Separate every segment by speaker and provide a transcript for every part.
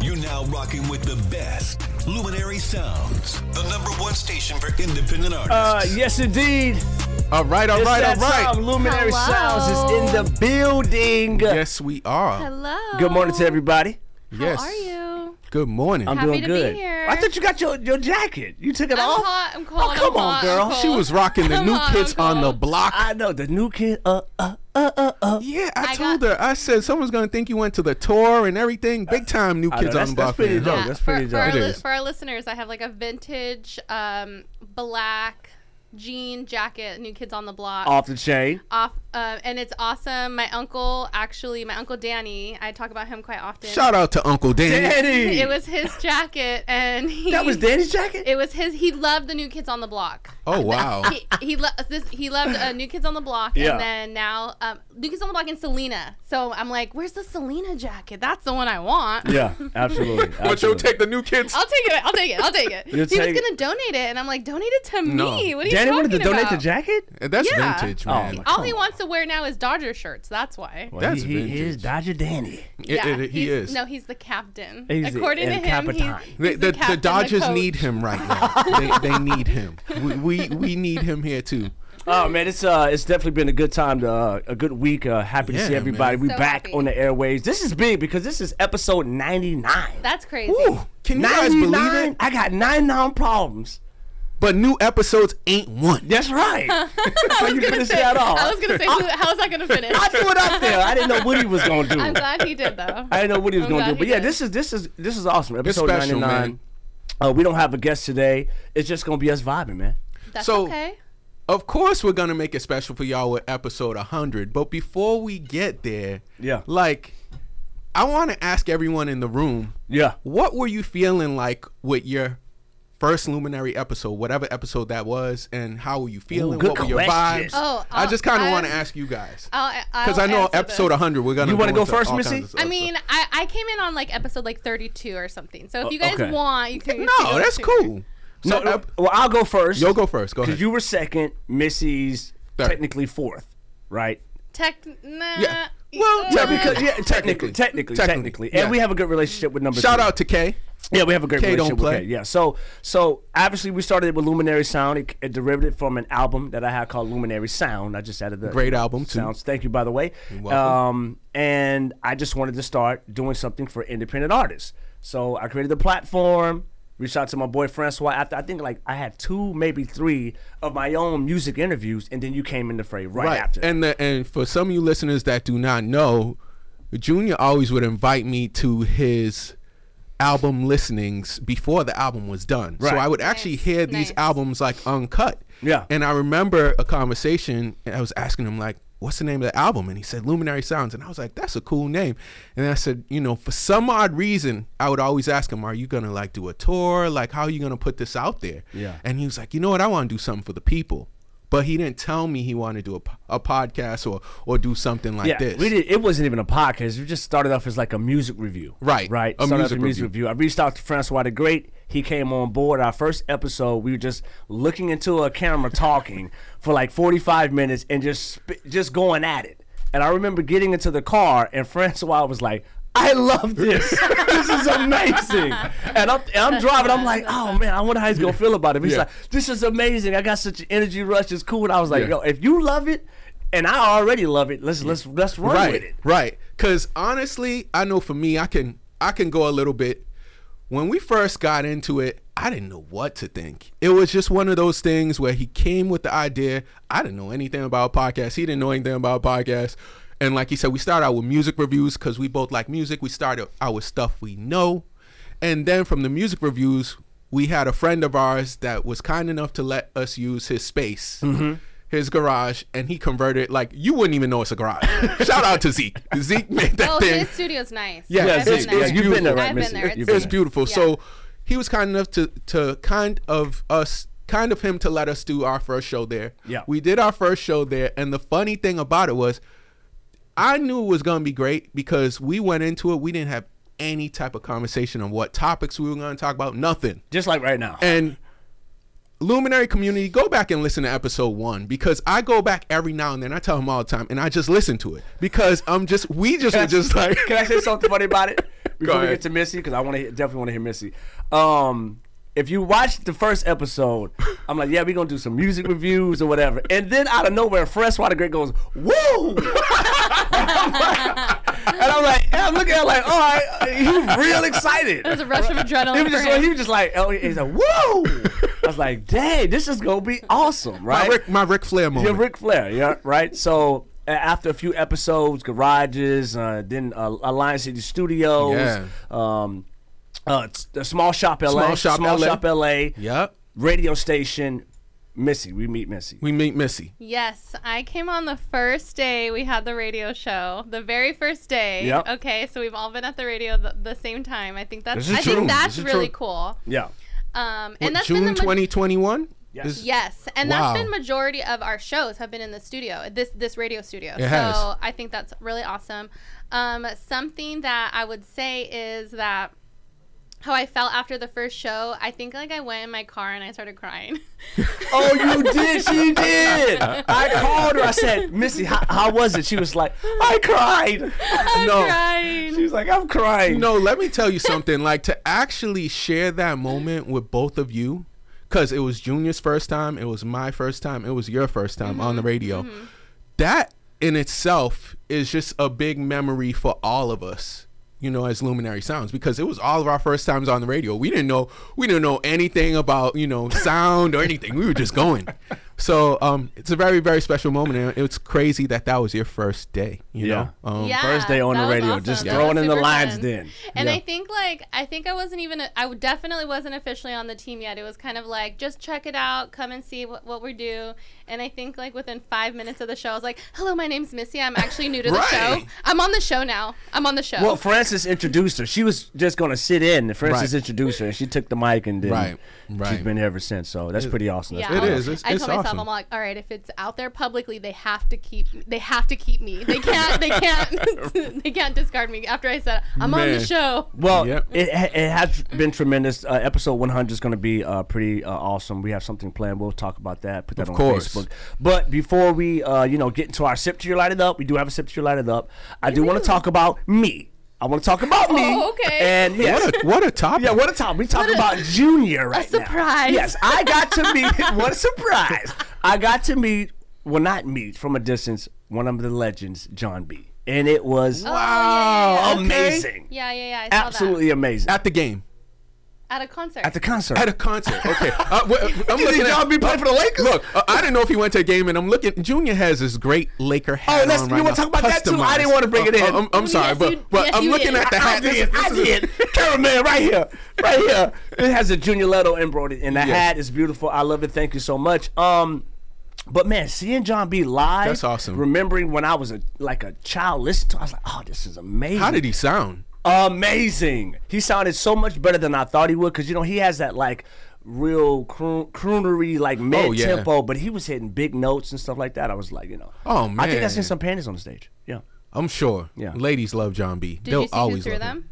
Speaker 1: You're now rocking with the best. Luminary Sounds, the number one station for independent artists.
Speaker 2: Uh, yes, indeed.
Speaker 3: All right, all
Speaker 2: It's
Speaker 3: right, all
Speaker 2: that
Speaker 3: right.
Speaker 2: time. Luminary
Speaker 4: Hello.
Speaker 2: Sounds is in the building.
Speaker 3: Yes, we are.
Speaker 4: Hello.
Speaker 2: Good morning to everybody.
Speaker 3: yes.
Speaker 4: How are you?
Speaker 3: Good morning.
Speaker 2: I'm
Speaker 4: Happy
Speaker 2: doing
Speaker 4: to be
Speaker 2: good.
Speaker 4: here.
Speaker 2: I thought you got your, your jacket. You took it
Speaker 4: I'm
Speaker 2: off.
Speaker 4: hot. I'm cold.
Speaker 2: Oh, come
Speaker 4: I'm
Speaker 2: on,
Speaker 4: hot,
Speaker 2: girl.
Speaker 4: I'm
Speaker 3: she
Speaker 4: cold.
Speaker 3: was rocking the
Speaker 4: Come
Speaker 3: new
Speaker 4: on,
Speaker 3: kids on
Speaker 4: come
Speaker 3: the
Speaker 4: on.
Speaker 3: block.
Speaker 2: I know the new kid. Uh, uh, uh, uh, uh.
Speaker 3: yeah, I,
Speaker 4: I
Speaker 3: told
Speaker 4: got-
Speaker 3: her. I said someone's gonna think you went to the tour and everything. Big time new
Speaker 2: Uh, I
Speaker 3: kids
Speaker 2: know,
Speaker 3: on the
Speaker 2: that's-
Speaker 3: block.
Speaker 2: that's pretty
Speaker 3: fan.
Speaker 2: dope.
Speaker 4: Yeah,
Speaker 2: that's
Speaker 4: for-
Speaker 2: pretty
Speaker 4: for,
Speaker 2: dope.
Speaker 4: our
Speaker 3: It
Speaker 4: li-
Speaker 3: is.
Speaker 4: for our listeners, I have like a vintage um, black jean jacket, New Kids on the Block.
Speaker 2: Off the chain.
Speaker 4: Off, uh, and it's awesome. My uncle, actually, my uncle Danny, I talk about him quite often.
Speaker 3: Shout out to Uncle Danny.
Speaker 2: Danny.
Speaker 4: It was his jacket, and he,
Speaker 2: that was Danny's jacket.
Speaker 4: It was his. He loved the New Kids on the Block.
Speaker 3: Oh wow.
Speaker 4: he he, lo- this, he loved uh, New Kids on the Block,
Speaker 2: Yeah.
Speaker 4: and then now um, New Kids on the Block and Selena. So I'm like, where's the Selena jacket? That's the one I want.
Speaker 2: yeah, absolutely.
Speaker 3: but you'll
Speaker 2: absolutely.
Speaker 3: take the new kids.
Speaker 4: I'll take it. I'll take it. I'll take it. he
Speaker 2: You'll
Speaker 4: was
Speaker 2: take it.
Speaker 4: gonna donate it, and I'm like, donate it to
Speaker 3: No.
Speaker 4: me. What are you
Speaker 2: Danny
Speaker 4: talking
Speaker 2: wanted to donate
Speaker 4: about?
Speaker 2: the jacket.
Speaker 3: That's
Speaker 4: Yeah.
Speaker 3: vintage,
Speaker 2: Oh,
Speaker 3: man.
Speaker 2: my-
Speaker 4: All
Speaker 2: Come
Speaker 4: he
Speaker 2: on.
Speaker 4: wants to wear now is Dodger shirts. That's why.
Speaker 2: Well,
Speaker 3: That's
Speaker 2: he, he is
Speaker 3: vintage.
Speaker 2: Dodger Danny.
Speaker 3: It- it- it- he
Speaker 4: he's-
Speaker 3: is.
Speaker 4: No, he's the captain.
Speaker 2: He's the-
Speaker 4: According to
Speaker 2: and
Speaker 4: him, he's,
Speaker 2: Capitan.
Speaker 4: he's
Speaker 3: The, the, the,
Speaker 4: captain,
Speaker 3: Dodgers
Speaker 4: coach.
Speaker 3: need him right now. they, they need him. We, we we need him here too.
Speaker 2: Oh man, it's uh, it's definitely been a good time, to, uh, a good week. Uh, happy
Speaker 3: Yeah,
Speaker 2: to see everybody.
Speaker 3: man.
Speaker 2: We
Speaker 4: So
Speaker 2: back
Speaker 4: happy.
Speaker 2: on the airwaves. This is big because this is episode ninety nine.
Speaker 4: That's crazy.
Speaker 3: Ooh, can you guys believe it?
Speaker 2: I got nine non problems.
Speaker 3: But new episodes ain't one.
Speaker 2: That's right. so you finish that off.
Speaker 4: I was gonna say, who, how's that gonna finish?
Speaker 2: I threw it up there. I didn't know what he was gonna do.
Speaker 4: I'm glad he did though.
Speaker 2: I didn't know what he was
Speaker 4: I'm
Speaker 2: going to
Speaker 4: glad
Speaker 2: do.
Speaker 4: he
Speaker 2: But yeah,
Speaker 4: did.
Speaker 2: this is this is this is awesome. Episode
Speaker 3: special,
Speaker 2: 99.
Speaker 3: man.
Speaker 2: Uh, we don't have a guest today. It's just going to be us vibing, man.
Speaker 4: That's
Speaker 3: So-
Speaker 4: okay.
Speaker 3: Of course, we're gonna make it special for y'all with episode 100. But before we get there,
Speaker 2: Yeah.
Speaker 3: like I want to ask everyone in the room,
Speaker 2: Yeah.
Speaker 3: what were you feeling like with your first Luminary episode, whatever episode that was, and how were you feeling?
Speaker 2: good
Speaker 3: what were your
Speaker 2: question.
Speaker 3: vibes?
Speaker 4: Oh,
Speaker 3: I
Speaker 4: um,
Speaker 3: just kind of
Speaker 4: I-
Speaker 3: want to ask you guys
Speaker 4: Because
Speaker 3: because I know episode 100 we're gonna.
Speaker 2: You wanna
Speaker 3: into
Speaker 2: go first,
Speaker 3: all
Speaker 2: Missy?
Speaker 3: kinds of stuff,
Speaker 4: I
Speaker 3: so-
Speaker 4: mean, I, I came in on like episode like 32 or something. So if you guys
Speaker 2: Oh, okay.
Speaker 4: want, you can. you can
Speaker 3: no,
Speaker 4: go
Speaker 3: that's
Speaker 4: sooner.
Speaker 3: cool. So,
Speaker 2: No,
Speaker 3: uh,
Speaker 2: no, well, I'll go first.
Speaker 3: you'll go first. Go ahead.
Speaker 2: Because you were second. Missy's
Speaker 3: Third.
Speaker 2: technically fourth, right?
Speaker 4: Tech. Nah,
Speaker 3: Yeah. Well,
Speaker 4: yeah,
Speaker 3: yeah, because-
Speaker 2: yeah,
Speaker 3: Technically.
Speaker 2: technically, technically,
Speaker 3: Technically,
Speaker 2: technically,
Speaker 3: yeah.
Speaker 2: and we have a good relationship with number.
Speaker 3: Shout
Speaker 2: three.
Speaker 3: out to Kay.
Speaker 2: Yeah, we have a great
Speaker 3: Kay don't
Speaker 2: relationship with
Speaker 3: play.
Speaker 2: Kay. Yeah, so so obviously we started with Luminary Sound, a, a derivative from an album that I had called Luminary Sound. I just added the
Speaker 3: Great album, too.
Speaker 2: Sounds. Thank you, by the way.
Speaker 3: welcome.
Speaker 2: Um, and I just wanted to start doing something for independent artists. So I created the platform. Reached out to my boy Francois after I think like I had two, maybe three of my own music interviews, and then you came in the fray right, after.
Speaker 3: And the, and for some of you listeners that do not know, Junior always would invite me to his album listenings before the album was done. So
Speaker 2: Right.
Speaker 3: I would actually
Speaker 4: Nice,
Speaker 3: hear these
Speaker 4: nice.
Speaker 3: albums like uncut.
Speaker 2: Yeah.
Speaker 3: And I remember a conversation and I was asking him like What's the name of the album? And he said Luminary Sounds. And I was like, that's a cool name. And I said, you know, for some odd reason, I would always ask him, are you going to like do a tour? Like, how are you going to put this out there?
Speaker 2: Yeah.
Speaker 3: And he was like, you know what? I want to do something for the people. But he didn't tell me he wanted to do a, po- a podcast or or do something like
Speaker 2: yeah,
Speaker 3: this.
Speaker 2: we did. It wasn't even a podcast. We just started off as like a music review.
Speaker 3: Right,
Speaker 2: Right.
Speaker 3: a
Speaker 2: started off
Speaker 3: music
Speaker 2: as a music review. I reached out to Francois the Great. He came on board. Our first episode, we were just looking into a camera, talking for like 45 minutes, and just sp- just going at it. And I remember getting into the car, and Francois was like. I love this. this is amazing. And I'm, and I'm driving. I'm like, oh man, I wonder how he's gonna feel about it. He's
Speaker 3: Yeah.
Speaker 2: like, this is amazing. I got such an energy rush. It's cool. And I was like,
Speaker 3: Yeah.
Speaker 2: yo, if you love it, and I already love it, let's let's let's run
Speaker 3: right,
Speaker 2: with it.
Speaker 3: right. Because honestly, I know for me, I can I can go a little bit. When we first got into it, I didn't know what to think. It was just one of those things where he came with the idea. I didn't know anything about podcasts. He didn't know anything about podcasts. And like he said, we start out with music reviews because we both like music. We started out with stuff we know. And then from the music reviews, we had a friend of ours that was kind enough to let us use his space, his garage, and he converted like you wouldn't even know it's a garage. Shout out to Zeke. Zeke made that
Speaker 4: Oh,
Speaker 3: thing.
Speaker 4: this studio's nice.
Speaker 3: Yeah,
Speaker 4: I've been
Speaker 3: it's-
Speaker 4: there.
Speaker 3: it's
Speaker 2: you've been
Speaker 3: beautiful.
Speaker 2: there, right,
Speaker 4: I've
Speaker 2: Missy?
Speaker 4: been there.
Speaker 2: You've been
Speaker 3: It's
Speaker 2: there.
Speaker 3: beautiful.
Speaker 4: Yeah.
Speaker 3: So he was kind enough to to kind of us kind of him to let us do our first show there.
Speaker 2: Yeah.
Speaker 3: We did our first show there and the funny thing about it was I knew it was going to be great because we went into it we didn't have any type of conversation on what topics we were going to talk about, nothing.
Speaker 2: Just like right now.
Speaker 3: And Luminary community, go back and listen to episode one because I go back every now and then. I tell him all the time, and I just listen to it because I'm just we just were just like
Speaker 2: Can I say something funny about it? before we
Speaker 3: ahead.
Speaker 2: get to Missy, because I want to definitely want to hear Missy. Um, if you watched the first episode, I'm like, yeah, we're gonna do some music reviews or whatever, and then out of nowhere, Freshwater Great goes, woo! and I'm like, and I'm looking at it like, all right, he was real excited.
Speaker 4: There's a rush of adrenaline.
Speaker 2: He was just
Speaker 4: for
Speaker 2: like,
Speaker 4: him.
Speaker 2: he was just like, oh, he's like, woo! I was like, dang, this is gonna be awesome, right?
Speaker 3: My Rick, my Rick Flair moment.
Speaker 2: Yeah, Ric Flair. Yeah, right. So a- after a few episodes, garages, uh, then uh, Alliance City Studios,
Speaker 3: Yeah.
Speaker 2: um, uh, t- the Small Shop LA,
Speaker 3: Small Shop LA. Yep.
Speaker 2: radio station. Missy, we meet Missy.
Speaker 3: We meet Missy.
Speaker 4: Yes, I came on the first day we had the radio show. The very first day.
Speaker 2: Yep.
Speaker 4: Okay, so we've all been at the radio the, the same time. I think that's
Speaker 3: This is
Speaker 4: I
Speaker 3: true.
Speaker 4: think that's
Speaker 3: This is
Speaker 4: really
Speaker 3: true.
Speaker 4: cool.
Speaker 2: yeah,
Speaker 4: Um,
Speaker 3: What,
Speaker 4: and that's been
Speaker 3: June
Speaker 4: the ma-
Speaker 3: 2021.
Speaker 2: Yes.
Speaker 3: This-
Speaker 4: Yes, and
Speaker 3: Wow.
Speaker 4: that's been majority of our shows have been in the studio, this this radio studio. so
Speaker 3: has.
Speaker 4: I think that's really awesome. Um, something that I would say is that how I felt after the first show, I think like I went in my car and I started crying.
Speaker 2: Oh, you did. She did. I called her. I said, Missy, how, how was it? She was like, I cried.
Speaker 3: No.
Speaker 4: crying.
Speaker 2: She was like, I'm crying.
Speaker 3: No, let me tell you something. Like to actually share that moment with both of you, because it was Junior's first time, it was my first time, it was your first time on the
Speaker 2: Mm-hmm.
Speaker 3: radio. That in itself is just a big memory for all of us. You know, as Luminary Sounds, because it was all of our first times on the radio. We didn't know we didn't know anything about you know sound or anything. We were just going. So um, it's a very very special moment, and it's crazy that that was your first day. You
Speaker 2: Yeah.
Speaker 3: know, um,
Speaker 4: yeah,
Speaker 2: Thursday on
Speaker 4: that
Speaker 2: the
Speaker 4: was
Speaker 2: radio,
Speaker 4: awesome.
Speaker 2: just
Speaker 4: That
Speaker 2: throwing
Speaker 4: was
Speaker 2: in the
Speaker 4: super
Speaker 2: lines
Speaker 4: fun.
Speaker 2: then.
Speaker 4: And
Speaker 3: Yeah.
Speaker 4: I think like I think I wasn't even I definitely wasn't officially on the team yet. It was kind of like just check it out, come and see what, what we do. And I think like within five minutes of the show, I was like, "Hello, my name's Missy. I'm actually new to the
Speaker 3: Right.
Speaker 4: show. I'm on the show now. I'm on the show."
Speaker 2: Well, Francis introduced her. She was just going to sit in. and Francis
Speaker 3: Right.
Speaker 2: introduced her, and she took the mic, and then
Speaker 3: Right,
Speaker 2: she's
Speaker 3: right.
Speaker 2: been here ever since. So that's pretty awesome. That's
Speaker 4: yeah,
Speaker 2: pretty
Speaker 3: It
Speaker 4: I'll-
Speaker 2: awesome.
Speaker 3: is. It's-
Speaker 4: I
Speaker 3: it's
Speaker 4: told myself,
Speaker 3: awesome.
Speaker 4: I'm like, all right, if it's out there publicly, they have to keep, they have to keep me. They can't, they can't, they can't discard me. After I said, I'm on
Speaker 3: Man.
Speaker 4: the show.
Speaker 2: Well,
Speaker 3: Yep.
Speaker 2: it, it has been tremendous. Uh, episode 100 is going to be uh, pretty uh, awesome. We have something planned. We'll talk about that. Put that
Speaker 3: Of
Speaker 2: on
Speaker 3: course.
Speaker 2: Facebook. But before we, uh, you know, get into our sip to your light it up, we do have a sip to your light it up. I do want to talk about me. I want to talk about me.
Speaker 4: Oh, okay.
Speaker 2: And yes,
Speaker 3: What a what a topic.
Speaker 2: Yeah, what a time. We talk about Junior right now.
Speaker 4: surprise.
Speaker 2: Yes, I got to meet. what a surprise! I got to meet. Well, not meet from a distance. One of the legends, John B. And it was
Speaker 3: Wow,
Speaker 2: amazing.
Speaker 4: Oh, Yeah, yeah, yeah. I saw
Speaker 2: Absolutely amazing. At,
Speaker 3: At the game,
Speaker 4: that. at a concert.
Speaker 2: the concert.
Speaker 3: at a concert. Okay, uh, wh- I'm looking at
Speaker 2: Y'all be playing for the Lakers?
Speaker 3: Look, uh, I didn't know if he went to a game, and I'm looking. Junior has this great Laker hat.
Speaker 2: Oh, let's-
Speaker 3: on
Speaker 2: you
Speaker 3: right
Speaker 2: wanna
Speaker 3: now,
Speaker 2: talk about that too? I didn't wanna bring it
Speaker 3: Uh, uh,
Speaker 2: in.
Speaker 3: I'm, I'm sorry,
Speaker 4: Yes,
Speaker 3: but
Speaker 4: you-
Speaker 3: but
Speaker 4: yes,
Speaker 3: I'm
Speaker 4: you
Speaker 3: looking
Speaker 4: did.
Speaker 3: at the
Speaker 2: I
Speaker 3: hat. This
Speaker 2: did.
Speaker 3: is-
Speaker 2: I
Speaker 3: this is-
Speaker 2: did. Cameraman, right here, right here. It has a Junior Leto embroidered, and the
Speaker 3: Yes.
Speaker 2: hat is beautiful. I love it. Thank you so much. Um, but man, seeing John B live,
Speaker 3: That's awesome.
Speaker 2: Remembering when I was a like a child, listen to, I was like, oh, this is amazing.
Speaker 3: How did he sound?
Speaker 2: amazing. He sounded so much better than I thought he would because you know he has that like real croon- croonery like mid
Speaker 3: Oh, yeah.
Speaker 2: tempo, but he was hitting big notes and stuff like that. I was like, you know,
Speaker 3: Oh,
Speaker 2: I think I
Speaker 3: man.
Speaker 2: seen some panties on the stage. Yeah,
Speaker 3: I'm sure.
Speaker 2: Yeah.
Speaker 3: Ladies love John B.
Speaker 4: Did
Speaker 3: They'll
Speaker 4: you see who
Speaker 3: always
Speaker 4: threw
Speaker 3: love
Speaker 4: them?
Speaker 3: him.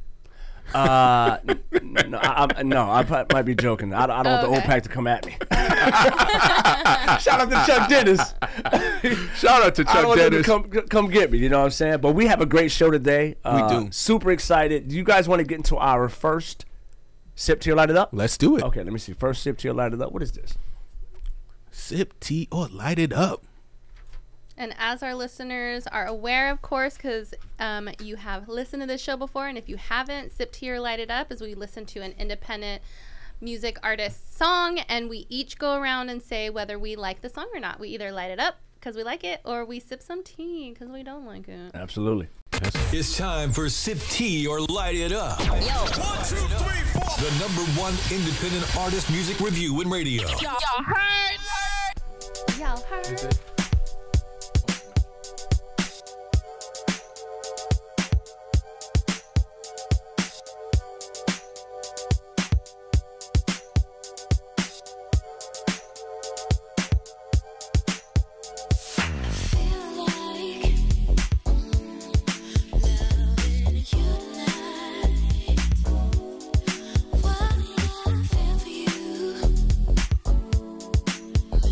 Speaker 2: uh, n- no, I, I, no, I pi- might be joking. I, don't- I don't want the old
Speaker 4: Okay.
Speaker 2: pack to come at me. Shout out to Chuck Dennis.
Speaker 3: Shout out to
Speaker 2: I don't
Speaker 3: Chuck
Speaker 2: want them to
Speaker 3: Dennis.
Speaker 2: come come get me. You know what I'm saying? But we have a great show today. Uh,
Speaker 3: do.
Speaker 2: Super excited. Do you guys want to get into our first sip to light it up?
Speaker 3: Let's do it.
Speaker 2: Okay, let me see. First sip to your light it up. What is this?
Speaker 3: Sip tea or light it up.
Speaker 4: And as our listeners are aware, of course, because um, you have listened to this show before, and if you haven't, Sip Tea or Light It Up is we listen to an independent music artist song, and we each go around and say whether we like the song or not. We either light it up because we like it, or we sip some tea because we don't like it.
Speaker 2: Absolutely.
Speaker 1: It's time for Sip Tea or Light It Up. One, two, three, four. The number one independent artist music review in radio.
Speaker 4: Y'all heard?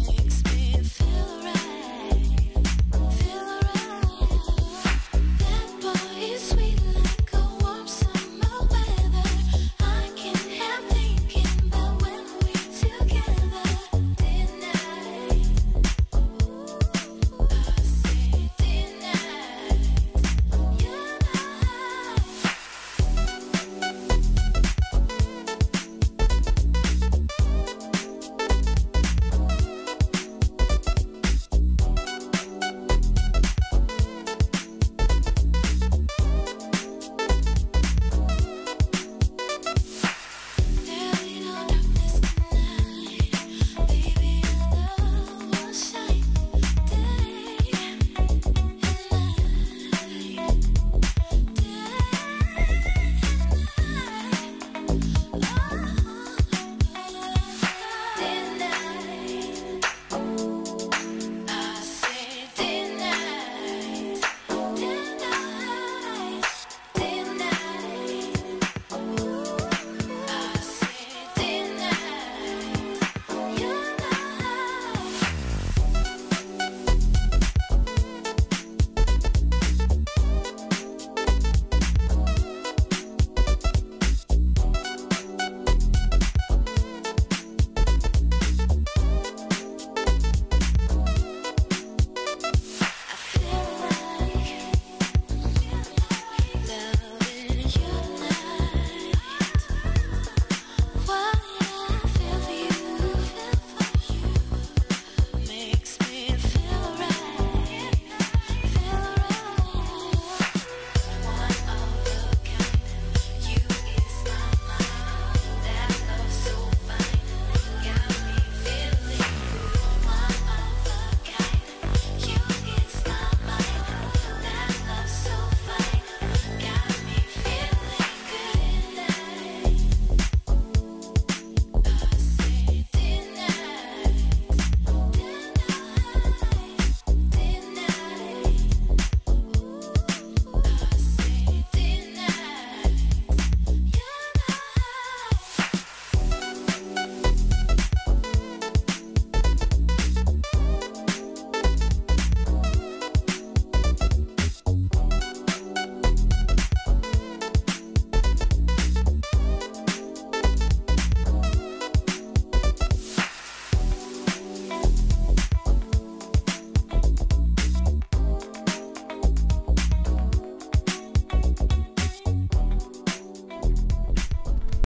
Speaker 5: Makes me feel right.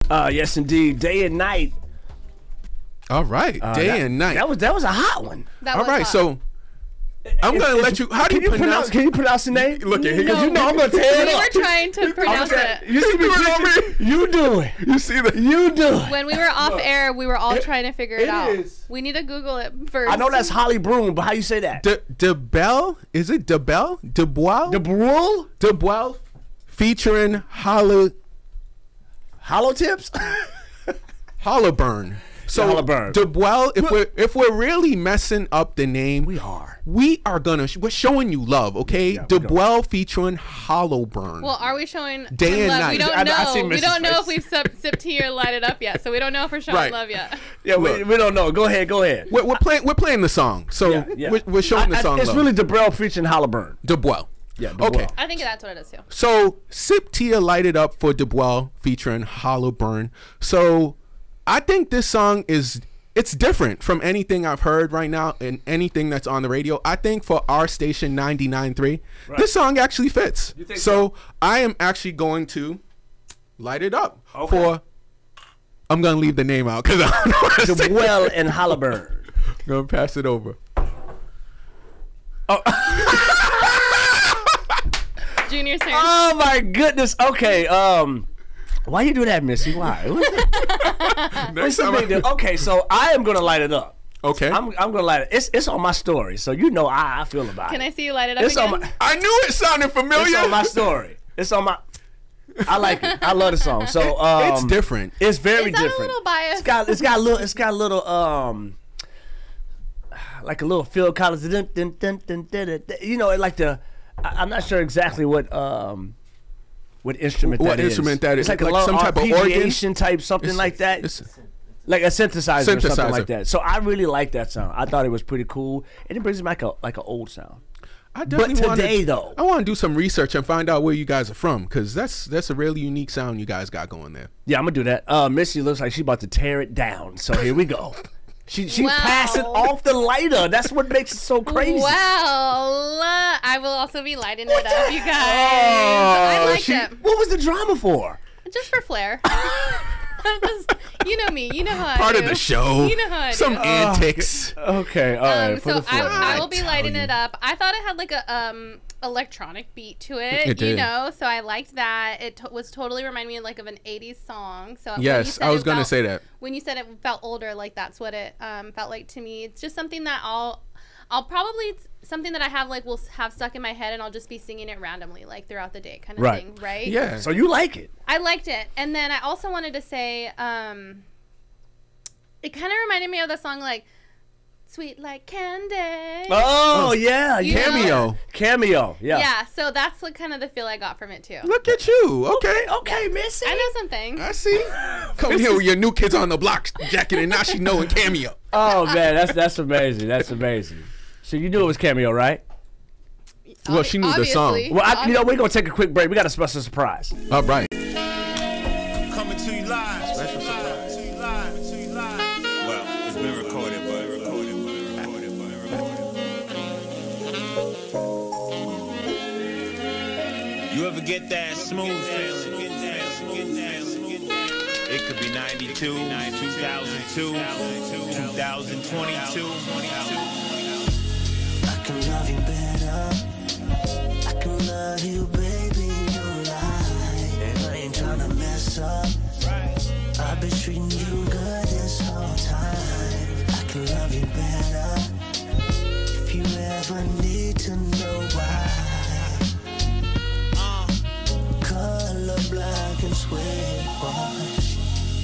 Speaker 2: Uh, yes, indeed. Day and night.
Speaker 3: All right, day
Speaker 2: Uh, That-
Speaker 3: and night.
Speaker 2: That was that was a hot one.
Speaker 4: That
Speaker 3: All
Speaker 4: was
Speaker 3: right,
Speaker 4: hot.
Speaker 3: so I'm
Speaker 2: It's-
Speaker 3: gonna
Speaker 2: it's-
Speaker 3: let you. How do
Speaker 2: can
Speaker 3: you pronounce?
Speaker 2: Can you pronoununce the name?
Speaker 3: Look at him.
Speaker 2: Because you know I'm gonna tear
Speaker 4: we
Speaker 2: it
Speaker 4: were
Speaker 2: up.
Speaker 4: trying to pronounce it.
Speaker 2: You see me?
Speaker 3: Do it on
Speaker 2: twisting- You do it.
Speaker 3: You see that?
Speaker 2: You do it.
Speaker 4: When we were off air, we were all trying to figure it,
Speaker 2: it
Speaker 4: out.
Speaker 2: is.
Speaker 4: We need to Google it first.
Speaker 2: I know that's Holly Broom, but how you say that?
Speaker 3: De, De Bell? Is it De Bell? De Bois?
Speaker 2: The Brule?
Speaker 3: De Bois featuring Holla
Speaker 2: Hollow tips?
Speaker 3: Hollaburn. So
Speaker 2: Yeah, Hollaburn.
Speaker 3: De Bois, if we're if we're really messing up the name,
Speaker 2: We are.
Speaker 3: We are gonna. Sh- we're showing you love, okay?
Speaker 2: Yeah, we
Speaker 3: De
Speaker 2: don't-
Speaker 3: Bois featuring Hollowburn.
Speaker 4: Well, are we showing
Speaker 3: Day
Speaker 4: him
Speaker 3: and
Speaker 4: love?
Speaker 3: night.
Speaker 4: We don't
Speaker 2: I- I
Speaker 4: know.
Speaker 2: see
Speaker 4: we
Speaker 2: Mrs.
Speaker 4: don't know if
Speaker 2: Face.
Speaker 4: we've sip, sipped tea or lighted up yet, so we don't know if we're showing
Speaker 3: Right.
Speaker 4: love yet.
Speaker 2: yeah, we,
Speaker 3: Look.
Speaker 2: we don't know. Go ahead, go ahead.
Speaker 3: we're, we're playing. We're playing the song, so
Speaker 2: Yeah, yeah.
Speaker 3: We're, we're showing
Speaker 2: I-
Speaker 3: the
Speaker 2: I-
Speaker 3: song.
Speaker 2: It's
Speaker 3: love.
Speaker 2: really DeBrell featuring Halliburton.
Speaker 3: De Bois.
Speaker 2: Yeah, De
Speaker 3: Okay.
Speaker 2: Bois.
Speaker 4: I think that's what it is too.
Speaker 3: So Sip Tia lighted up for DeBois featuring Hollowburn. So I think this song is it's different from anything I've heard right now and anything that's on the radio. I think for our station 99.3, this song actually fits. So,
Speaker 2: think
Speaker 3: I am actually going to light it up
Speaker 2: Okay.
Speaker 3: for I'm gonna leave the name out because I don't know what to say.
Speaker 2: DeBrell and Halliburton.
Speaker 3: I'm gonna pass it over.
Speaker 4: Junior Sarah.
Speaker 2: Oh my goodness. Okay. Um, why you do that, Missy? Why? What's the-
Speaker 3: Next
Speaker 2: what's the
Speaker 3: time I-
Speaker 2: big deal? Okay, so I am gonna light it up.
Speaker 3: okay.
Speaker 2: I'm, I'm gonna light it. It's it's on my story, so you know how I feel about
Speaker 4: Can
Speaker 2: it.
Speaker 4: I see you light it up
Speaker 2: It's
Speaker 4: again?
Speaker 2: on my
Speaker 3: I knew it sounded familiar.
Speaker 2: it's on my story. It's on my. I like it. I love the song. So um,
Speaker 3: it's different.
Speaker 2: It's very
Speaker 4: Is that a
Speaker 2: different.
Speaker 4: little biased?
Speaker 2: It's got it's got a little it's got a little um like a little Phil Collins dun, dun, dun, dun, dun, dun, dun. you know it like the I, I'm not sure exactly what um what instrument
Speaker 3: What
Speaker 2: that is.
Speaker 3: instrument that is.
Speaker 2: it's like,
Speaker 3: Like
Speaker 2: a little
Speaker 3: some type of organ?
Speaker 2: arpeggiation type something
Speaker 3: It's-
Speaker 2: like that
Speaker 3: it's-
Speaker 2: like a synthesizer, or something
Speaker 3: Synthesizer.
Speaker 2: like that so I really like that sound I thought it was pretty cool and it brings me like a like an old sound
Speaker 3: I definitely wanna-
Speaker 2: today, though-
Speaker 3: I want to do some research and find out where you guys are from because that's that's a really unique sound you guys got going there.
Speaker 2: yeah I'm gonna do that uh Missy looks like she's about to tear it down so here we go. She, she
Speaker 4: Wow.
Speaker 2: passed it off the lighter. That's what makes it so crazy.
Speaker 4: Well, uh, I will also be lighting it up, you guys.
Speaker 3: Oh,
Speaker 4: I liked
Speaker 2: she-
Speaker 4: it.
Speaker 2: What was the drama for?
Speaker 4: Just for flair. I'm just, you know me. You know how I
Speaker 3: Part of
Speaker 4: do.
Speaker 3: the show.
Speaker 4: You know how I
Speaker 3: some
Speaker 4: do.
Speaker 3: antics.
Speaker 2: Okay, all right.
Speaker 4: Oh. Um, so I, I will be lighting it up. I thought it had like a um electronic beat to it,
Speaker 3: It
Speaker 4: you
Speaker 3: did.
Speaker 4: know. So I liked that. It to- was totally reminding me like of an '80s song. So when you
Speaker 3: Yes,
Speaker 4: said
Speaker 3: I was
Speaker 4: it
Speaker 3: gonna
Speaker 4: felt-
Speaker 3: say that.
Speaker 4: when you said it felt older, like that's what it um, felt like to me. It's just something that I'll I'll probably something that I have like will s- have stuck in my head, and I'll just be singing it randomly like throughout the day, kind of
Speaker 2: Right.
Speaker 4: thing, right?
Speaker 3: Yeah.
Speaker 2: So you like it?
Speaker 4: I liked it. And then I also wanted to say, um, it kind of reminded me of the song like "Sweet Like Candy."
Speaker 2: Oh, yeah,
Speaker 4: You
Speaker 2: yeah.
Speaker 4: know-
Speaker 3: Cameo.
Speaker 2: Cameo. Yeah.
Speaker 4: Yeah, so that's what kind of the feel I got from it too.
Speaker 3: Look at you. Okay.
Speaker 2: Okay, Missy.
Speaker 4: I know some things.
Speaker 3: I see. Come here with your new kids on the block jacket, and now she knowing cameo.
Speaker 2: Oh man, that's that's amazing. That's amazing. So you knew it was cameo, right?
Speaker 3: Well, she knew the song.
Speaker 4: Obviously.
Speaker 2: Well, I, you know we're gonna take a quick break. We got a special surprise.
Speaker 3: All right.
Speaker 5: Coming to you live. Special surprise. Well, it's been recorded, but recorded, but recorded, but recorded. You ever get that smooth feeling? Get that smooth feeling? It could be 92, 2002, 2022.
Speaker 6: I can love you better. I can love you, baby, you lie. And I ain't tryna mess up. I've been treating you good this whole time. I can love you better. If you ever need to know why. Color black and suede wash.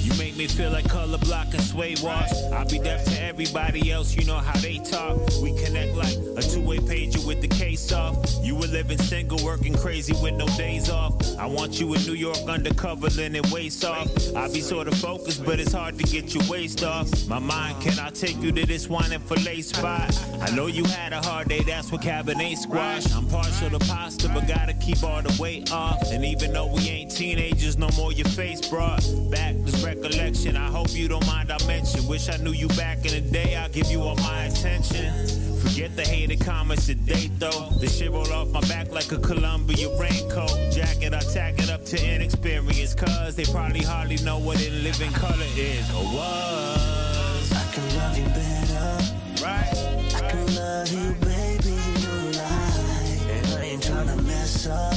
Speaker 5: You make me feel like color block and sway wash. I be deaf to everybody else, you know how they talk. We connect like a two-way pager with the case off. You were living single, working crazy with no days off. I want you in New York undercover, linen waist off. I be sort of focused, but it's hard to get your waist off. My mind cannot take you to this wine and fillet spot. I know you had a hard day, that's what Cabernet squash. I'm partial to pasta, but gotta keep all the weight off. And even though we ain't teenagers, no more your face brought back. This record recollection. I hope you don't mind I mention. Wish I knew you back in the day. I'll give you all my attention. Forget the hated comments today, though. The shit rolled off my back like a Columbia raincoat. Jacket, I tack it up to inexperience. Cause they probably hardly know what in living color is or was.
Speaker 6: I can love you better.
Speaker 5: Right?
Speaker 6: I can love you, baby, you lie. And I ain't tryna mess up.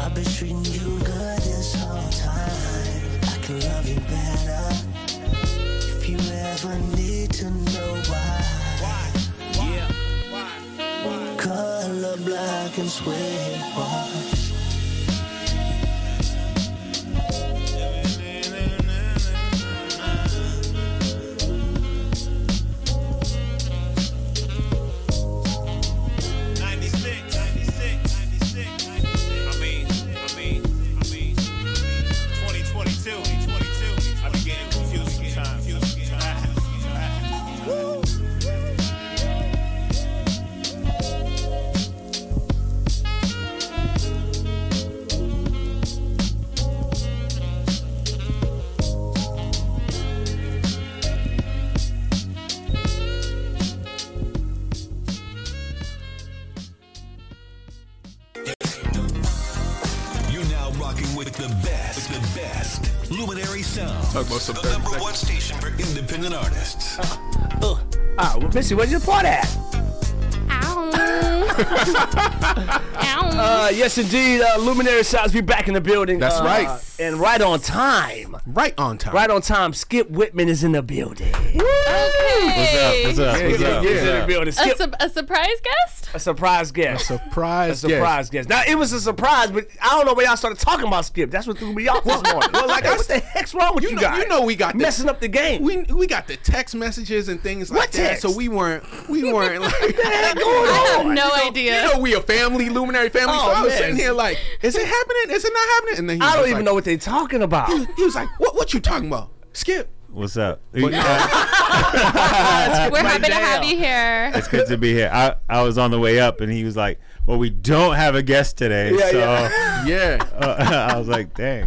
Speaker 6: I've been treating you good this whole time. I can love you better. If you ever need to know why.
Speaker 5: Yeah.
Speaker 6: Color black and sweat wash.
Speaker 2: Oh,
Speaker 5: I mean, I mean, I mean, 2022, 2022. I be getting confused sometimes.
Speaker 1: You're now rocking with the best, the best. Luminary Sound,
Speaker 3: Talk about some
Speaker 1: the
Speaker 3: 30
Speaker 1: number
Speaker 3: seconds.
Speaker 1: one station for independent artists.
Speaker 2: Ah, well, Missy, where's your part at?
Speaker 4: Ow. Ow.
Speaker 2: Uh, yes, indeed. Uh, Luminary Sounds be back in the building.
Speaker 3: That's
Speaker 2: uh,
Speaker 3: right.
Speaker 2: And right on time.
Speaker 3: Right on time.
Speaker 2: Right on time. Skip Whitman is in the building.
Speaker 4: okay.
Speaker 7: What's up? What's
Speaker 3: yeah,
Speaker 7: up?
Speaker 3: yeah.
Speaker 2: He's in the
Speaker 7: What's up?
Speaker 2: building.
Speaker 4: A,
Speaker 2: Skip,
Speaker 4: su- a surprise guest?
Speaker 2: a surprise guest.
Speaker 3: Surprise.
Speaker 2: a surprise guest. Now it was a surprise, but I don't know where y'all started talking about Skip. That's what threw me off this morning.
Speaker 3: well, like I
Speaker 2: what the
Speaker 3: said-
Speaker 2: heck's wrong with you,
Speaker 3: You know,
Speaker 2: guys?
Speaker 3: you know we got this.
Speaker 2: messing up the game.
Speaker 3: We, we got the text messages and things like
Speaker 2: What
Speaker 3: that,
Speaker 2: text?
Speaker 3: so we weren't we weren't like
Speaker 2: What's going
Speaker 4: I have
Speaker 2: on?
Speaker 4: no
Speaker 3: you
Speaker 4: idea.
Speaker 3: know we a family luminary family. so
Speaker 2: Oh,
Speaker 3: I was
Speaker 2: man.
Speaker 3: sitting here like, is it happening? Is it not happening? And then he
Speaker 2: I
Speaker 3: was
Speaker 2: don't
Speaker 3: like-
Speaker 2: even know what they're talking about.
Speaker 3: He was like, what what you talking about? Skip.
Speaker 7: What's up?
Speaker 4: We're happy to
Speaker 2: damn.
Speaker 4: have you here.
Speaker 7: It's good to be here. I, I was on the way up, and he was like, "Well, we don't have a guest today."
Speaker 2: Yeah,
Speaker 7: so
Speaker 2: yeah.
Speaker 3: Yeah.
Speaker 7: uh, I was like, "Dang."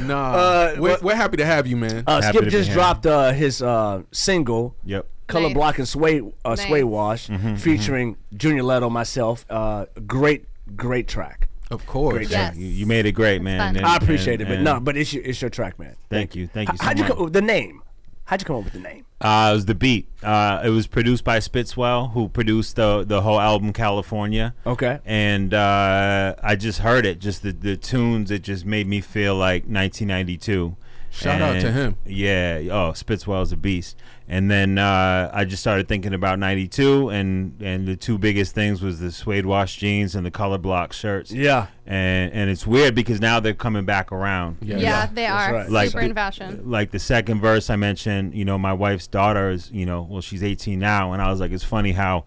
Speaker 3: Nah.
Speaker 2: Uh,
Speaker 3: we're,
Speaker 2: what-
Speaker 3: we're happy to have you, man.
Speaker 2: Uh,
Speaker 7: Happy
Speaker 2: Skip
Speaker 7: to be
Speaker 2: just
Speaker 7: here.
Speaker 2: dropped uh, his uh, single.
Speaker 7: yep. Mm-hmm,
Speaker 2: Color
Speaker 4: Nice.
Speaker 2: Block and Sway uh, Sway
Speaker 4: Nice.
Speaker 2: Wash featuring Junior Leto myself. Uh, great, great track.
Speaker 3: of course.
Speaker 2: Great job.
Speaker 4: Yes.
Speaker 7: You, you made it great, man.
Speaker 4: fun.
Speaker 7: and-
Speaker 2: I appreciate
Speaker 7: and-
Speaker 2: it, but
Speaker 7: and
Speaker 2: no, but it's your, it's your track, man.
Speaker 7: Thank you, thank you. So
Speaker 2: How'd you
Speaker 7: much.
Speaker 2: come with the name? How'd you come up with the name?
Speaker 7: Uh, it was the beat. Uh, it was produced by Spitzwell, who produced the the whole album California.
Speaker 2: Okay.
Speaker 7: And uh, I just heard it, just the, the tunes. It just made me feel like 1992.
Speaker 3: Shout out to
Speaker 7: And-
Speaker 3: him.
Speaker 7: Yeah. Oh, Spitzwell's a beast. And then uh, I just started thinking about '92, and and the two biggest things was the suede wash jeans and the color block shirts.
Speaker 2: Yeah.
Speaker 7: And and it's weird because now they're coming back around
Speaker 4: Yeah, they are.
Speaker 2: right.
Speaker 7: Like
Speaker 4: Super
Speaker 7: the-
Speaker 4: in fashion.
Speaker 7: like the second verse I mentioned, you know, my wife's daughter is, you know, well, she's 18 now, and I was like, it's funny how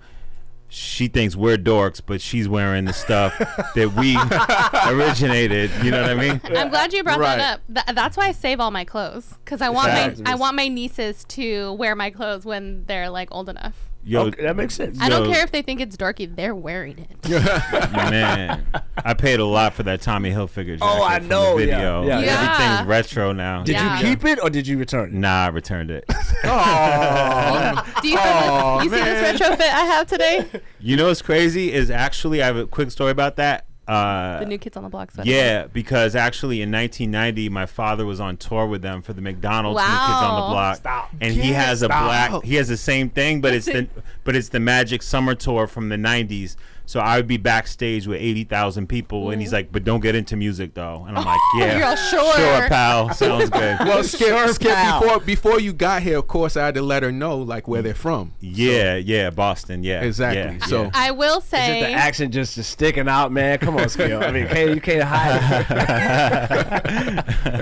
Speaker 7: she thinks we're dorks, but she's wearing the stuff that we originated. You know what I mean?
Speaker 4: I'm glad you brought
Speaker 3: Right.
Speaker 4: that up. Th- that's why I save all my clothes because I want
Speaker 7: Facts.
Speaker 4: my I want my nieces to wear my clothes when they're like old enough.
Speaker 7: Yo,
Speaker 2: okay, that makes sense.
Speaker 4: I don't
Speaker 7: Yo.
Speaker 4: care if they think it's dorky; they're wearing it.
Speaker 7: man, I paid a lot for that Tommy Hilfiger jacket.
Speaker 2: Oh, I
Speaker 7: from
Speaker 2: know,
Speaker 7: The
Speaker 2: yeah,
Speaker 7: video.
Speaker 2: yeah,
Speaker 4: yeah.
Speaker 7: Everything's retro now.
Speaker 2: Did
Speaker 4: Yeah.
Speaker 2: you keep it or did you return it?
Speaker 7: Nah, I returned it.
Speaker 4: Oh. Do you, remember- you see this retrofit I have today?
Speaker 7: you know what's crazy is actually I have a quick story about that. Uh,
Speaker 4: The new kids on the block sweater.
Speaker 7: Yeah, because actually in 1990, my father was on tour with them for the McDonald's and the Kids on
Speaker 4: Wow.
Speaker 7: the Block,
Speaker 2: Stop.
Speaker 7: and he
Speaker 3: Yeah,
Speaker 7: has a
Speaker 3: stop.
Speaker 7: black. He has the same thing, but it's the but it's the Magic Summer Tour from the 90s. So I would be backstage with 80,000 people, and he's like, "But don't get into music though," and I'm like, "Yeah,
Speaker 4: Mm-hmm. You're all sure."
Speaker 7: sure, pal, sounds good."
Speaker 3: Well, Skip,
Speaker 2: Sure,
Speaker 3: Skip
Speaker 2: pal.
Speaker 3: before before you got here, of course, I had to let her know like where they're from.
Speaker 7: yeah, yeah, Boston, yeah,
Speaker 3: Exactly.
Speaker 7: yeah,
Speaker 3: so
Speaker 7: yeah.
Speaker 4: I will
Speaker 2: It's just
Speaker 4: say
Speaker 2: the accent just is sticking out, man. Come on, Skill. I mean, can't, you can't hide it.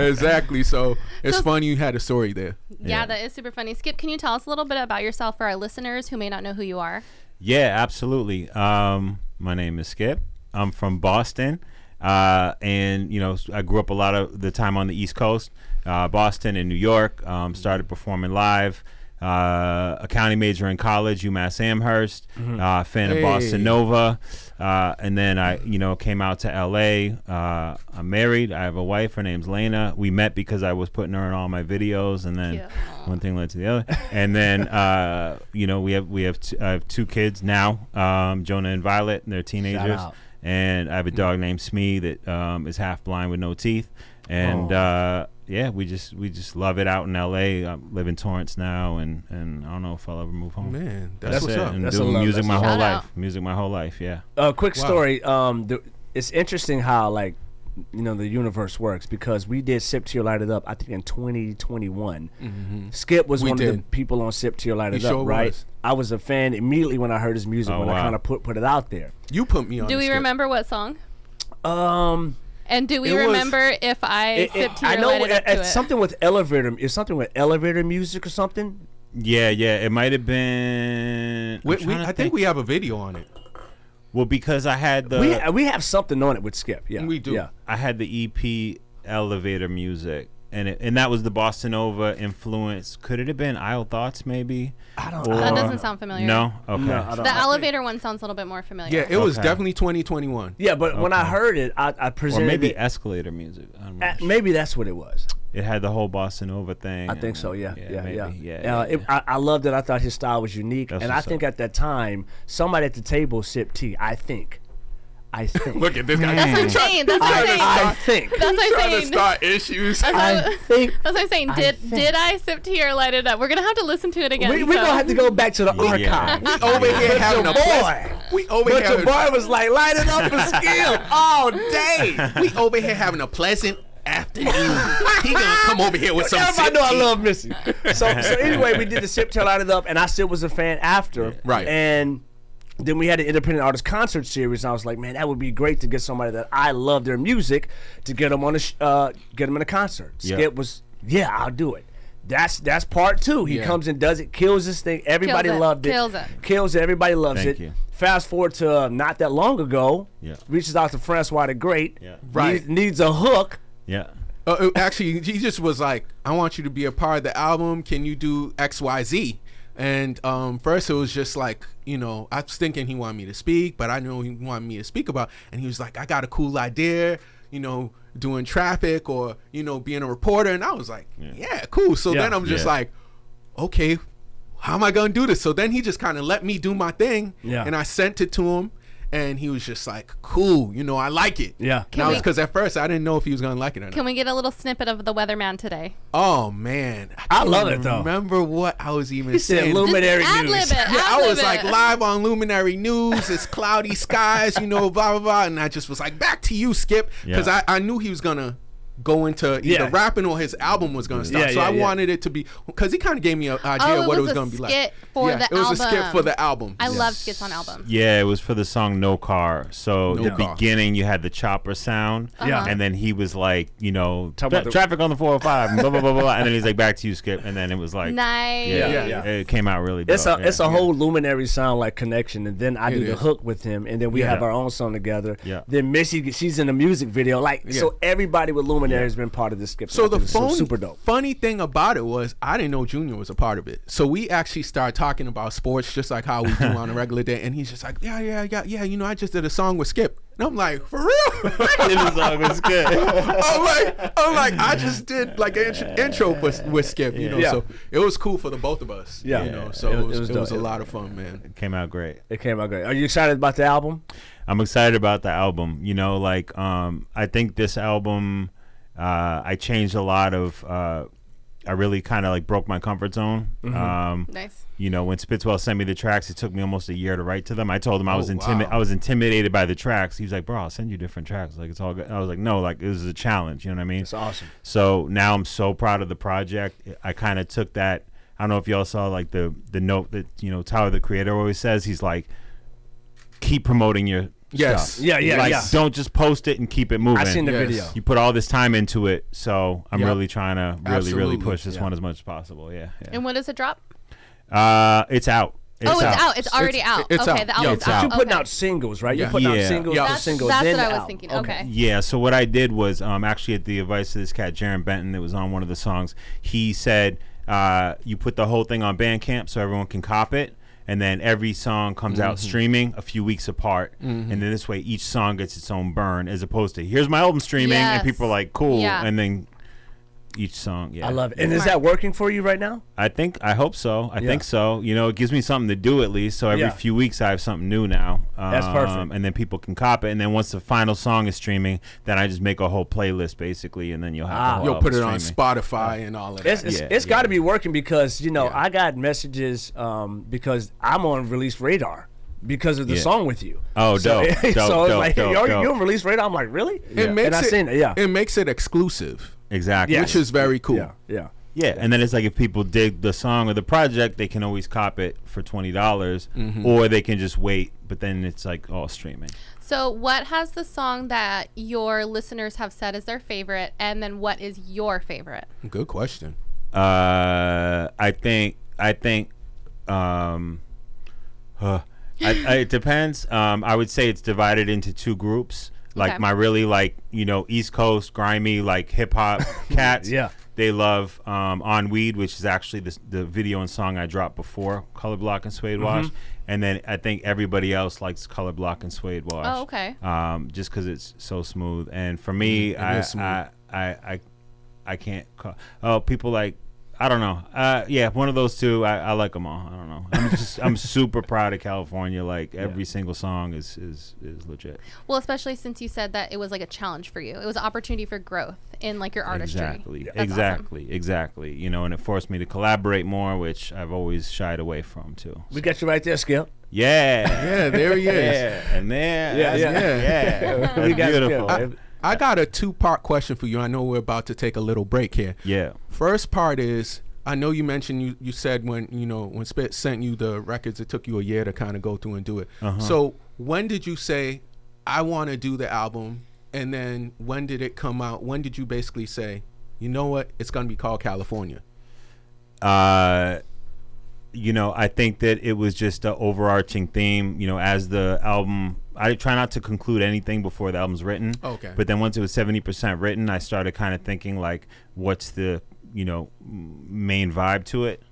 Speaker 3: exactly. So it's
Speaker 4: So-
Speaker 3: funny you had a story there.
Speaker 4: Yeah,
Speaker 7: Yeah.
Speaker 4: that is super funny. Skip, can you tell us a little bit about yourself for our listeners who may not know who you are?
Speaker 7: Yeah, absolutely. Um, my name is Skip. I'm from Boston, uh, and you know I grew up a lot of the time on the East Coast, uh, Boston and New York. Um, started performing live. uh, a county major in college, UMass Amherst, uh, fan of
Speaker 3: Hey.
Speaker 7: Boston Nova, uh, and then I, you know, came out to L.A. Uh, I'm married. I have a wife. Her name's Lena. We met because I was putting her in all my videos, and then
Speaker 4: Cute.
Speaker 7: one thing led to the other. And then, uh, you know, we have we have t- I have two kids now, um, Jonah and Violet, and they're teenagers.
Speaker 2: out.
Speaker 7: And I have a dog named Smee that um, is half blind with no teeth. And uh, yeah, we just we just love it out in L.A. I live in Torrance now, and and I don't know if I'll ever move home.
Speaker 3: Man, that's, what's
Speaker 7: it.
Speaker 3: up.
Speaker 7: And
Speaker 2: That's a
Speaker 7: doing
Speaker 2: love.
Speaker 7: music
Speaker 2: That's
Speaker 7: my
Speaker 4: a
Speaker 7: whole
Speaker 4: love. Shout
Speaker 7: life. Music my whole life. Yeah.
Speaker 2: A Uh, quick
Speaker 3: Wow.
Speaker 2: story. Um, the, it's interesting how like you know the universe works because we did Sip Till Light It Up. I think in 2021, Skip was
Speaker 3: We
Speaker 2: one of the
Speaker 3: did.
Speaker 2: people on Sip Till Light
Speaker 3: He
Speaker 2: Mm-hmm. It Up.
Speaker 3: sure
Speaker 2: right?
Speaker 3: was.
Speaker 2: I was a fan immediately when I heard his music
Speaker 7: Oh,
Speaker 2: when I
Speaker 7: wow.
Speaker 2: kind of put put it out there.
Speaker 3: You put me on.
Speaker 4: Do
Speaker 3: the
Speaker 4: we
Speaker 3: skip.
Speaker 4: remember what song?
Speaker 2: Um,
Speaker 4: And do we
Speaker 3: It was-
Speaker 4: remember if I
Speaker 2: it- it-
Speaker 4: sipped tea
Speaker 2: I
Speaker 4: or
Speaker 2: know
Speaker 4: lighted
Speaker 2: it,
Speaker 4: up to it?
Speaker 2: it's something with elevator. It's something with elevator music or something.
Speaker 7: Yeah, yeah. It might have been. I'm
Speaker 3: We, we,
Speaker 7: trying to
Speaker 3: I think, we have a video on it.
Speaker 7: Well, because I had the
Speaker 2: we we have something on it with Skip. Yeah,
Speaker 3: We do.
Speaker 2: Yeah.
Speaker 7: I had the EP Elevator Music, and it, and that was the Bossa Nova influence. Could it have been Idle Thoughts? Maybe. I
Speaker 2: don't-
Speaker 7: know.
Speaker 4: That doesn't sound familiar.
Speaker 7: No. Okay.
Speaker 2: No, I don't.
Speaker 4: The elevator one sounds a little bit more familiar.
Speaker 3: Yeah, it was
Speaker 7: Okay.
Speaker 3: definitely 2021.
Speaker 2: yeah, but when I
Speaker 7: Okay.
Speaker 2: heard it, I, I
Speaker 7: or
Speaker 2: presented
Speaker 7: maybe
Speaker 2: it-
Speaker 7: Escalator Music. I don't know.
Speaker 2: uh, maybe that's what it was.
Speaker 7: it had the whole Bossa Nova thing.
Speaker 2: I think so. Yeah, yeah, yeah.
Speaker 7: maybe,
Speaker 2: yeah.
Speaker 7: yeah,
Speaker 2: Uh,
Speaker 7: yeah.
Speaker 2: it- I, I loved it. I thought his style was unique,
Speaker 7: That's
Speaker 2: and I
Speaker 7: what's
Speaker 2: think
Speaker 7: up.
Speaker 2: at that time, somebody at the table sipped tea. I think, I think,
Speaker 3: Look at this guy.
Speaker 4: That's what I'm saying. That's what I'm saying.
Speaker 2: I think,
Speaker 4: That's what I'm
Speaker 3: trying to
Speaker 4: saying.
Speaker 3: start issues.
Speaker 2: I think.
Speaker 4: That's what I'm saying. Did
Speaker 2: think-
Speaker 4: did I sip tea or light it up? We're gonna have to listen to it again.
Speaker 2: We, we're
Speaker 4: so-
Speaker 2: gonna have to go back to the
Speaker 7: Yeah.
Speaker 2: archive.
Speaker 3: We over here having a blast.
Speaker 2: Boy,
Speaker 3: We over
Speaker 2: but
Speaker 3: here.
Speaker 2: your
Speaker 3: Having,
Speaker 2: boy was like lighting up for skill all day.
Speaker 3: we over here having a pleasant afternoon. he gonna come over here with some.
Speaker 2: Everybody
Speaker 3: sip
Speaker 2: know Oh, I
Speaker 3: tea.
Speaker 2: love Missy. So, so anyway, we did the sip till I it up, and I still was a fan after.
Speaker 3: Right.
Speaker 2: And then we had an independent artist concert series, and I was like, man, that would be great to get somebody that I love their music to get them on a sh- uh, get them in a concert.
Speaker 7: Yeah.
Speaker 2: Skip was, yeah, I'll do it. That's that's part two. He
Speaker 3: Yeah.
Speaker 2: comes and does it, kills this thing. Everybody
Speaker 4: Kills it.
Speaker 2: loved it.
Speaker 4: Kills it.
Speaker 2: Kills it. Everybody loves
Speaker 7: Thank
Speaker 2: it.
Speaker 7: you.
Speaker 2: Fast forward to uh, not that long ago.
Speaker 7: Yeah.
Speaker 2: Reaches out to Francois the Great.
Speaker 7: Yeah.
Speaker 3: Right.
Speaker 2: Needs, needs a hook.
Speaker 7: yeah.
Speaker 3: Uh, uh, actually, he just was like, "I want you to be a part of the album. Can you do X, Y, Z?" And um, first, it was just like, you know, I was thinking he wanted me to speak, but I knew he wanted me to speak about. And he was like, "I got a cool idea, you know, doing traffic or you know, being a reporter." And I was like, "Yeah, cool." So
Speaker 2: Yeah.
Speaker 3: then I'm just
Speaker 7: Yeah.
Speaker 3: like, "Okay, how am I gonna do this?" So then he just kind of let me do my thing,
Speaker 2: Yeah.
Speaker 3: and I sent it to him. And he was just like, "Cool, you know, I like it."
Speaker 2: Yeah. Can
Speaker 3: Now
Speaker 4: we-
Speaker 3: it's because at first I didn't know if he was gonna like it or not.
Speaker 4: Can we get a little snippet of the weatherman today?
Speaker 3: Oh man,
Speaker 2: I
Speaker 3: can't
Speaker 2: love it, though.
Speaker 3: Remember what I was even
Speaker 2: said
Speaker 3: saying?
Speaker 2: Lumi- Luminary
Speaker 4: ad
Speaker 2: news.
Speaker 4: lib it.
Speaker 3: yeah, I
Speaker 4: ad-lib
Speaker 3: was like
Speaker 4: it.
Speaker 3: live on Luminary News. It's cloudy skies, you know, blah blah blah. And I just was like, back to you, Skip, because
Speaker 7: Yeah.
Speaker 3: I, I knew he was gonna go into either
Speaker 2: Yeah.
Speaker 3: rapping or his album was gonna stop.
Speaker 2: Yeah,
Speaker 3: so
Speaker 2: yeah,
Speaker 3: I
Speaker 2: yeah.
Speaker 3: wanted it to be because he kind of gave me an idea
Speaker 4: Oh,
Speaker 3: of
Speaker 4: it
Speaker 3: what it
Speaker 4: was
Speaker 3: was
Speaker 4: a
Speaker 3: gonna be like.
Speaker 4: skit for
Speaker 3: yeah,
Speaker 4: the
Speaker 3: it was a skit
Speaker 4: album.
Speaker 3: for the album.
Speaker 4: I love skits on albums.
Speaker 7: Yeah, it was for the song No Car. So
Speaker 3: No
Speaker 7: the
Speaker 3: Car.
Speaker 7: beginning, you had the chopper sound,
Speaker 4: Uh-huh.
Speaker 2: Yeah.
Speaker 7: and then he was like, you know,
Speaker 2: Talk
Speaker 7: "Tra-
Speaker 2: about the-
Speaker 7: traffic on the 405, and blah blah blah blah, blah, and then he's like, back to you, Skip, and then it was like,
Speaker 4: Nice.
Speaker 7: yeah,
Speaker 2: Yeah,
Speaker 7: yeah,
Speaker 2: yeah.
Speaker 7: it came out really. Dope.
Speaker 2: It's a
Speaker 7: yeah.
Speaker 2: it's a whole luminary sound like connection, and then I do
Speaker 3: It
Speaker 2: the
Speaker 3: is.
Speaker 2: hook with him, and then we have
Speaker 7: Yeah.
Speaker 2: our own song together.
Speaker 7: Yeah.
Speaker 2: Then Missy, she's in the music video, like so. Everybody with luminary has been part of this skip.
Speaker 3: So
Speaker 2: Song.
Speaker 3: the
Speaker 2: It's so
Speaker 3: phone,
Speaker 2: super dope.
Speaker 3: funny thing about it was I didn't know Junior was a part of it. So we actually started talking about sports just like how we do on a regular day, and he's just like, yeah, yeah, yeah, yeah. You know, I just did a song with Skip, and I'm like, for real?
Speaker 7: It was- it was good.
Speaker 3: I'm like, I'm like, I just did like an intro, intro with, with Skip, you know.
Speaker 2: Yeah.
Speaker 3: So it was cool for the both of us,
Speaker 2: Yeah.
Speaker 3: you know. So
Speaker 2: It
Speaker 3: it was,
Speaker 2: was- it was
Speaker 3: it was a
Speaker 2: dope.
Speaker 3: lot of fun, man.
Speaker 7: came out great.
Speaker 2: It came out great. Are you excited about the album?
Speaker 7: I'm excited about the album. You know, like um, I think this album, uh, I changed a lot of. Uh, I really kind of like broke my comfort zone.
Speaker 2: Mm-hmm.
Speaker 7: Um,
Speaker 4: Nice.
Speaker 7: you know, when Spitzwell sent me the tracks, it took me almost a year to write to them. I told him I was
Speaker 2: Oh,
Speaker 3: wow.
Speaker 7: intimi- I was intimidated by the tracks. He was like, "Bro, I'll send you different tracks. Like it's all good." I was like, "No, like this is a challenge." You know what I mean?
Speaker 2: It's awesome.
Speaker 7: So now I'm so proud of the project. I kind of took that. I don't know if y'all saw like the the note that you know Tyler the Creator always says. He's like, keep promoting your
Speaker 3: Yes.
Speaker 7: stuff.
Speaker 2: Yeah, yeah,
Speaker 7: like,
Speaker 2: yeah.
Speaker 7: Don't just post it and keep it moving.
Speaker 2: I seen the
Speaker 3: Yes.
Speaker 2: video.
Speaker 7: you put all this time into it, so I'm
Speaker 3: Yep.
Speaker 7: really trying to really,
Speaker 3: Absolutely.
Speaker 7: really push this
Speaker 2: Yeah.
Speaker 7: one as much as possible. Yeah. yeah.
Speaker 4: And when does it drop?
Speaker 7: Uh, it's out.
Speaker 4: oh, it's out. It's already
Speaker 3: It's-
Speaker 4: out.
Speaker 3: it's
Speaker 4: okay,
Speaker 3: out.
Speaker 4: the
Speaker 3: Yeah,
Speaker 4: album's
Speaker 7: it's
Speaker 4: out.
Speaker 7: out.
Speaker 2: You're putting
Speaker 4: Okay.
Speaker 2: out singles, right? You're
Speaker 7: Yeah.
Speaker 2: putting out
Speaker 7: Yeah.
Speaker 2: singles,
Speaker 3: Yeah.
Speaker 2: to
Speaker 4: That's,
Speaker 2: singles.
Speaker 4: that's
Speaker 2: then
Speaker 4: what I was
Speaker 2: out.
Speaker 4: thinking. Okay.
Speaker 7: Yeah, so what I did was um, actually at the advice of this cat, Jaron Benton, that was on one of the songs, he said, Uh, you put the whole thing on Bandcamp so everyone can cop it. And then every song comes out
Speaker 2: Mm-hmm.
Speaker 7: streaming a few weeks apart. And then this way, each song gets its own burn as opposed to here's my album streaming.
Speaker 4: Yes.
Speaker 7: And people are like, cool.
Speaker 4: Yeah.
Speaker 7: And then each song. Yeah.
Speaker 2: I love it. And is that working for you right now?
Speaker 7: I think I hope so. I think so. You know, it gives me something to do at least. So every
Speaker 2: Yeah.
Speaker 7: few weeks I have something new now. Um,
Speaker 2: That's perfect.
Speaker 7: And then people can cop it. And then once the final song is streaming, then I just make a whole playlist basically, and then you'll have.
Speaker 2: Ah.
Speaker 7: the whole
Speaker 3: You'll put it
Speaker 7: album
Speaker 3: on
Speaker 7: streaming.
Speaker 3: Spotify and all of
Speaker 2: It's,
Speaker 3: that.
Speaker 2: it's,
Speaker 7: Yeah,
Speaker 2: it's got to
Speaker 7: yeah.
Speaker 2: be working because you know
Speaker 3: Yeah.
Speaker 2: I got messages um, because I'm on release radar because of the
Speaker 7: Yeah.
Speaker 2: song with you.
Speaker 7: Oh,
Speaker 2: so,
Speaker 7: dope,
Speaker 2: so
Speaker 7: dope,
Speaker 2: it's
Speaker 7: dope,
Speaker 2: like
Speaker 7: dope,
Speaker 2: you're,
Speaker 7: dope.
Speaker 2: you're on release radar. I'm like, really?
Speaker 3: It makes
Speaker 2: and I
Speaker 3: it,
Speaker 2: seen it. Yeah,
Speaker 3: It makes it exclusive,
Speaker 7: Exactly.
Speaker 2: Yeah.
Speaker 3: which is very cool.
Speaker 2: yeah, yeah.
Speaker 7: Yeah, and then it's like if people dig the song or the project, they can always cop it for twenty dollars,
Speaker 3: Mm-hmm.
Speaker 7: or they can just wait. But then it's like all streaming.
Speaker 4: So, what has the song that your listeners have said is their favorite, and then what is your favorite?
Speaker 3: Good question.
Speaker 7: Uh, I think I think um, huh, I, I, it depends. Um, I would say it's divided into two groups. Like
Speaker 4: Okay.
Speaker 7: my really like you know East Coast grimy like hip hop cats.
Speaker 2: Yeah.
Speaker 7: They love um, On Weed, which is actually the, the video and song I dropped before Color Block and
Speaker 3: Mm-hmm.
Speaker 7: Suede Wash. And then I think everybody else likes Color Block and Suede Wash.
Speaker 4: Oh, okay.
Speaker 7: Um, just because it's so smooth. And for
Speaker 3: Mm-hmm.
Speaker 7: me, I,
Speaker 3: is smooth.
Speaker 7: I, I, I, I can't call. Oh, people like, I don't know. Uh, yeah, one of those two. I, I like them all. I don't know. I'm just, I'm super proud of California. Like every single song is, is, is legit.
Speaker 4: Well, especially since you said that it was like a challenge for you, it was an opportunity for growth in like your artistry.
Speaker 7: Exactly.
Speaker 4: That's awesome.
Speaker 7: Exactly. Exactly. You know, and it forced me to collaborate more, which I've always shied away from too.
Speaker 2: We got you right there, Skip.
Speaker 7: Yeah.
Speaker 3: Yeah, there he is.
Speaker 7: Yeah. And there.
Speaker 2: Yeah,
Speaker 7: Yeah.
Speaker 2: yeah.
Speaker 7: Yeah.
Speaker 2: We
Speaker 7: That's
Speaker 2: got Skip.
Speaker 7: beautiful.
Speaker 2: I-
Speaker 3: I got a two part question for you. I know we're about to take a little break here.
Speaker 7: yeah.
Speaker 3: First part is I know you mentioned you, you said when you know when Spit sent you the records, it took you a year to kind of go through and do it. So when did you say I want to do the album, and then when did it come out? When did you basically say, you know what, it's gonna be called California?
Speaker 7: uh, you know, I think that it was just an overarching theme. You know, as the album, I try not to conclude anything before the album's written.
Speaker 3: Okay.
Speaker 7: But then once it was seventy percent written, I started kind of thinking like, what's the you know m- main vibe to it?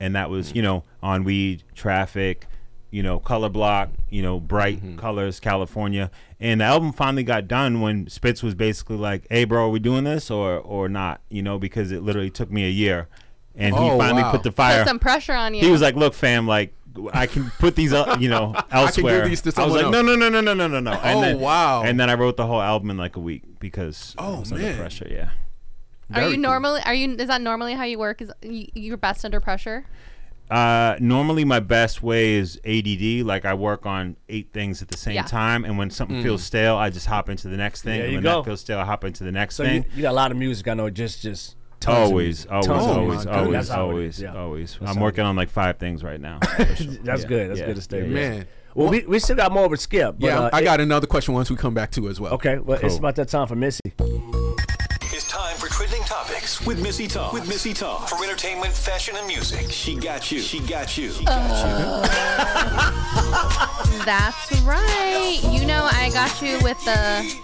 Speaker 7: And that was you know on weed, traffic, you know color block, you know bright colors, California. And the album finally got done when Spitz was basically like, "Hey, bro, are we doing this or or not?" You know, because it literally took me a year. And he
Speaker 3: Oh,
Speaker 7: finally
Speaker 3: wow.
Speaker 7: put the
Speaker 4: Put
Speaker 7: fire
Speaker 4: some pressure on you.
Speaker 7: he was like, "Look, fam, like I can put these, uh, you know, elsewhere."
Speaker 3: these to
Speaker 7: I was
Speaker 3: someone
Speaker 7: like,
Speaker 3: else.
Speaker 7: "No, no, no, no, no, no, no, no." And
Speaker 3: Oh,
Speaker 7: then,
Speaker 3: wow.
Speaker 7: And then I wrote the whole album in like a week because I
Speaker 3: Oh,
Speaker 7: was
Speaker 3: man.
Speaker 7: under pressure. Yeah.
Speaker 4: are
Speaker 3: very
Speaker 4: you
Speaker 3: cool.
Speaker 4: normally? Are you? Is that normally how you work? Is you, you're best under pressure?
Speaker 7: Uh, normally, my best way is ADD. Like I work on eight things at the same
Speaker 4: Yeah.
Speaker 7: time, and when
Speaker 3: Hmm.
Speaker 7: something feels stale, I just hop into the next thing.
Speaker 2: There
Speaker 7: and
Speaker 2: you
Speaker 7: when
Speaker 2: go.
Speaker 7: that feels stale, I hop into the next
Speaker 2: So
Speaker 7: thing.
Speaker 2: you, you got a lot of music. I know just just tons of
Speaker 7: Always,
Speaker 2: music.
Speaker 7: always,
Speaker 2: Tons of
Speaker 7: always,
Speaker 2: music.
Speaker 7: always,
Speaker 2: That's how it
Speaker 7: always,
Speaker 2: is, yeah.
Speaker 7: always.
Speaker 2: That's
Speaker 7: I'm
Speaker 2: how it
Speaker 7: working on like five things right now. for sure.
Speaker 2: That's
Speaker 7: Yeah,
Speaker 2: good. That's
Speaker 7: yeah,
Speaker 2: good to stay.
Speaker 7: yeah,
Speaker 2: with.
Speaker 7: yeah.
Speaker 3: Man,
Speaker 2: Well, we, we still got more with Skip. But,
Speaker 3: yeah,
Speaker 2: uh,
Speaker 3: I
Speaker 2: it-
Speaker 3: got another question once we come back to as well.
Speaker 2: Okay, well, it's
Speaker 7: Cool.
Speaker 2: about that time for Missy.
Speaker 1: It's time for trending topics with Missy Talk. With Missy Talk for entertainment, fashion, and music. She got you. She got you. She got
Speaker 4: That's right. You know, I got you with the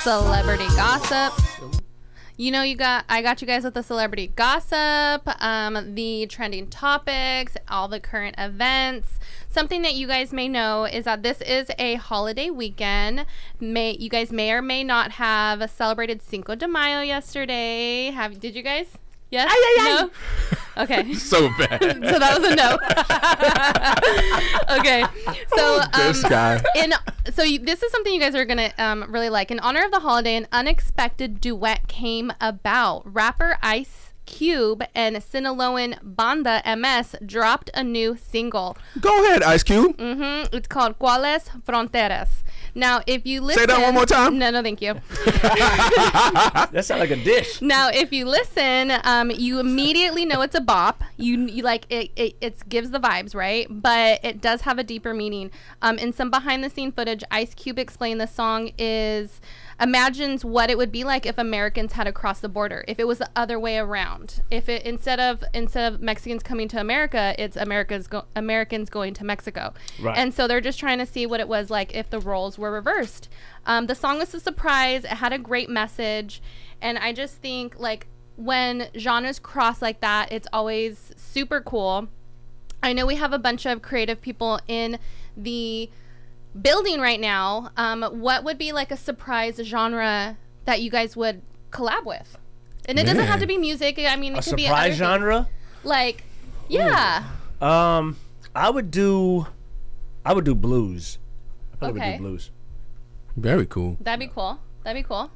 Speaker 4: celebrity gossip. You know, you got I got you guys with the celebrity gossip, um, the trending topics, all the current events. Something that you guys may know is that this is a holiday weekend. May you guys may or may not have celebrated Cinco de Mayo yesterday. Have did you guys? Yes. No? Okay.
Speaker 3: So bad.
Speaker 4: so that was a no. okay. So
Speaker 3: this
Speaker 4: um,
Speaker 3: guy.
Speaker 4: in so you, this is something you guys are gonna um, really like. In honor of the holiday, an unexpected duet came about. Rapper Ice Cube and Sinaloan Banda MS dropped a new single.
Speaker 3: Go ahead, Ice Cube.
Speaker 4: Mm, It's called Cuales Fronteras. Now, if you listen,
Speaker 3: that one more time.
Speaker 4: No, no, thank you.
Speaker 2: That sounds like a dish.
Speaker 4: Now, if you listen, um, you immediately know it's a bop. You, you like it, it. It gives the vibes, right? But it does have a deeper meaning. Um, in some behind-the-scene footage, Ice Cube explained the song is imagines what it would be like if Americans had to cross the border. If it was the other way around. If it instead of instead of Mexicans coming to America, it's America's go- Americans going to Mexico.
Speaker 2: Right.
Speaker 4: And so they're just trying to see what it was like if the roles were reversed. Um, the song was a surprise. It had a great message, and I just think like when genres cross like that, it's always super cool. I know we have a bunch of creative people in the building right now. Um, what would be like a surprise genre that you guys would collab with? And it doesn't have to be music. I mean, it
Speaker 2: A
Speaker 4: could be other
Speaker 2: surprise
Speaker 4: things.
Speaker 2: genre.
Speaker 4: Like, yeah,
Speaker 2: Um, I would do, I would do blues. I probably
Speaker 4: Okay.
Speaker 2: would do blues.
Speaker 3: Very cool.
Speaker 4: that'd be cool. That'd be cool.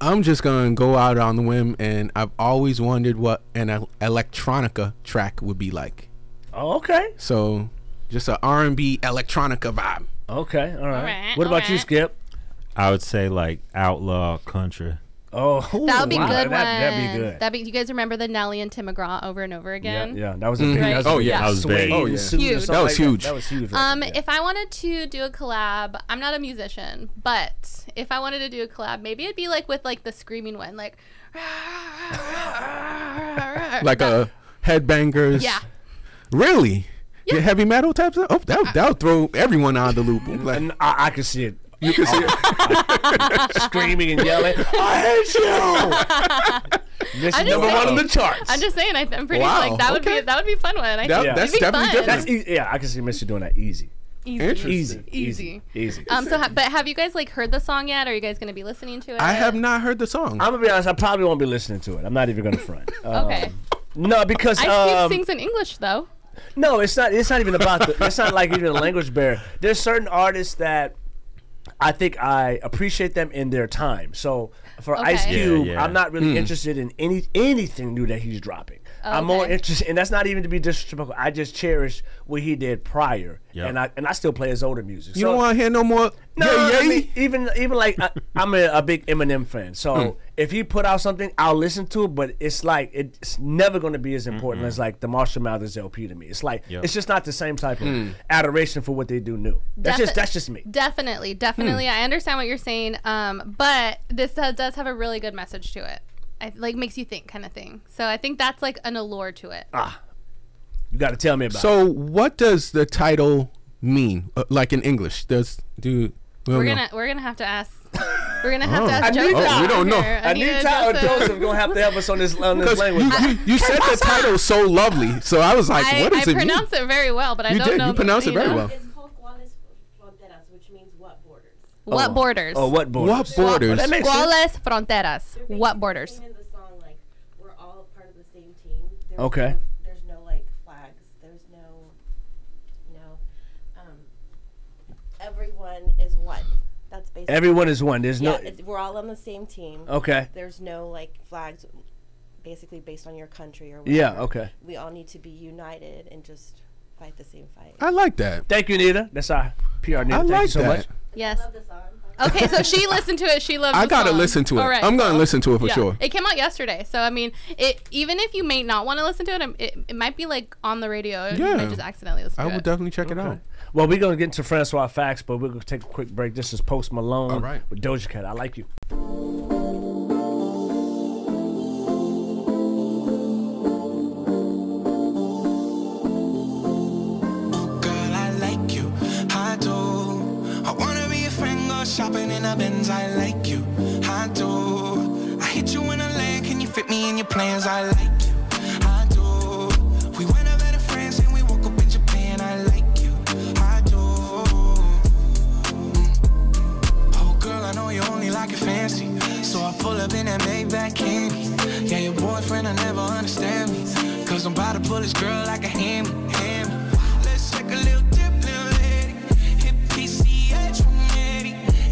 Speaker 3: I'm just gonna go out on the whim, and I've always wondered what an el- electronica track would be like.
Speaker 2: Oh, okay.
Speaker 3: So, just a R&B electronica vibe.
Speaker 2: Okay. All right.
Speaker 4: Alright,
Speaker 2: what about you,
Speaker 4: alright.
Speaker 2: Skip?
Speaker 7: I would say like outlaw country.
Speaker 2: Oh,
Speaker 4: That would be
Speaker 2: wow,
Speaker 4: good one.
Speaker 2: That, would be good.
Speaker 4: That'd be. You guys remember the Nelly and Tim McGraw over and over
Speaker 2: yeah,
Speaker 4: again?
Speaker 2: yeah, that was a big. That was a
Speaker 3: Oh,
Speaker 2: big
Speaker 3: yeah.
Speaker 7: That was
Speaker 2: swing
Speaker 7: big.
Speaker 2: and
Speaker 3: Oh, yeah.
Speaker 2: suit or
Speaker 4: Huge.
Speaker 2: something
Speaker 3: That was
Speaker 2: like
Speaker 3: huge.
Speaker 2: That was huge. right
Speaker 4: Um,
Speaker 2: there.
Speaker 4: if I wanted to do a collab, I'm not a musician, but if I wanted to do a collab, maybe it'd be like with like the screaming one, like
Speaker 3: Like a headbangers.
Speaker 4: yeah,
Speaker 3: Really? Yeah. heavy metal type stuff? Oh, that, that'll throw everyone out of the loop. Like,
Speaker 2: and I, I could see it. You could see it. Screaming and yelling, I hate you! this
Speaker 4: I'm just
Speaker 2: is number one
Speaker 4: saying-
Speaker 2: on the charts.
Speaker 4: I'm just saying. I, I'm pretty
Speaker 3: Wow,
Speaker 4: like that would
Speaker 3: okay.
Speaker 4: be that would be a fun one. I
Speaker 3: That-
Speaker 4: think it'd
Speaker 3: that's
Speaker 4: be
Speaker 3: definitely
Speaker 4: fun.
Speaker 3: different.
Speaker 2: That's e- yeah, I can see Missy doing that easy.
Speaker 4: easy.
Speaker 3: Interesting.
Speaker 2: Easy.
Speaker 4: Easy.
Speaker 2: Easy.
Speaker 4: Um, so ha- but have you guys like heard the song yet? Are you guys gonna be listening to it?
Speaker 3: I have not heard the song.
Speaker 2: I'm gonna be honest, I probably won't be listening to it. I'm not even gonna front. Um,
Speaker 4: Okay.
Speaker 2: No, because
Speaker 4: I
Speaker 2: um,
Speaker 4: speak things in English though.
Speaker 2: No, it's not. It's not even about. The, it's not like even a language barrier. There's certain artists that I think I appreciate them in their time. So for Ice
Speaker 4: Okay. Yeah,
Speaker 2: Cube,
Speaker 7: yeah. Hmm.
Speaker 2: I'm not really interested in any anything new that he's dropping. I'm more
Speaker 4: Okay.
Speaker 2: interested, and that's not even to be disrespectful. I just cherish what he did prior,
Speaker 7: Yep.
Speaker 2: and I and I still play his older music.
Speaker 3: you
Speaker 2: so,
Speaker 3: don't want to hear no more?
Speaker 2: no,
Speaker 3: yeah, yeah.
Speaker 2: I mean, even even like I, I'm a, a big Eminem fan, so
Speaker 3: Hmm.
Speaker 2: if he put out something, I'll listen to it. But it's like it's never going to be as important
Speaker 3: Mm-hmm.
Speaker 2: as like the Marshall Mathers LP to me. It's like
Speaker 7: Yep.
Speaker 2: it's just not the same type of
Speaker 3: Hmm.
Speaker 2: adoration for what they do new. That's
Speaker 4: Defi-
Speaker 2: just that's just me. Hmm.
Speaker 4: Definitely, definitely. I understand what you're saying, um, but this does, does have a really good message to it. I, like makes you think, kind of thing. So I think that's like an allure to it.
Speaker 2: Ah. You got to tell me about. it.
Speaker 3: So, what does the title mean? Uh, like in English? Does do we don't
Speaker 4: we're
Speaker 3: know.
Speaker 4: gonna we're gonna have to ask. We're gonna have to ask
Speaker 2: Anita.
Speaker 4: Joseph.
Speaker 2: Oh,
Speaker 3: we don't know.
Speaker 4: here.
Speaker 2: Anita or Joseph gonna have to help us on this on this
Speaker 3: 'Cause
Speaker 2: language.
Speaker 3: you, you, you said the title so lovely, so I was like,
Speaker 4: I,
Speaker 3: what does
Speaker 4: I
Speaker 3: it mean?
Speaker 4: pronounce it very well, but I
Speaker 3: You
Speaker 4: don't
Speaker 3: did.
Speaker 4: know.
Speaker 3: You pronounced it very well.
Speaker 8: It's called Guales Fronteras, which means what borders.
Speaker 4: What
Speaker 2: Oh.
Speaker 4: borders?
Speaker 2: Oh, what borders?
Speaker 3: What borders?
Speaker 2: That makes sense.
Speaker 4: Guales fronteras.
Speaker 8: They're
Speaker 4: What
Speaker 8: basically
Speaker 4: borders?
Speaker 8: singing In the song, like we're all part of the same team. There's
Speaker 2: Okay.
Speaker 8: No, there's no like flags. There's no, no. Um, everyone is one. That's basically.
Speaker 2: Everyone is one. There's
Speaker 8: Yeah,
Speaker 2: no.
Speaker 8: it's, we're all on the same team.
Speaker 2: Okay.
Speaker 8: There's no like flags, basically based on your country or. Whatever.
Speaker 2: Yeah. Okay.
Speaker 8: We all need to be united and just fight the same fight.
Speaker 3: I like that.
Speaker 2: Thank you, Anita. That's our PR. Anita.
Speaker 3: I
Speaker 2: Thank you
Speaker 3: like
Speaker 2: so
Speaker 3: that.
Speaker 2: much.
Speaker 4: Yes.
Speaker 8: Love the song.
Speaker 4: Okay, so she listened to it. She loves.
Speaker 3: I
Speaker 4: the
Speaker 3: gotta
Speaker 4: song.
Speaker 3: listen to it.
Speaker 4: All right.
Speaker 3: I'm gonna listen to it for
Speaker 4: Yeah.
Speaker 3: sure.
Speaker 4: It came out yesterday, so I mean, it even if you may not want to listen to it, um, it, it might be like on the radio. and You
Speaker 3: Yeah.
Speaker 4: might just accidentally listen.
Speaker 3: I
Speaker 4: to
Speaker 3: will
Speaker 4: it.
Speaker 3: definitely check it out.
Speaker 2: Well, we're gonna get into Francois facts, but we're gonna take a quick break. This is Post Malone
Speaker 3: All right.
Speaker 2: with Doja Cat. I like you.
Speaker 9: Girl, I like you, I do. I wanna be a friend, go shopping in a Benz. I like you, I do. I hit you in a land, can you fit me in your plans? I like you, I do. We went up better friends and we woke up in Japan. I like you, I do. Oh, girl, I know you only like it fancy, so I pull up in that Maybach candy. Yeah, your boyfriend, I never understand me, cause I'm about to pull this girl like a hammy, hammy. Let's take a little dip, little lady. Hit PCH ready.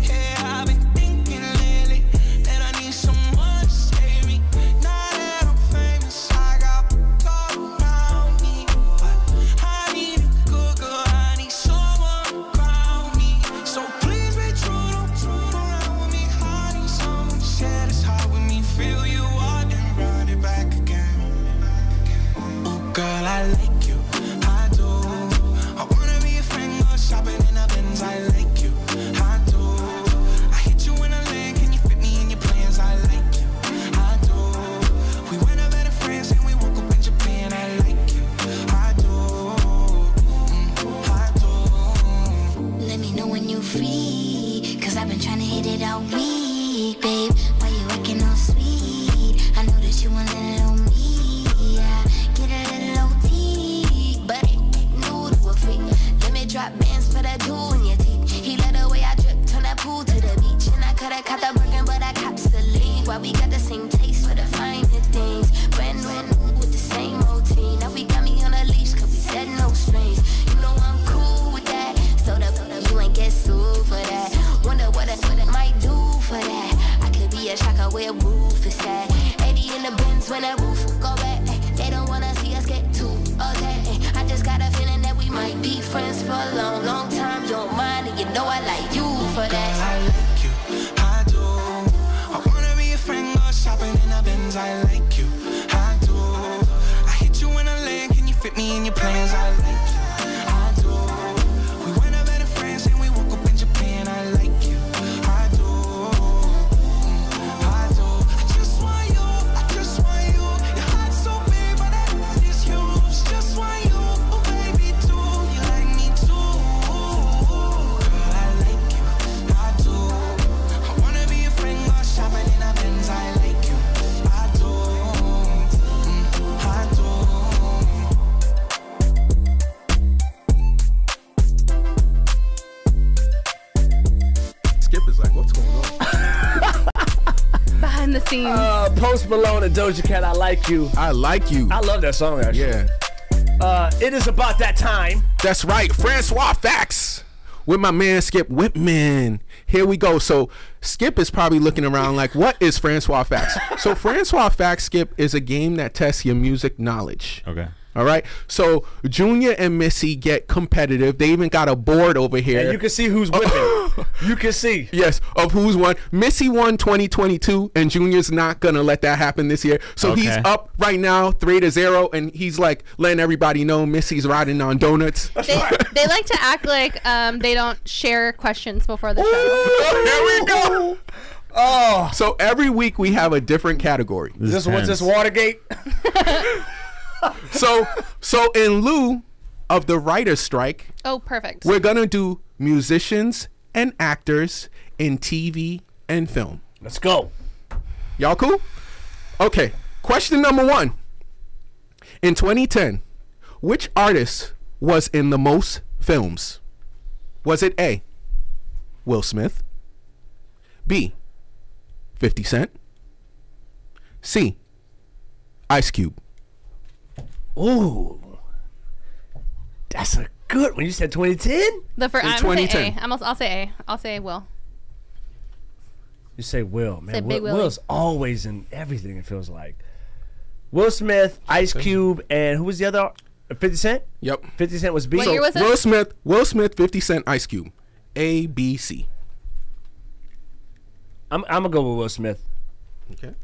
Speaker 9: Yeah, I've been thinking lately that I need someone to save me. Now that I'm famous, I got go around me, but I need a good girl. I need someone around me. So please be true, don't true around with me. I need someone to share this heart with me. Feel you out and run it back again. Girl, I like you, I do. I wanna be a friend, go shopping in a Benz. I like you, I do. I hit you in a land, can you fit me in your plans? I like you, I do. We went up better friends and we woke up in Japan. I like you, I do. Mm, I do.
Speaker 10: Let me know when you free. Cause I've been trying to hit it all week, babe. Why you acting all sweet? I know that you in the same taste for the finer things. Brand brand new with the same routine. Now we got me on a leash 'cause we said no strings. You know I'm cool with that. So that so that you ain't get sued for that. Wonder what I, what I might do for that. I could be a shocker where roof is at. 80 in the bins when that roof go back. eh. They don't wanna see us get too upset. eh. I just got a feeling that we might be friends for a long, long time. Don't mind it, you know I like you for that.
Speaker 9: I do. I wanna be a friend, go shopping in the bins. I like you. I do. I hit you in a lane, can you fit me in your plans? I like you. I do. We went up better friends and we woke up in Japan. I like you. I do. I do. I just want you. I just want you. Your heart's so big, but that love is huge. Just want you, oh baby, too. You like me too. Girl, I like you. I do. I wanna be a friend, go shopping in a Benz. I like you. I do. Mm, I do.
Speaker 3: Skip is like, what's going on?
Speaker 4: Behind the scenes.
Speaker 2: Uh, Post Malone and Doja Cat, I like you.
Speaker 3: I like you.
Speaker 2: I love that song. Actually.
Speaker 3: yeah.
Speaker 2: Uh, it is about that time.
Speaker 3: That's right, Francois Fax with my man Skip Whitman. Here we go. So Skip is probably looking around like, what is Francois Fax? so Francois Fax Skip is a game that tests your music knowledge.
Speaker 7: Okay.
Speaker 3: All right. So Junior and Missy get competitive. They even got a board over here.
Speaker 2: And you can see who's whipping. you can see.
Speaker 3: Yes, of who's won. Missy won 2022, and Junior's not gonna let that happen this year. So he's
Speaker 7: Okay.
Speaker 3: up right now, three to zero, and he's like letting everybody know Missy's riding on donuts.
Speaker 4: They, they like to act like um, they don't share questions before the show.
Speaker 3: Here we go.
Speaker 2: Oh,
Speaker 3: So every week we have a different category.
Speaker 2: this is what's
Speaker 7: tense.
Speaker 2: this Watergate?
Speaker 3: So, so in lieu of the writer's strike,
Speaker 4: Oh, perfect.
Speaker 3: we're gonna do musicians and actors in TV and film.
Speaker 2: Let's go.
Speaker 3: Y'all cool? Okay. Question number one. In 2010, which artist was in the most films? Was it A. Will Smith? B. 50 Cent? C. Ice Cube?
Speaker 2: Ooh, that's a good one. You said 2010.
Speaker 4: The for
Speaker 3: In
Speaker 4: I'm gonna say
Speaker 3: 2010.
Speaker 4: A. I'm also, I'll say A. I'll say Will.
Speaker 2: You say Will, man.
Speaker 4: Say
Speaker 2: Will,
Speaker 4: Big Willie.
Speaker 2: Will's always in everything. It feels like Will Smith, Ice Cube, and who was the other? Fifty Cent.
Speaker 3: Yep.
Speaker 2: Fifty Cent was B.
Speaker 4: What year was it?
Speaker 3: Will Smith, Will Smith, 50 Cent, Ice Cube. A, B, C.
Speaker 2: I'm, I'm gonna go with Will Smith.
Speaker 3: Okay.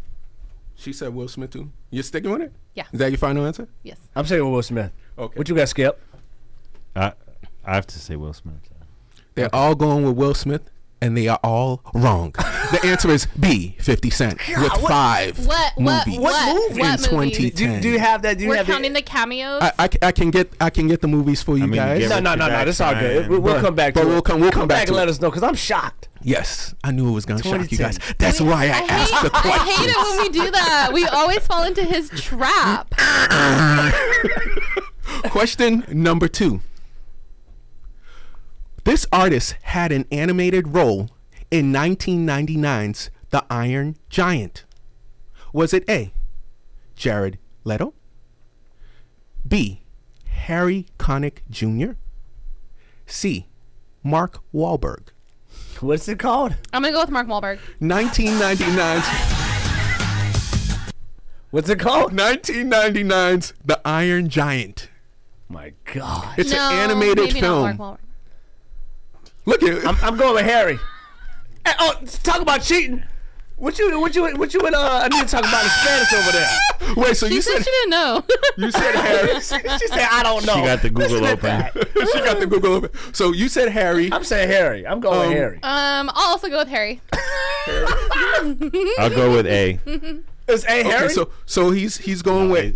Speaker 3: She said Will Smith too. You're sticking with it?
Speaker 4: Yeah.
Speaker 3: Is that your final answer?
Speaker 4: Yes.
Speaker 2: I'm saying Will Smith.
Speaker 3: Okay.
Speaker 2: What you got, Skip?
Speaker 7: I, I have to say Will Smith.
Speaker 3: They're all going with Will Smith, and they are all wrong. the answer is B, 50 Cent, with five
Speaker 4: What- what-
Speaker 3: movies
Speaker 4: what- what
Speaker 3: in
Speaker 4: movies?
Speaker 3: 2010.
Speaker 2: Do, do you have that? Do you
Speaker 4: We're
Speaker 2: have the-
Speaker 4: counting the, cameos.
Speaker 3: I, I, ca- I can get I can get the movies for you
Speaker 7: I mean,
Speaker 3: guys.
Speaker 7: get
Speaker 2: No,
Speaker 7: rid-
Speaker 2: no, no, no. That's all good. We'll, we'll
Speaker 3: Bruh,
Speaker 2: come back.
Speaker 3: but
Speaker 2: to
Speaker 3: we'll
Speaker 2: it.
Speaker 3: come- we'll come back to
Speaker 2: and let
Speaker 3: it.
Speaker 2: us know because I'm shocked.
Speaker 3: yes, I knew it was gonna shock you guys.
Speaker 2: 2010.
Speaker 3: That's why I, asked
Speaker 4: hate,
Speaker 3: the question.
Speaker 4: I hate it when we do that. We always fall into his trap.
Speaker 3: Question number two. This artist had an animated role in 1999's The Iron Giant. Was it A. Jared Leto? B. Harry Connick Jr.? C. Mark Wahlberg?
Speaker 2: What's it called?
Speaker 4: I'm gonna go with Mark Wahlberg.
Speaker 3: 1999's,
Speaker 2: What's it called?
Speaker 3: 1999's The Iron Giant.
Speaker 2: My God.
Speaker 3: It's
Speaker 4: no,
Speaker 3: an animated
Speaker 4: maybe
Speaker 3: film.
Speaker 4: Not Mark Wahlberg.
Speaker 3: Look at
Speaker 2: I'm, I'm going with Harry. Hey, oh, talk about cheating. What you, what you, what you and uh, I need to talk about in Spanish over there.
Speaker 3: Wait, so
Speaker 4: She
Speaker 3: you
Speaker 4: said
Speaker 3: said
Speaker 4: she didn't know.
Speaker 3: you said Harry?
Speaker 2: she said, I don't know.
Speaker 7: She got the Google open.
Speaker 3: she got the Google open. So you said Harry.
Speaker 2: I'm saying Harry. I'm going
Speaker 3: Um,
Speaker 2: with Harry.
Speaker 4: um, I'll also go with Harry.
Speaker 7: I'll go with A.
Speaker 2: It's A
Speaker 3: Okay,
Speaker 2: Harry.
Speaker 3: so so he's he's going with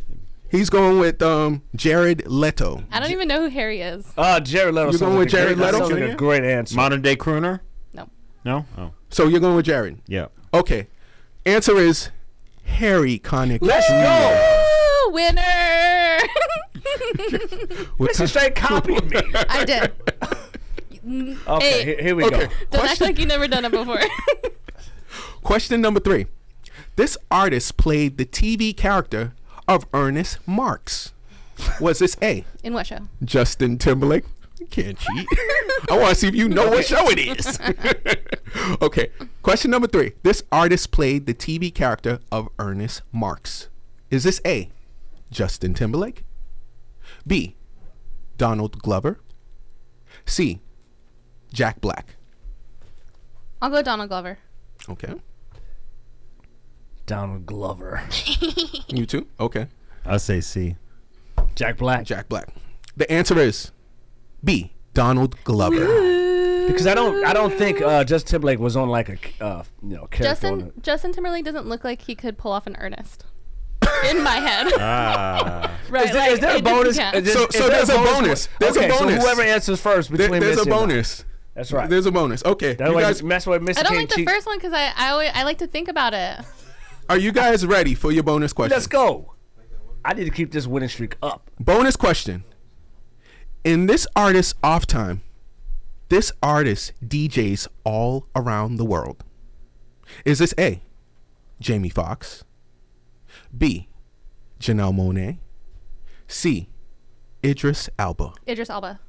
Speaker 3: he's going with um Jared Leto.
Speaker 4: I don't even know who Harry is.
Speaker 2: uh, Jared Leto.
Speaker 3: You're going with
Speaker 2: sounds like a
Speaker 3: Jared
Speaker 2: great-
Speaker 3: Leto?
Speaker 2: sounds like a great answer.
Speaker 7: Modern day crooner?
Speaker 4: No.
Speaker 7: No? Oh.
Speaker 3: So you're going with Jared.
Speaker 7: Yeah.
Speaker 3: Okay. Answer is Harry Connick.
Speaker 2: Let's go.
Speaker 4: Woo, winner!
Speaker 3: What
Speaker 2: She
Speaker 3: kind-
Speaker 2: straight copied me.
Speaker 4: I did.
Speaker 2: Okay,
Speaker 4: Hey.
Speaker 2: here, here we
Speaker 3: Okay.
Speaker 2: go.
Speaker 4: Don't act
Speaker 3: Question,
Speaker 4: like you never done it before.
Speaker 3: question number three. This artist played the TV character of Ernest Marx. Was this A.
Speaker 4: In what show?
Speaker 3: Justin Timberlake? You can't cheat. I want to see if you know what show it is. okay. Question number three. This artist played the TV character of Ernest Marx. Is this A. Justin Timberlake? B. Donald Glover? C. Jack Black.
Speaker 4: I'll go Donald Glover.
Speaker 3: Okay.
Speaker 2: Donald Glover.
Speaker 3: You too? Okay.
Speaker 7: I'll say C.
Speaker 2: Jack Black.
Speaker 3: Jack Black. The answer is B. Donald Glover.
Speaker 2: Because I don't, I don't think uh, Justin Timberlake was on like a, c- uh, you know, character. on
Speaker 4: Justin
Speaker 2: it.
Speaker 4: Justin Timberlake doesn't look like he could pull off an Ernest. In my head.
Speaker 7: Ah.
Speaker 4: right.
Speaker 2: Is there,
Speaker 4: like,
Speaker 2: is there a
Speaker 4: it doesn't
Speaker 2: bonus?
Speaker 4: count.
Speaker 2: is there-
Speaker 3: So-
Speaker 2: is
Speaker 3: so
Speaker 2: there
Speaker 3: there's a bonus. There's a
Speaker 2: okay,
Speaker 3: bonus.
Speaker 2: So whoever answers first
Speaker 3: There-
Speaker 2: between
Speaker 3: there's a
Speaker 2: Missy and I.
Speaker 3: bonus.
Speaker 2: That's right.
Speaker 3: There's a bonus. Okay.
Speaker 2: That
Speaker 3: you
Speaker 2: way,
Speaker 3: guys,
Speaker 2: that's why Missy
Speaker 4: I don't
Speaker 2: can't
Speaker 4: like the
Speaker 2: cheat.
Speaker 4: first one because I I, always, I like to think about it.
Speaker 3: are you guys ready for your bonus question?
Speaker 2: Let's go. I need to keep this winning streak up.
Speaker 3: Bonus question. In this artist's off time, this artist DJs all around the world. Is this A, Jamie Foxx? B, Janelle Monet? C, Idris Alba?
Speaker 4: Idris Elba.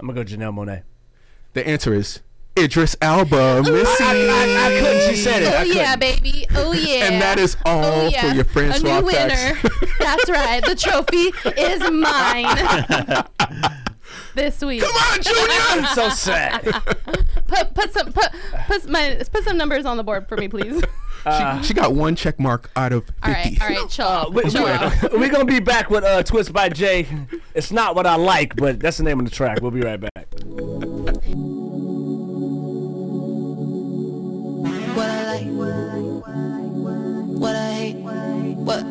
Speaker 2: I'm gonna go Janelle Monet.
Speaker 3: The answer is Idris Alba, Missy.
Speaker 2: I, I couldn't. She said it.
Speaker 4: Oh
Speaker 2: I couldn't.
Speaker 4: yeah, baby. Oh yeah.
Speaker 3: And that is all
Speaker 4: oh,
Speaker 3: for
Speaker 4: yeah.
Speaker 3: your Francois
Speaker 4: A new
Speaker 3: facts.
Speaker 4: winner. That's right. The trophy is mine. this week.
Speaker 3: Come on, Junior!
Speaker 2: I'm so sad.
Speaker 4: Put put some put put s- my put some numbers on the board for me, please.
Speaker 2: Uh,
Speaker 3: she, she got one check mark out of 50.
Speaker 4: all right, all right, chill. out,
Speaker 2: We,
Speaker 4: chill out.
Speaker 2: are gonna be back with uh, Twist by Jay. It's not what I like, but that's the name of the track. We'll be right back.
Speaker 6: What I like, what I hate, what, what, what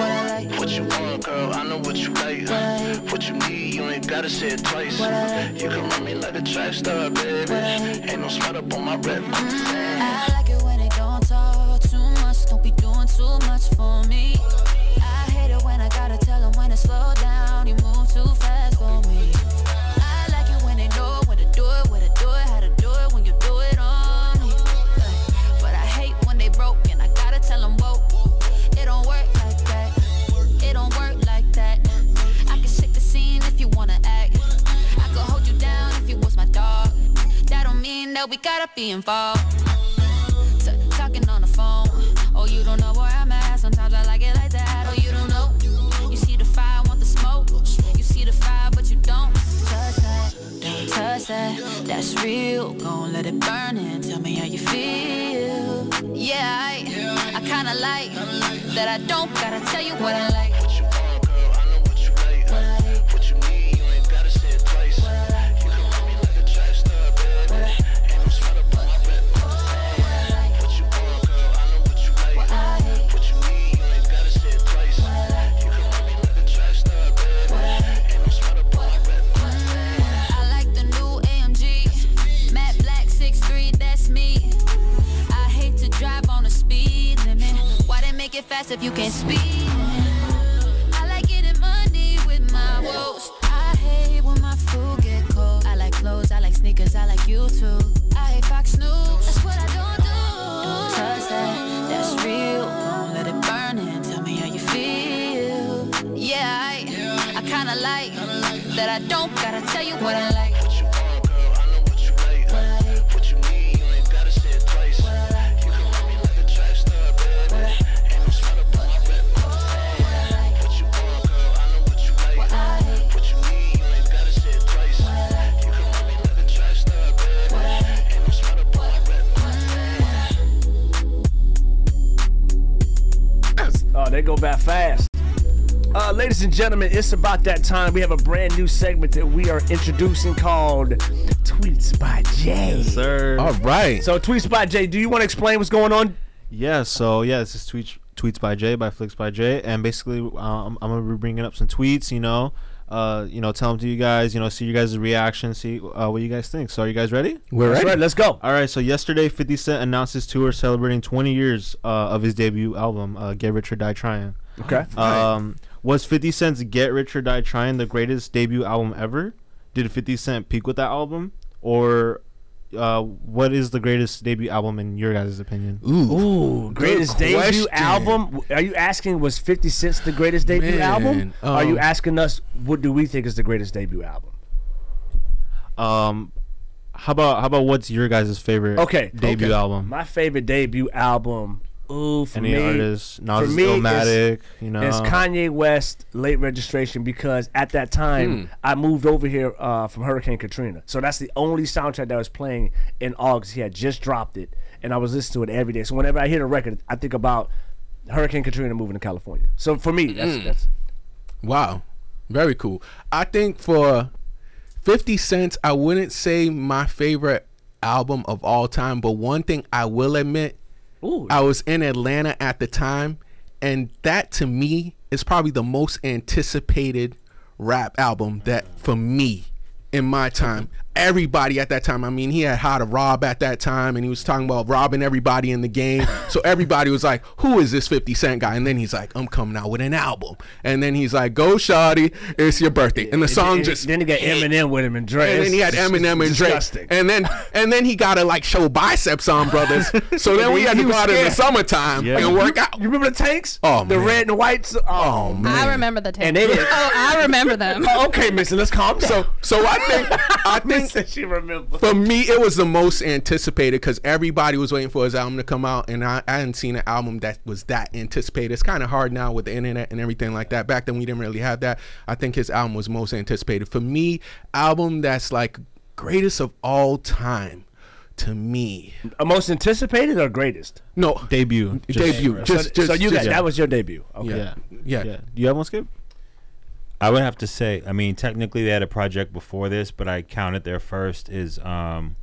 Speaker 6: I like. What you want, girl, I know what you like. What, you need, you ain't gotta say it twice. You can run me like a track star, baby. Ain't no smut up on my rep.
Speaker 11: I like it when they don't talk too much, don't be doing too much for me. I hate it when I gotta tell them when to slow down, you move too fast for me. I like it when they know when to do it, what to do it, how to do it, when you do it on me. But I hate when they broke and I gotta tell them, whoa, it don't work like that. It don't work like that. I can shake the scene if you wanna act. I could hold you down if you was my dog. That don't mean that we gotta be involved t- talking on the phone. Oh, you don't know where I'm at. Sometimes I like it like that. Oh, you don't know. You see the fire, want the smoke. You see the fire, but you don't touch that. Don't touch that. That's real. Gon' let it burn and tell me how you feel. Yeah, I, I kinda like that. I don't gotta tell you what I like.
Speaker 6: What you want, girl, I know what you like. What you need, you ain't gotta say it twice. You can run me like a track star, baby. Ain't no smut up on my rep. What you want, girl, I know what you like. What you need, you ain't gotta say it twice. You can run me like a track star, baby. Ain't no smut up on my rep.
Speaker 11: I like the new AMG. Matt Black 6'3, that's me. I hate to drive on a speed limit. Why they make it fast if you can't speed? in? I like getting money with my woes. I hate when my food get cold. I like clothes, I like sneakers, I like you too. I hate Fox News, that's what I don't do. Don't touch that, that's real. Don't let it burn and tell me how you feel. Yeah, I, I kinda like that I don't gotta tell you what I like.
Speaker 6: What you want, girl, I know what you like. What you need, you ain't gotta say it twice. You can run me like a track star, baby. Ain't no smut up on my rep. What you want, girl, I know what you like. What you need, you ain't gotta say it twice. You can run me like a track star, baby. Ain't no smut up on my rep.
Speaker 2: Oh, they go back fast. Uh, ladies and gentlemen, it's about that time. We have a brand new segment that we are introducing called Tweets by Jay.
Speaker 12: sir.
Speaker 3: All right.
Speaker 2: So, Tweets by Jay, do you want to explain what's going on?
Speaker 12: Yeah, so yeah, this is tweets tweets by Jay by Flicks by Jay, and basically um, I'm gonna be bringing up some tweets, you know, uh, you know, tell them to you guys, you know, see you guys' reaction, see uh, what you guys think. So are you guys ready?
Speaker 3: We're
Speaker 2: That's
Speaker 3: ready.
Speaker 2: right, let's go.
Speaker 12: All right, so yesterday 50 Cent announced his tour celebrating 20 years uh, of his debut album, uh, Get Rich or Die Trying.
Speaker 2: Okay.
Speaker 12: Um, was 50 Cent's Get Rich or Die Trying the greatest debut album ever? Did 50 Cent peak with that album? Or uh, what is the greatest debut album in your guys' opinion?
Speaker 3: Ooh,
Speaker 2: Ooh, greatest debut album? Are you asking was 50 Cent's the greatest debut
Speaker 12: Man,
Speaker 2: album? Are you
Speaker 12: um,
Speaker 2: asking us what do we think is the greatest debut album?
Speaker 12: Um, how about how about what's your guys' favorite
Speaker 2: Okay,
Speaker 12: debut
Speaker 2: okay.
Speaker 12: album?
Speaker 2: My favorite debut album. Ooh, for
Speaker 12: Any
Speaker 2: me,
Speaker 12: artist, Nas
Speaker 2: for
Speaker 12: is
Speaker 2: me, it's-
Speaker 12: Illmatic, you know.
Speaker 2: it's Kanye West late registration because at that time
Speaker 12: Hmm.
Speaker 2: I moved over here uh, from Hurricane Katrina, so that's the only soundtrack that was playing in August. He had just dropped it, and I was listening to it every day. So whenever I hear a record, I think about Hurricane Katrina moving to California. So for me, that's,
Speaker 3: Mm.
Speaker 2: that's
Speaker 3: Wow. Very cool. I think for 50 cents, I wouldn't say my favorite album of all time, but one thing I will admit, I was in Atlanta at the time, and that to me is probably the most anticipated rap album that for me in my time. Everybody at that time, I mean, he had How to Rob at that time, and he was talking about robbing everybody in the game. so everybody was like, Who is this 50 Cent guy? And then he's like, I'm coming out with an album. And then he's like, Go, Shotty, it's your birthday. And the song
Speaker 2: And-
Speaker 3: just.
Speaker 2: then he got Eminem with him and Dre.
Speaker 3: And then he had
Speaker 2: It's- it's
Speaker 3: Eminem and
Speaker 2: disgusting.
Speaker 3: Drake, and then and then he gotta like show biceps on brothers. So then we had to go out in the summertime and work out.
Speaker 2: Ah, You remember the tanks?
Speaker 3: Oh,
Speaker 2: the
Speaker 3: man.
Speaker 2: red and whites. Oh,
Speaker 4: I
Speaker 2: man.
Speaker 4: remember the tape.
Speaker 2: And they did.
Speaker 4: Oh, I remember them.
Speaker 2: Oh, okay, Missy, let's calm down.
Speaker 3: So so I think I think
Speaker 2: she remember.
Speaker 3: for me it was the most anticipated because everybody was waiting for his album to come out, and I, I hadn't seen an album that was that anticipated. It's kind of hard now with the internet and everything like that. Back then we didn't really have that. I think his album was most anticipated. For me, album that's like greatest of all time. To me,
Speaker 2: Uh, most anticipated or greatest?
Speaker 3: No
Speaker 12: debut,
Speaker 3: debut.
Speaker 2: So-
Speaker 3: Just,
Speaker 2: so,
Speaker 3: just,
Speaker 2: you
Speaker 3: just,
Speaker 2: got that was your debut. Okay.
Speaker 12: Yeah.
Speaker 3: Yeah.
Speaker 12: Do you have one, Skip?
Speaker 7: I would have to say, I mean, technically they had a project before this, but I counted their first is um,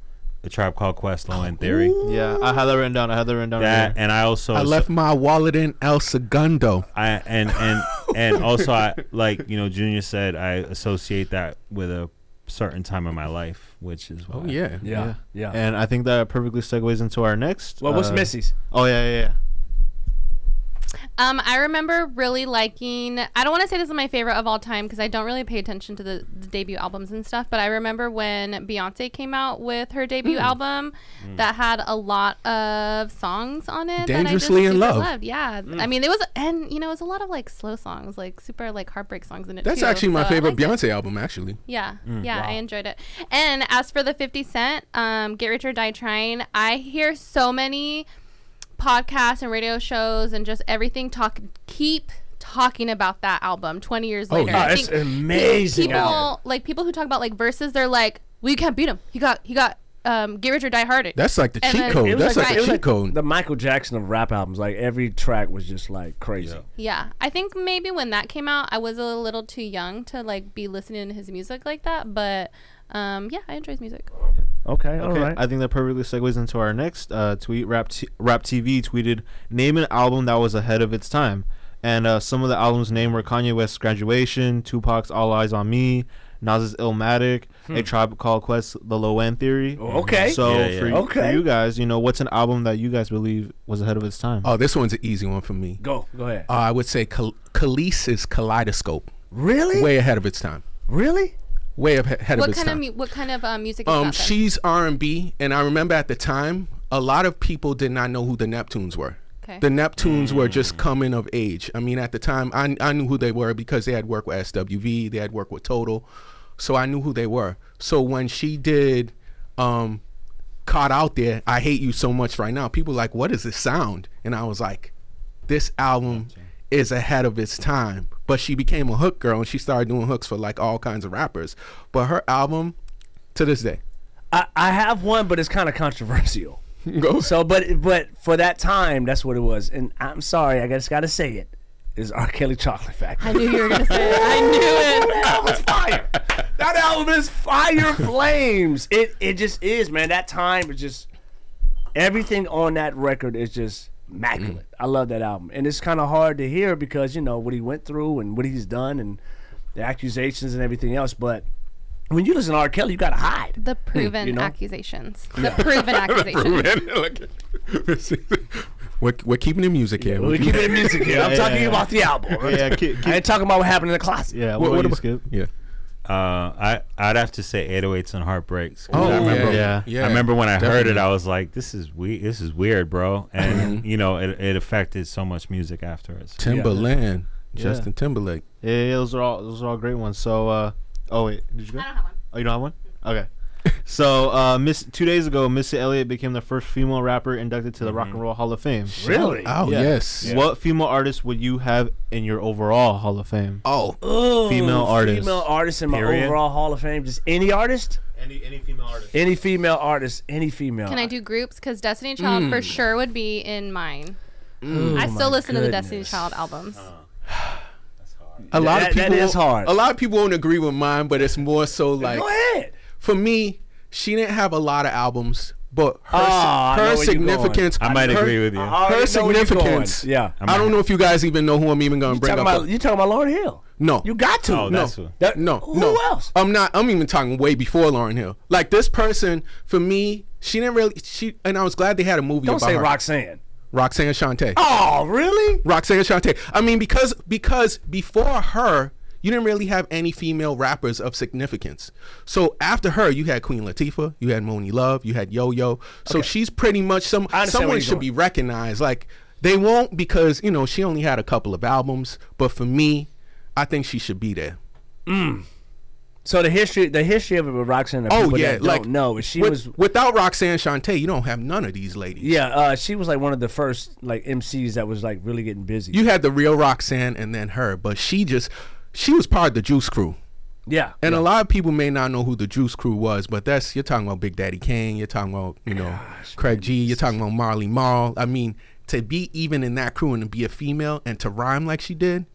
Speaker 7: a tribe called Quest Low and Theory.
Speaker 12: Yeah, I had that written down. I had that written down.
Speaker 7: That
Speaker 12: right
Speaker 7: and I also
Speaker 3: I left my wallet in El Segundo.
Speaker 7: I and and and also I like you know Junior said I associate that with a certain time in my life, which is why.
Speaker 3: yeah.
Speaker 12: here.
Speaker 2: Yeah. Yeah.
Speaker 12: Oh, And I think that perfectly segues into our next.
Speaker 2: Well, what's Missy's?
Speaker 12: Oh yeah, yeah, yeah.
Speaker 4: Um, I remember really liking. I don't want to say this is my favorite of all time because I don't really pay attention to the, the debut albums and stuff. But I remember when Beyonce came out with her
Speaker 3: Hmm.
Speaker 4: debut album, that had a lot of songs on it.
Speaker 3: Dangerously
Speaker 4: that I just
Speaker 3: in
Speaker 4: super
Speaker 3: Love.
Speaker 4: Loved. Yeah,
Speaker 3: Mm.
Speaker 4: I mean it was, and you know, it was a lot of like slow songs, like super like heartbreak songs in it.
Speaker 3: That's
Speaker 4: too,
Speaker 3: actually my
Speaker 4: so I
Speaker 3: favorite
Speaker 4: liked it.
Speaker 3: Beyonce album, actually.
Speaker 4: Yeah,
Speaker 3: Mm.
Speaker 4: yeah, I
Speaker 3: Wow.
Speaker 4: enjoyed it. And as for the 50 Cent, um, Get Rich or Die Trying, I hear so many podcasts and radio shows and just everything talk keep talking about that album 20 years
Speaker 2: Oh,
Speaker 4: later.
Speaker 2: yeah.
Speaker 4: I
Speaker 2: Oh, it's
Speaker 4: think
Speaker 2: amazing
Speaker 4: People
Speaker 2: album.
Speaker 4: like people who talk about like verses, they're like, "Well, you can't beat him. He got he got um, Get Rich or Die Harder." And then-
Speaker 2: it was The Michael Jackson of rap albums. Like every track was just like crazy.
Speaker 4: Yeah, I think maybe when that came out, I was a little too young to like be listening to his music like that. But um, yeah, I enjoy his music.
Speaker 2: Okay, all
Speaker 12: Okay,
Speaker 2: right.
Speaker 12: I think that perfectly segues into our next uh, tweet. Rap, T- Rap TV tweeted, "Name an album that was ahead of its time," and uh, some of the albums named were Kanye West's "Graduation," Tupac's "All Eyes on Me," Nas's "Illmatic,"
Speaker 2: Hmm.
Speaker 12: A Tribe Called Quest, The Low End Theory.
Speaker 2: Oh, okay.
Speaker 12: So
Speaker 2: Yeah, yeah.
Speaker 12: For,
Speaker 2: Okay.
Speaker 12: for you guys, you know, what's an album that you guys believe was ahead of its time?
Speaker 3: Oh, this one's an easy one for me.
Speaker 2: Go, go ahead.
Speaker 3: Uh, I would say Khal- Khaleesi's Kaleidoscope.
Speaker 2: Really?
Speaker 3: Way ahead of its time.
Speaker 2: Really?
Speaker 3: Way ahe- ahead
Speaker 4: what
Speaker 3: of its
Speaker 4: kind
Speaker 3: time.
Speaker 4: of mu- what kind of um, music is
Speaker 3: um,
Speaker 4: that? then?
Speaker 3: she's R and B, and I remember at the time a lot of people did not know who the Neptunes were.
Speaker 4: Okay.
Speaker 3: The Neptunes were just coming of age. I mean, at the time, I, I knew who they were because they had worked with SWV, they had worked with Total, so I knew who they were. So when she did um, "Caught Out There," I hate you so much right now. People were like, what is this sound? And I was like, this album is ahead of its time. But she became a hook girl and she started doing hooks for like all kinds of rappers. But her album, to this day,
Speaker 2: I, I have one, but it's kind of controversial.
Speaker 3: Go.
Speaker 2: So, but but for that time, that's what it was. And I'm sorry, I just got to say it. Is R. Kelly Chocolate Factory? I
Speaker 4: knew you were gonna say it. I knew it.
Speaker 2: That was fire. That album is fire flames. It it just is, man. That time is just everything on that record is just immaculate. I love that album, and it's kind of hard to hear because you know what he went through and what he's done and the accusations and everything else. But when you listen to R. Kelly, you gotta hide. Hmm,
Speaker 4: The proven
Speaker 2: you know?
Speaker 4: accusations. The
Speaker 2: Yeah.
Speaker 4: proven accusations.
Speaker 3: we're, we're keeping the music here.
Speaker 2: We're keeping the music here. I'm
Speaker 3: Yeah,
Speaker 2: talking
Speaker 3: yeah,
Speaker 2: about the
Speaker 3: yeah.
Speaker 2: album.
Speaker 3: Yeah,
Speaker 2: I ain't talking about what happened in the closet.
Speaker 12: Yeah,
Speaker 3: What-
Speaker 12: what,
Speaker 3: what
Speaker 12: about you,
Speaker 3: about-
Speaker 12: Skip?
Speaker 3: Yeah.
Speaker 7: Uh, I I'd have to say 808s and heartbreaks. 'cause
Speaker 12: Oh,
Speaker 7: I
Speaker 12: yeah,
Speaker 7: remember,
Speaker 12: yeah. yeah.
Speaker 7: I remember when I heard it,
Speaker 12: Definitely.
Speaker 7: I was like, "This is we This is weird, bro."
Speaker 3: Mm-hmm.
Speaker 7: And you know, it, it affected so much music after it. So-
Speaker 3: Timberland, Justin Timberlake.
Speaker 12: Yeah, yeah, those are all those are all great ones. So, uh, oh wait, did you go? I don't have one. Oh, you don't have one? Okay. so, uh, Miss two days ago, Missy Elliott became the first female rapper inducted to the Rock and Roll Hall of Fame.
Speaker 2: Mm-hmm. Really?
Speaker 3: Oh, yes. Yeah.
Speaker 12: What female artist would you have in your overall Hall of Fame?
Speaker 3: Oh,
Speaker 2: Ooh,
Speaker 12: female artist.
Speaker 2: Female artist in my
Speaker 12: Period.
Speaker 2: overall Hall of Fame. Just any artist?
Speaker 12: Any any female artist.
Speaker 2: Any female artist. Any female.
Speaker 4: Can I do groups? Because Destiny Child for sure would be in mine.
Speaker 2: Mm. Uh,
Speaker 4: I
Speaker 2: Oh
Speaker 4: still
Speaker 2: my
Speaker 4: listen to the Destiny
Speaker 2: goodness.
Speaker 4: Child albums.
Speaker 3: A lot of
Speaker 2: That- that
Speaker 3: people
Speaker 2: is hard.
Speaker 3: A lot of people won't agree with mine, but it's more so like
Speaker 2: Go ahead.
Speaker 3: for me, she didn't have a lot of albums, but her,
Speaker 2: Oh, I know
Speaker 3: her
Speaker 2: where you're
Speaker 3: significance.
Speaker 7: I might
Speaker 3: her-
Speaker 7: agree with you.
Speaker 2: I already
Speaker 3: Her
Speaker 2: know where you're
Speaker 3: significance.
Speaker 2: going. Yeah.
Speaker 3: I don't know if you guys even know who I'm even gonna
Speaker 2: You
Speaker 3: bring
Speaker 2: talking
Speaker 3: up.
Speaker 2: about you talking about Lauren Hill?
Speaker 3: no,
Speaker 2: You got to.
Speaker 7: Oh,
Speaker 3: no,
Speaker 7: that's who-
Speaker 2: That-
Speaker 3: no,
Speaker 2: who
Speaker 3: no.
Speaker 2: else?
Speaker 3: I'm not. I'm even talking way before Lauren Hill. Like this person for me, she didn't really. She and I was glad they had a movie
Speaker 2: Don't
Speaker 3: about
Speaker 2: say
Speaker 3: her.
Speaker 2: Roxanne.
Speaker 3: Roxanne Shante.
Speaker 2: Oh, really?
Speaker 3: Roxanne Shante. I mean, because because before her, you didn't really have any female rappers of significance. So after her, you had Queen Latifah, you had Moni Love, you had Yo Yo. So she's pretty much some
Speaker 2: I understand where
Speaker 3: someone
Speaker 2: you're
Speaker 3: should
Speaker 2: going.
Speaker 3: be recognized. Like they won't because you know she only had a couple of albums. But for me, I think she should be there.
Speaker 2: Mm. So the history the history of it with Roxanne. the
Speaker 3: Oh
Speaker 2: people
Speaker 3: yeah,
Speaker 2: that
Speaker 3: like
Speaker 2: don't know is she
Speaker 3: with-
Speaker 2: was
Speaker 3: without Roxanne Shante, you don't have none of these ladies.
Speaker 2: yeah uh, she was like one of the first like MCs that was like really getting busy.
Speaker 3: You had the real Roxanne and then her, but she just she was part of the Juice Crew.
Speaker 2: yeah,
Speaker 3: And a lot of people may not know who the Juice Crew was, but that's you're talking about Big Daddy Kane, you're talking about you know Craig G, you're talking about Marley Marl. I mean, to be even in that crew and to be a female and to rhyme like she did,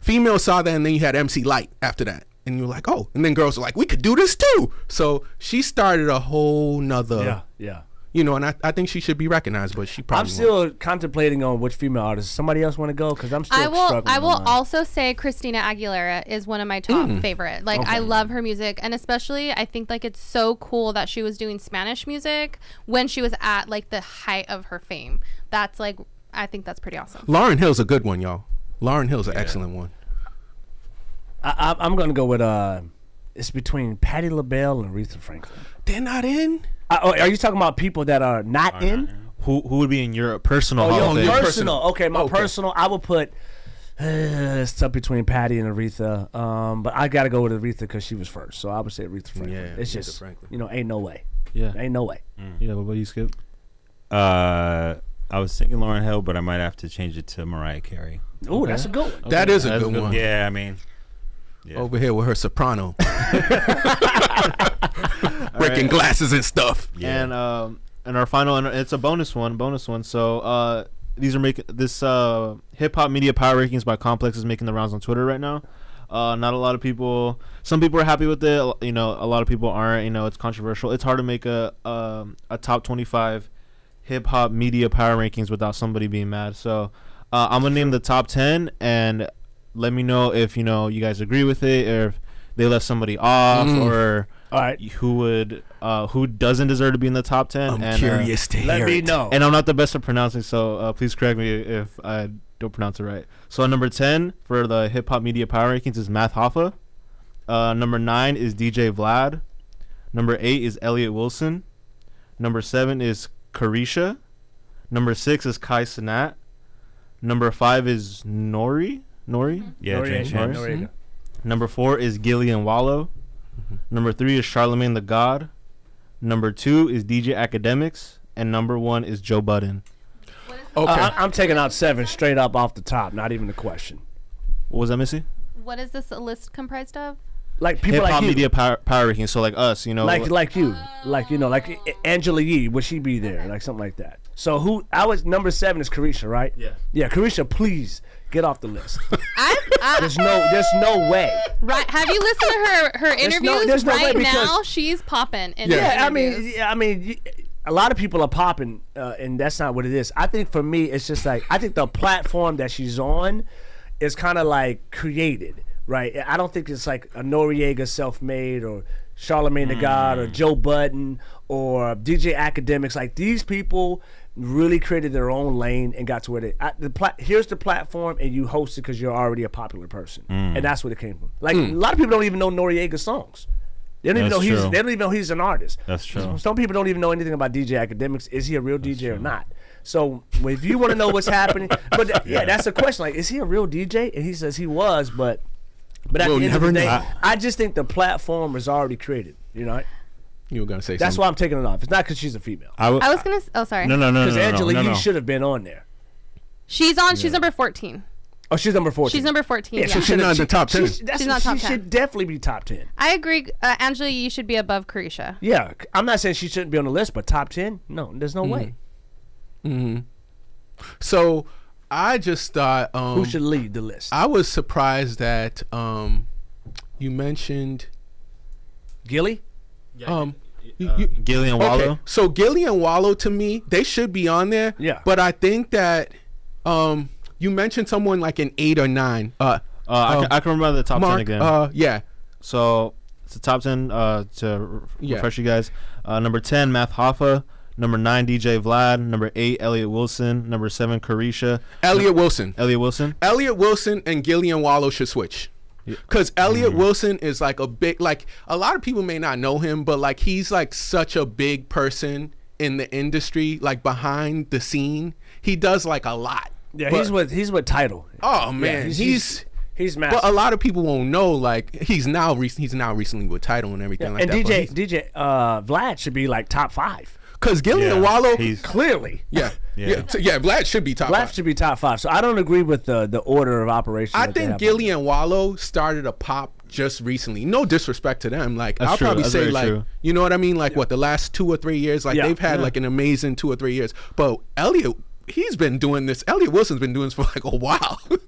Speaker 3: females saw that, and then you had MC Light after that, and you're like, oh, and then girls were like, we could do this too. So she started a whole nother,
Speaker 2: yeah, yeah.
Speaker 3: you know, and I, I think she should be recognized, but she probably
Speaker 2: I'm
Speaker 3: won't.
Speaker 2: still contemplating on which female artist. Somebody else want to go because I'm still
Speaker 4: I will.
Speaker 2: struggling
Speaker 4: I
Speaker 2: on
Speaker 4: will
Speaker 2: mine.
Speaker 4: also say Christina Aguilera is one of my top
Speaker 2: Mm.
Speaker 4: favorite. Like I love her music, and especially I think like it's so cool that she was doing Spanish music when she was at like the height of her fame. That's like I think that's pretty awesome.
Speaker 3: Lauren Hill's a good one, y'all. Lauren Hill's an excellent one.
Speaker 2: I, I, I'm gonna go with uh, it's between Patti LaBelle and Aretha Franklin.
Speaker 3: They're not in.
Speaker 2: Uh, oh, are you talking about people that are not in?
Speaker 12: Who who would be in your personal Hall
Speaker 2: Oh,
Speaker 12: of
Speaker 2: your
Speaker 12: Fame?
Speaker 2: personal.
Speaker 3: personal.
Speaker 2: Okay, my
Speaker 3: Okay.
Speaker 2: personal. I would put. Uh, it's up between Patty and Aretha, um, but I gotta go with Aretha because she was first. So I would say Aretha Franklin.
Speaker 3: Yeah,
Speaker 2: it's
Speaker 3: Aretha
Speaker 2: just
Speaker 3: Franklin.
Speaker 2: you know, ain't no way,
Speaker 12: Yeah.
Speaker 2: ain't no way.
Speaker 12: Yeah. What about you, Skip?
Speaker 7: Uh, I was thinking Lauren Hill, but I might have to change it to Mariah Carey.
Speaker 2: Ooh, that's a good one.
Speaker 3: That is a
Speaker 12: that's
Speaker 3: good
Speaker 12: good.
Speaker 3: one.
Speaker 7: Yeah, I mean,
Speaker 3: Over here with her soprano. Breaking glasses and stuff.
Speaker 7: yeah.
Speaker 12: And um, and our final, and it's a bonus one, bonus one. So uh, these are making this uh, hip hop media power rankings by Complex is making the rounds on Twitter right now. Uh, not a lot of people. Some people are happy with it. You know, a lot of people aren't. You know, it's controversial. It's hard to make a um, a top twenty five hip hop media power rankings without somebody being mad. So uh, I'm gonna name the top ten and let me know if you know you guys agree with it or if they left somebody off
Speaker 3: Mm.
Speaker 12: or
Speaker 2: All right.
Speaker 12: who would uh, who doesn't deserve to be in the top 10
Speaker 3: I'm
Speaker 12: and, uh,
Speaker 3: curious to hear.
Speaker 2: Let me
Speaker 3: it.
Speaker 2: know.
Speaker 12: and i'm not the best at pronouncing so uh, please correct me if i don't pronounce it right so number 10 for the hip-hop media power rankings is math hoffa uh, number 9 is dj vlad number 8 is elliot wilson number 7 is carisha number 6 is kai sanat number 5 is nori nori
Speaker 7: yeah,
Speaker 2: Noriega,
Speaker 7: Drake Chance.
Speaker 2: Noriega.
Speaker 12: Mm-hmm. Number four is Gillian Wallow. Mm-hmm. Number three is Charlemagne the God. Number two is DJ Academics. And number one is Joe Budden.
Speaker 3: Okay.
Speaker 2: Uh, I, I'm taking out seven straight up off the top. Not even a question.
Speaker 12: What was that, Missy?
Speaker 4: What is this list comprised of?
Speaker 2: Like people
Speaker 12: Hip hop
Speaker 2: like you,
Speaker 12: media power, power rankings. So, like us, you know.
Speaker 2: like like you, like you know, like A- Angela Yee. Would she be there? Like something like that. So who? I was number seven is Carisha, right?
Speaker 12: Yeah.
Speaker 2: Yeah, Carisha, please get off the list.
Speaker 4: I, I
Speaker 2: There's no, there's no way.
Speaker 4: right. Have you listened to her her interviews
Speaker 2: no- there's no way
Speaker 4: right
Speaker 2: because-
Speaker 4: now? She's popping. in
Speaker 2: Yeah,
Speaker 4: her
Speaker 2: I mean,
Speaker 4: interviews.
Speaker 2: yeah, I mean, y- a lot of people are popping, uh, and that's not what it is. I think for me, it's just like I think the platform that she's on is kind of like created, right? I don't think it's like a Noriega self-made or
Speaker 13: Mm.
Speaker 2: Charlemagne the God or Joe Budden or DJ Academics. Like these people, really created their own lane and got to where they I, the pla- here's the platform and you host it because you're already a popular person
Speaker 13: Mm.
Speaker 2: and that's where it came from. Like
Speaker 13: Mm.
Speaker 2: a lot of people don't even know Noriega's songs. They don't even
Speaker 13: That's
Speaker 2: know he's
Speaker 13: true.
Speaker 2: they don't even know he's an artist.
Speaker 13: That's true.
Speaker 2: Some people don't even know anything about DJ academics. Is he a real DJ or not? So if you want to know what's happening, but th- yeah.
Speaker 13: Yeah.
Speaker 2: that's the question. Like, is he a real DJ? And he says he was, but but at
Speaker 3: We'll
Speaker 2: the end
Speaker 3: never
Speaker 2: of the day,
Speaker 3: know.
Speaker 2: I just think the platform is already created. You know,
Speaker 3: You were gonna say
Speaker 2: that's
Speaker 3: something.
Speaker 2: why I'm taking it off. It's not because she's a female.
Speaker 7: I w-
Speaker 4: I was gonna. s- Oh, sorry.
Speaker 2: Because Angela, you should have been on there.
Speaker 4: She's on. She's number fourteen.
Speaker 2: Oh, she's number fourteen.
Speaker 4: She's number 14, yeah. She's
Speaker 2: should
Speaker 4: not
Speaker 2: have-
Speaker 4: in the top
Speaker 2: she-
Speaker 4: 10.
Speaker 2: she- that's
Speaker 4: She's
Speaker 2: what-
Speaker 4: not top
Speaker 2: she
Speaker 4: 10.
Speaker 2: should definitely be top ten.
Speaker 4: I agree, uh, Angela. You should be above Carisha.
Speaker 2: Yeah, I'm not saying she shouldn't be on the list, but top ten? No, there's no way.
Speaker 3: hmm So I just thought um,
Speaker 2: Who should lead the list?
Speaker 3: I was surprised that um, you mentioned
Speaker 2: Gilly.
Speaker 3: Um,
Speaker 12: uh, Gilly and Wallow?
Speaker 3: So Gilly and Wallow to me, they should be on there.
Speaker 12: Yeah.
Speaker 3: But I think that um, you mentioned someone like an eight or nine. Uh,
Speaker 12: Uh, I, can, I can remember the top
Speaker 3: Mark,
Speaker 12: ten again.
Speaker 3: Uh, yeah.
Speaker 12: So it's the top ten. Uh, to r-
Speaker 3: Yeah.
Speaker 12: refresh you guys, uh, number ten, Math Hoffa. Number nine, DJ Vlad. Number eight, Elliot Wilson. Number seven, Carisha.
Speaker 3: Elliot Wilson.
Speaker 12: Elliot Wilson.
Speaker 3: Elliot Wilson and Gillian Wallow should switch. Cause Elliot
Speaker 2: Mm-hmm.
Speaker 3: Wilson is like a big like a lot of people may not know him, but like he's like such a big person in the industry, like behind the scene. He does like a lot.
Speaker 2: Yeah,
Speaker 3: But-
Speaker 2: he's with he's with title.
Speaker 3: Oh
Speaker 2: Yeah,
Speaker 3: man,
Speaker 2: he's-
Speaker 3: he's
Speaker 2: he's-
Speaker 3: he's,
Speaker 2: he's massive.
Speaker 3: But a lot of people won't know. Like he's now recent. He's now recently with title and everything
Speaker 2: Yeah,
Speaker 3: like
Speaker 2: and
Speaker 3: that. but
Speaker 2: DJ
Speaker 3: he's-
Speaker 2: DJ uh, Vlad should be like top five.
Speaker 3: Cause Gillian Wallow,
Speaker 2: clearly,
Speaker 3: yeah,
Speaker 2: Yeah.
Speaker 3: yeah, yeah, t- yeah, Vlad should be top.
Speaker 2: Vlad
Speaker 3: five.
Speaker 2: should be top five. So I don't agree with the the order of operations.
Speaker 3: I
Speaker 2: that they
Speaker 3: think
Speaker 2: have.
Speaker 3: Gillian Wallow started a pop just recently. No disrespect to them. Like
Speaker 12: That's
Speaker 3: I'll
Speaker 12: true.
Speaker 3: probably
Speaker 12: That's
Speaker 3: say
Speaker 12: very
Speaker 3: like
Speaker 12: true.
Speaker 3: you know what I mean? Like what, the last two or three years? Like
Speaker 12: Yeah.
Speaker 3: they've had
Speaker 12: Yeah.
Speaker 3: like an amazing two or three years. But Elliot he's been doing this. Elliot Wilson's been doing this for like a while. you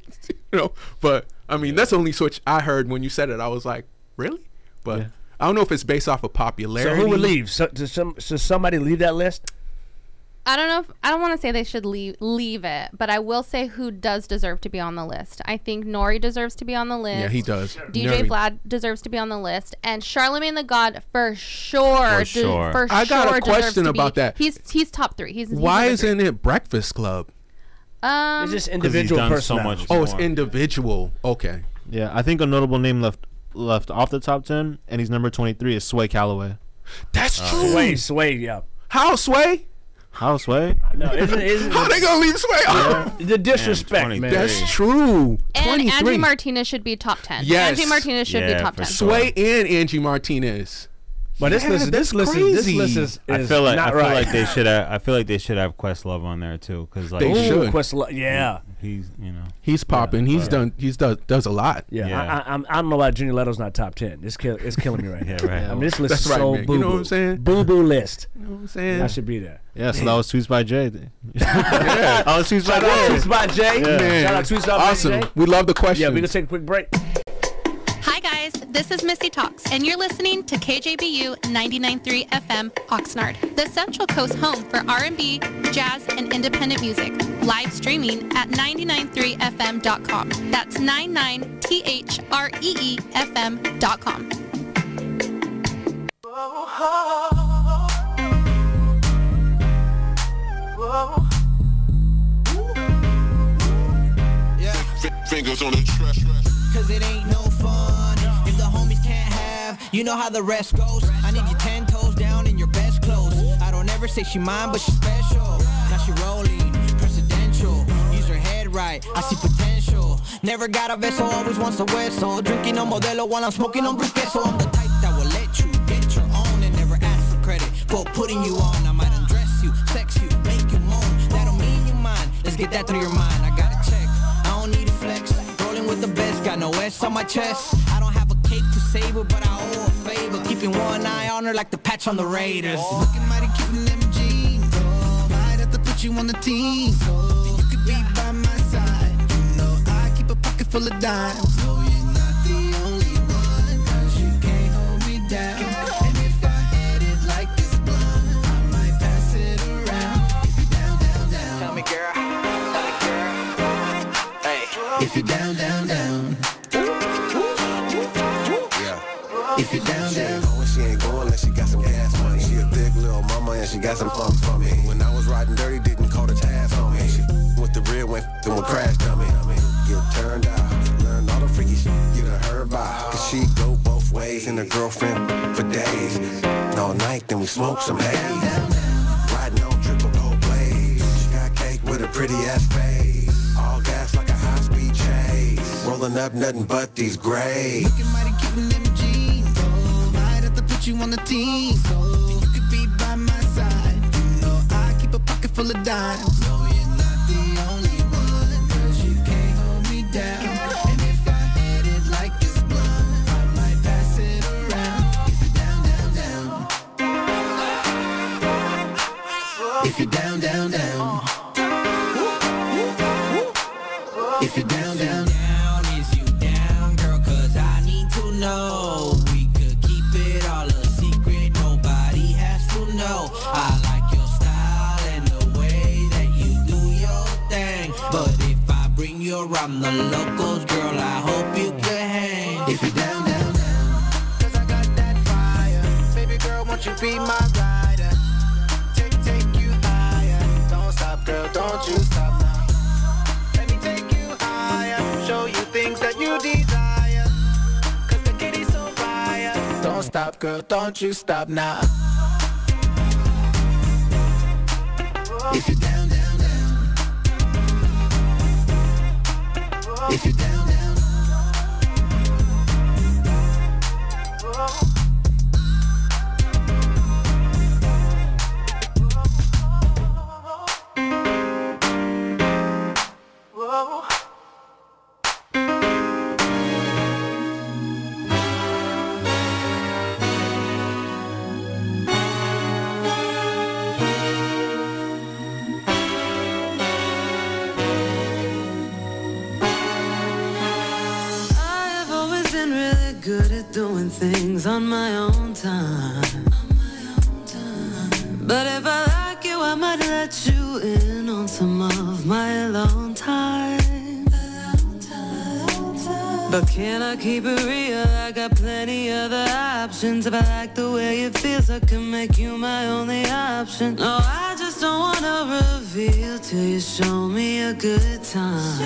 Speaker 3: know? But I mean that's the only switch I heard when you said it. I was like, Really? But I don't know if it's based off of
Speaker 2: So
Speaker 3: popularity.
Speaker 2: who would leave? So, does some should somebody leave that list?
Speaker 4: I don't know if I don't want to say they should leave leave it, but I will say who does deserve to be on the list. I think Nori deserves to be on the list.
Speaker 3: Yeah, he does.
Speaker 4: DJ
Speaker 3: Nori.
Speaker 4: Vlad deserves to be on the list, and Charlemagne the God for sure.
Speaker 3: For
Speaker 4: de-
Speaker 3: sure.
Speaker 4: for
Speaker 3: I got a
Speaker 4: sure deserves
Speaker 3: question
Speaker 4: to
Speaker 3: about
Speaker 4: be-
Speaker 3: that.
Speaker 4: He's he's top three. He's he's
Speaker 3: Why
Speaker 4: number three.
Speaker 3: isn't it Breakfast Club?
Speaker 4: um?
Speaker 3: Oh, it's individual. Okay.
Speaker 12: Yeah, I think a notable name left left off the top ten, and he's number twenty three is Sway Calloway. Uh,
Speaker 3: That's true.
Speaker 2: Sway, Sway, yeah.
Speaker 3: How Sway?
Speaker 12: How Sway?
Speaker 2: No, isn't, isn't
Speaker 3: How they gonna leave Sway out?
Speaker 2: The disrespect, man.
Speaker 3: That's true.
Speaker 4: And
Speaker 3: 23.
Speaker 4: Angie Martinez should be top ten.
Speaker 3: Yes.
Speaker 4: Angie Martinez should be top ten.
Speaker 3: Sway and Angie Martinez.
Speaker 2: But this list- this list is- this list is-
Speaker 7: I feel like
Speaker 2: not
Speaker 7: I feel
Speaker 2: right.
Speaker 7: like they should have I feel like they should have Questlove on there too because like
Speaker 3: They Ooh, should.
Speaker 2: Questlove,
Speaker 3: Mm.
Speaker 2: yeah.
Speaker 7: he's you know
Speaker 3: He's popping. he's
Speaker 7: but-
Speaker 3: done. He's does does a lot.
Speaker 2: Yeah, I, I, I'm- I don't know why Junior Leto's not top ten. This kill, it's killing me right now.
Speaker 7: right.
Speaker 2: I mean, this list
Speaker 12: That's
Speaker 2: is
Speaker 12: right,
Speaker 2: so
Speaker 12: man. You
Speaker 2: boo boo.
Speaker 12: know what I'm
Speaker 3: saying?
Speaker 2: Boo boo list.
Speaker 3: You know what I'm saying?
Speaker 2: I should be there.
Speaker 12: Yeah, so that was tweets by Jay.
Speaker 2: yeah.
Speaker 12: Oh, it's Tweets by
Speaker 2: Shout out
Speaker 12: Jay.
Speaker 2: Tweets by Jay.
Speaker 12: Yeah. Man.
Speaker 2: Shout out Tweets by
Speaker 12: Awesome.
Speaker 2: Jay.
Speaker 3: We love the question.
Speaker 2: Yeah, we're gonna take a quick break.
Speaker 4: Hi guys, this is Missy Talks, and you're listening to KJBU 99.3 FM Oxnard, the Central Coast home for R&B, jazz, and independent music. Live streaming at 993fm.com. That's E 99THREEFM.com.
Speaker 14: Fingers on the trash.
Speaker 15: Cause it ain't no fun if the homies can't have. You know how the rest goes. I need you ten toes down in your best clothes. I don't ever say she mine, but she's special. Now she rolling, presidential. Use her head right, I see potential. Never got a vessel, always wants a whistle. Drinking on Modelo while I'm smoking on Briqueso. I'm the type that will let you get your own and never ask for credit for putting you on. I might undress you, sex you, make you moan. That don't mean you mine. Let's get that through your mind. I gotta check. I don't need a flex. Rolling with the best, got no S on my chest. I don't have a cake to savor, but I owe a favor. Keeping one eye on her like the patch on the Raiders.
Speaker 16: Looking mighty cute in them jeans. Oh, might have to put you on the team. So you could be by my side. You know I keep a pocket full of dimes. No, you're not the only one. 'Cause you can't hold me down. And if I had it like this blunt, I might pass it around. If you down, down, down. Tell me, girl. Tell me, girl. Hey. If you down, down, down.
Speaker 14: If you down, down. She ain't going unless she got some gas money. She a thick little mama and
Speaker 13: and she got some fun for me. When I was riding dirty, didn't call the tabs on me. She with the rear, went then with crash dummy. Get turned out, learned all the freaky shit you done heard by. Cause she go both ways, and a girlfriend for days. And all night, then we smoke some haze. Riding on triple gold blades. She got cake with a pretty ass face. All gas like a high speed chase. Rolling up nothing but these grays.
Speaker 16: Looking mighty cute in them jeans. Oh, might have to put you on the team. So you could be by my side. You know I keep a pocket full of dimes. No, you're not the only one. 'Cause you can't hold me down. And if I had it like this blunt, I might pass it around. If you're down, down, down. If you're down, down, down. If you're down, down,
Speaker 15: down, is you down, girl? Cause I need to know. We could keep it all a secret, nobody has to know. I like your style and the way that you do your thing. But if I bring you around the locals, girl, I hope you could hang. If you're down, down,
Speaker 16: Cause I got that fire. Baby girl, won't you be my rider? Take, take you higher. Don't stop, girl, don't you stop now. Let me take you higher. Show you things that you desire. Cause the kitty's so fire. Don't stop, girl, don't you stop now. If you're down, down, down. If you're down, down.
Speaker 17: I have always been really good at doing things on my own time. But if I like you, I might let you in on some of my alone time. But can I keep it real? I got plenty other options. If I like the way it feels, I can make you my only option. No, I just don't wanna reveal till you show me a good time.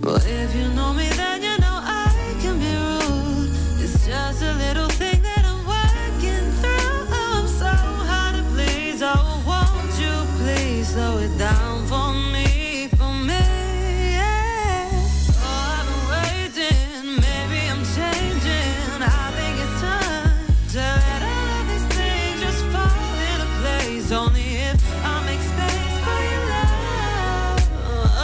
Speaker 17: Well, if you know me, then you know I can be rude. It's just a little thing that I'm working through. I'm so hard to please. Oh, won't you please slow it down for me, for me? Yeah. Oh, I've been waiting. Maybe I'm changing. I think it's time to let all of these things just fall into place. Only if I make space for your love.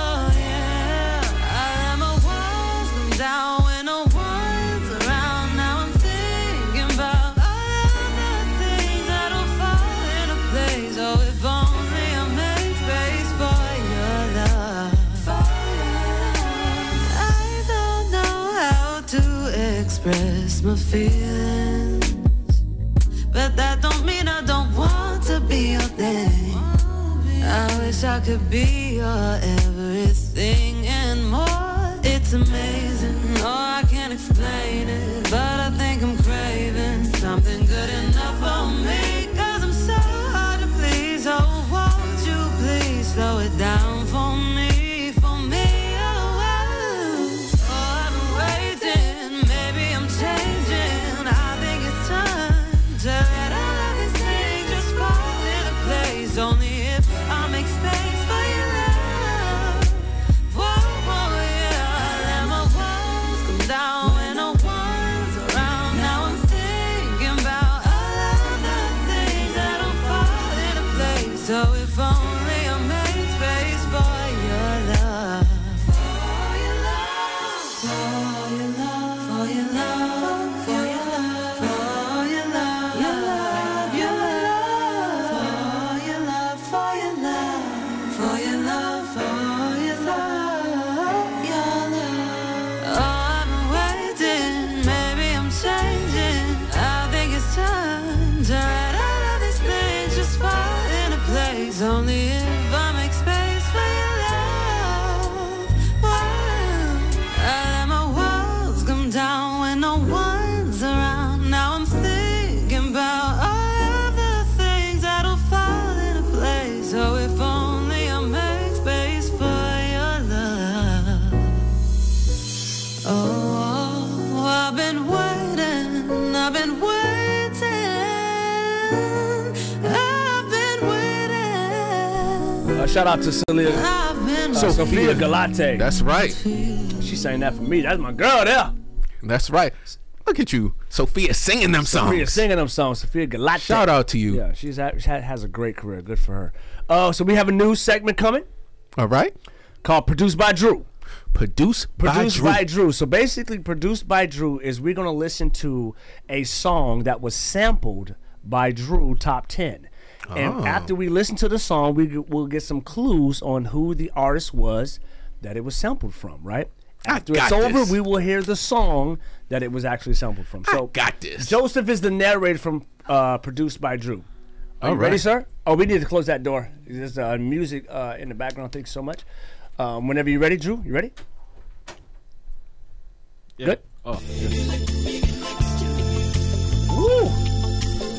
Speaker 17: Oh, yeah. I let my walls come down when no one's around. Now I'm thinking about all of the things that'll fall into place. Oh, if only I make space for your love. I don't know how to express my feelings. But that don't mean I don't want to be your thing. I wish I could be your everything and more. It's amazing. Oh, I can't explain it, but I think I'm craving something good enough for me. Cause I'm so hard to please. Oh, won't you please slow it down for me? For me, oh, oh. oh I've been waiting. Maybe I'm changing. I think it's time to let all of these things just fall into place. Only if I make space for your love. Whoa, whoa, yeah. I let my walls come down when no one's Oh, Oh,
Speaker 2: uh, Shout out to Celia,
Speaker 17: I've been
Speaker 2: uh, Sophia
Speaker 17: Sophia.
Speaker 2: Galate.
Speaker 3: That's right.
Speaker 2: She sang that for me. That's my girl there.
Speaker 3: That's right. Look at you, Sophia, singing them songs.
Speaker 2: Sophia singing them songs. Sophia Galate.
Speaker 3: Shout out to you.
Speaker 2: Yeah, she's ha- she ha- has a great career. Good for her. Uh, so we have a new segment coming.
Speaker 3: All right.
Speaker 2: Called Produced by Drew.
Speaker 3: Produced,
Speaker 2: Produced
Speaker 3: by Drew.
Speaker 2: by Drew. So basically, produced by Drew is we're gonna listen to a song that was sampled by Drew Top Ten.
Speaker 18: Oh.
Speaker 2: And after we listen to the song, we will get some clues on who the artist was that it was sampled from, right? After it's
Speaker 18: got
Speaker 2: over,
Speaker 18: this.
Speaker 2: we will hear the song that it was actually sampled from. So
Speaker 3: got this.
Speaker 2: Joseph is the narrator from uh, produced by Drew. Are
Speaker 18: All
Speaker 2: you ready,
Speaker 18: right.
Speaker 2: sir? Oh, we need to close that door. There's uh, music uh, in the background. Thanks so much. Um, whenever you're ready, Drew, you ready? Good.
Speaker 12: Oh.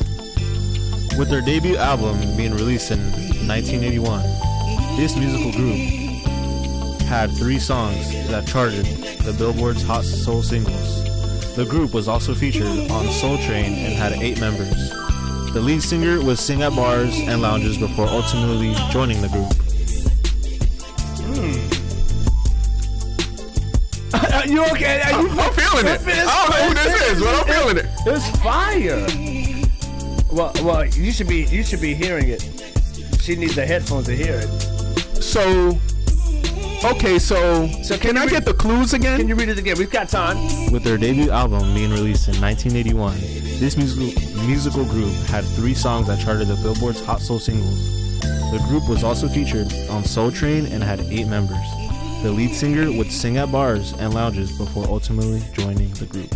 Speaker 12: With their debut album being released in 1981, this musical group had three songs that charted the Billboard's Hot Soul Singles. The group was also featured on Soul Train and had eight members. The lead singer would sing at bars and lounges before ultimately joining the group.
Speaker 2: you okay? Are you
Speaker 3: I'm feeling it. I don't know who this is, but I'm feeling it.
Speaker 2: It's fire. Well, well, you should be you should be hearing it. She needs the headphones to hear it.
Speaker 3: So, okay, so, so can, I get the clues again? Can
Speaker 2: you read it again? We've got time.
Speaker 12: With their debut album being released in 1981, this musical, musical group had three songs that charted the Billboard's Hot Soul Singles. The group was also featured on Soul Train and had eight members. The lead singer would sing at bars and lounges before ultimately joining the group.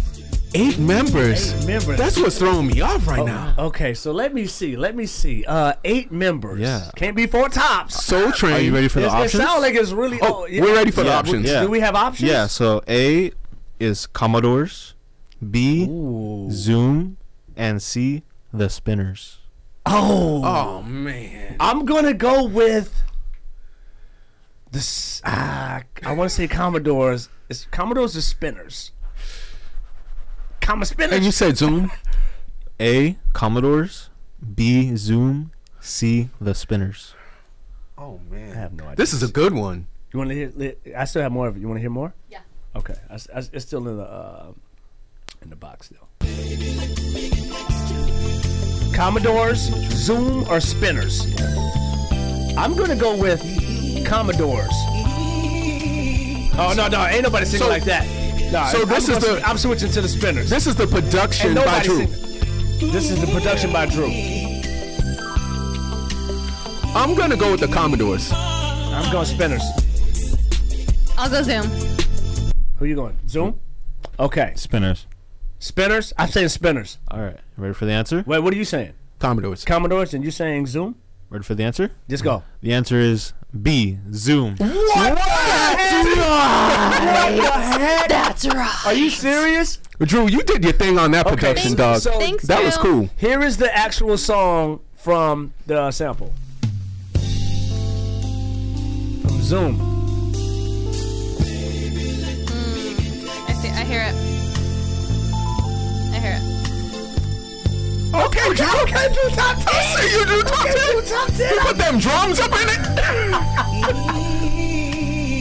Speaker 3: Eight members?
Speaker 2: Eight members.
Speaker 3: That's what's throwing me off right
Speaker 2: Oh,
Speaker 3: now.
Speaker 2: Okay, so let me see. Let me see. Uh, eight members. Yeah. Can't be four tops.
Speaker 3: Soul Train.
Speaker 12: Are you ready for the
Speaker 2: It's- it
Speaker 12: options?
Speaker 2: sound like it's really. Oh, yeah.
Speaker 12: Yeah. Yeah.
Speaker 2: Do we have options?
Speaker 12: Yeah, so A is Commodores, B, Zoom, and C, The Spinners.
Speaker 2: Oh.
Speaker 3: Oh man.
Speaker 2: I'm gonna go with this. Ah, I want to say Commodores. It's Commodores or spinners. Comma spinners.
Speaker 12: And you said Zoom? A, Commodores, B, Zoom, C, The Spinners.
Speaker 3: Oh man.
Speaker 2: I have no idea.
Speaker 3: This is a good one.
Speaker 2: You want to hear? li- I still have more of it. You want to hear more? Yeah. Okay. I s I s it's still in the uh, in the box still. Commodores, Zoom, or spinners? I'm gonna go with Commodores. Oh no no! Ain't nobody singing
Speaker 3: So-
Speaker 2: like that. Nah,
Speaker 3: so
Speaker 2: I'm
Speaker 3: this is
Speaker 2: gonna-
Speaker 3: the-
Speaker 2: I'm switching to the spinners.
Speaker 3: This is the production
Speaker 2: Ain't
Speaker 3: by
Speaker 2: nobody
Speaker 3: Drew.
Speaker 2: sing- this is the production by Drew.
Speaker 3: I'm gonna go with the Commodores.
Speaker 2: I'm going Spinners.
Speaker 4: I'll go Zoom.
Speaker 2: Who you going? Zoom? Okay.
Speaker 12: Spinners.
Speaker 2: Spinners? I'm saying spinners.
Speaker 12: All right. Ready for the answer?
Speaker 2: Wait, what are you saying?
Speaker 3: Commodores.
Speaker 2: Commodores, and you saying Zoom?
Speaker 12: Ready for the answer?
Speaker 2: Just go.
Speaker 12: The answer is B, Zoom.
Speaker 2: What?
Speaker 4: That's right.
Speaker 2: Are you serious?
Speaker 3: Drew, you did your thing on that production, dog. that was cool.
Speaker 2: Here is the actual song from the uh, sample. From Zoom.
Speaker 4: I see. I hear it. I hear it.
Speaker 3: Okay, Drew. Okay, Drew, top ten. I see you, Drew, top ten. You put them drums up in
Speaker 2: it.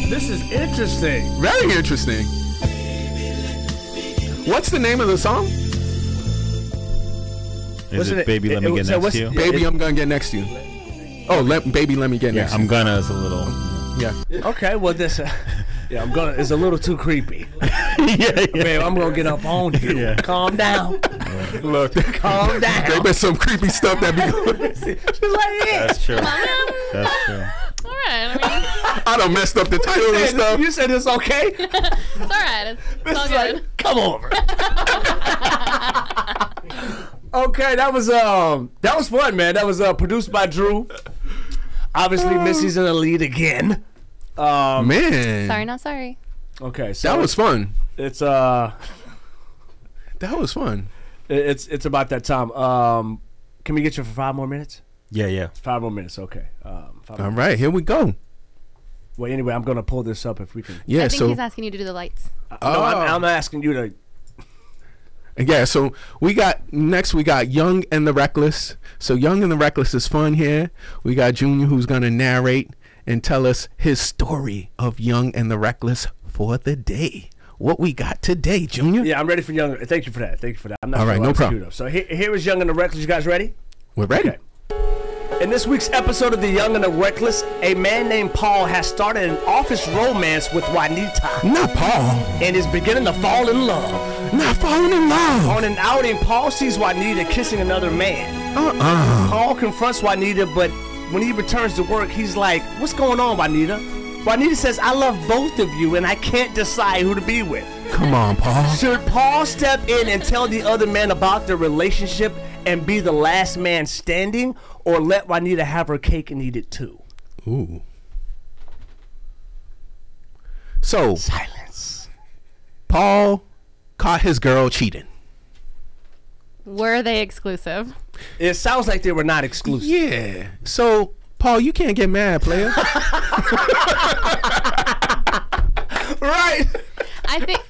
Speaker 2: this is interesting.
Speaker 3: Very interesting. What's the name of the song?
Speaker 7: Is Wasn't it it- Baby it- Let Me it- Get so Next what's- to You?
Speaker 3: Baby,
Speaker 7: yeah,
Speaker 3: I'm gonna get next to you. Oh, let, baby, let me get
Speaker 7: Yeah,
Speaker 3: next.
Speaker 7: I'm
Speaker 3: to
Speaker 7: gonna is a little.
Speaker 3: you. Yeah.
Speaker 2: Okay, well this. Uh, yeah, I'm gonna. It's a little too creepy. yeah, Man, I'm gonna get up on you. Calm down.
Speaker 3: Look, calm
Speaker 2: down.
Speaker 3: They been some creepy stuff that be.
Speaker 2: She's like,
Speaker 7: That's true. That's true.
Speaker 4: All right. I mean,
Speaker 3: I done messed up the title and stuff.
Speaker 2: You said it's okay.
Speaker 4: it's all right. It's, it's all good.
Speaker 2: Come over. okay, that was um that was fun, man. That was uh produced by Drew. Obviously,
Speaker 3: Ah.
Speaker 2: Missy's in the lead again. Um,
Speaker 3: Man.
Speaker 4: Sorry, not sorry.
Speaker 2: Okay, so
Speaker 3: That was fun.
Speaker 2: It's uh,
Speaker 3: that was fun.
Speaker 2: It's it's about that time. Um, can we get you for five more minutes?
Speaker 7: Yeah, yeah.
Speaker 2: Five more minutes. Okay. Um, five
Speaker 3: All
Speaker 2: more-
Speaker 3: right, here we go.
Speaker 2: Well, anyway, I'm gonna pull this up if we can.
Speaker 3: Yeah.
Speaker 4: I think
Speaker 3: so
Speaker 4: he's asking you to do the lights.
Speaker 2: No,
Speaker 3: Oh.
Speaker 2: I'm, I'm asking you to.
Speaker 3: Yeah, so we got next we got Young and the Reckless. So Young and the Reckless is fun here. We got Junior who's gonna narrate, and tell us his story of Young and the Reckless for the day. What we got today, Junior?
Speaker 2: Yeah, I'm ready for Young. Thank you for that. Thank you for that. I'm not
Speaker 3: All
Speaker 2: sure
Speaker 3: right,
Speaker 2: why
Speaker 3: no
Speaker 2: I was
Speaker 3: problem.
Speaker 2: queued up. So here, here is Young and the Reckless. You guys ready?
Speaker 3: We're ready.
Speaker 2: In this week's episode of The Young and the Reckless, a man named Paul has started an office romance with Juanita.
Speaker 3: Not Paul.
Speaker 2: And is beginning to fall in love.
Speaker 3: Not falling in love.
Speaker 2: On an outing, Paul sees Juanita kissing another man.
Speaker 3: Uh-uh.
Speaker 2: Paul confronts Juanita, but when he returns to work, he's like, What's going on, Juanita? Juanita says, I love both of you and I can't decide who to be with.
Speaker 3: Come on, Paul.
Speaker 2: Should Paul step in and tell the other man about their relationship and be the last man standing, or let Juanita have her cake and eat it too?
Speaker 3: Ooh. So
Speaker 2: silence.
Speaker 3: Paul caught his girl cheating.
Speaker 4: Were they exclusive?
Speaker 2: It sounds like they were not exclusive.
Speaker 3: Yeah. So Paul, you can't get mad, player. right.
Speaker 4: I think.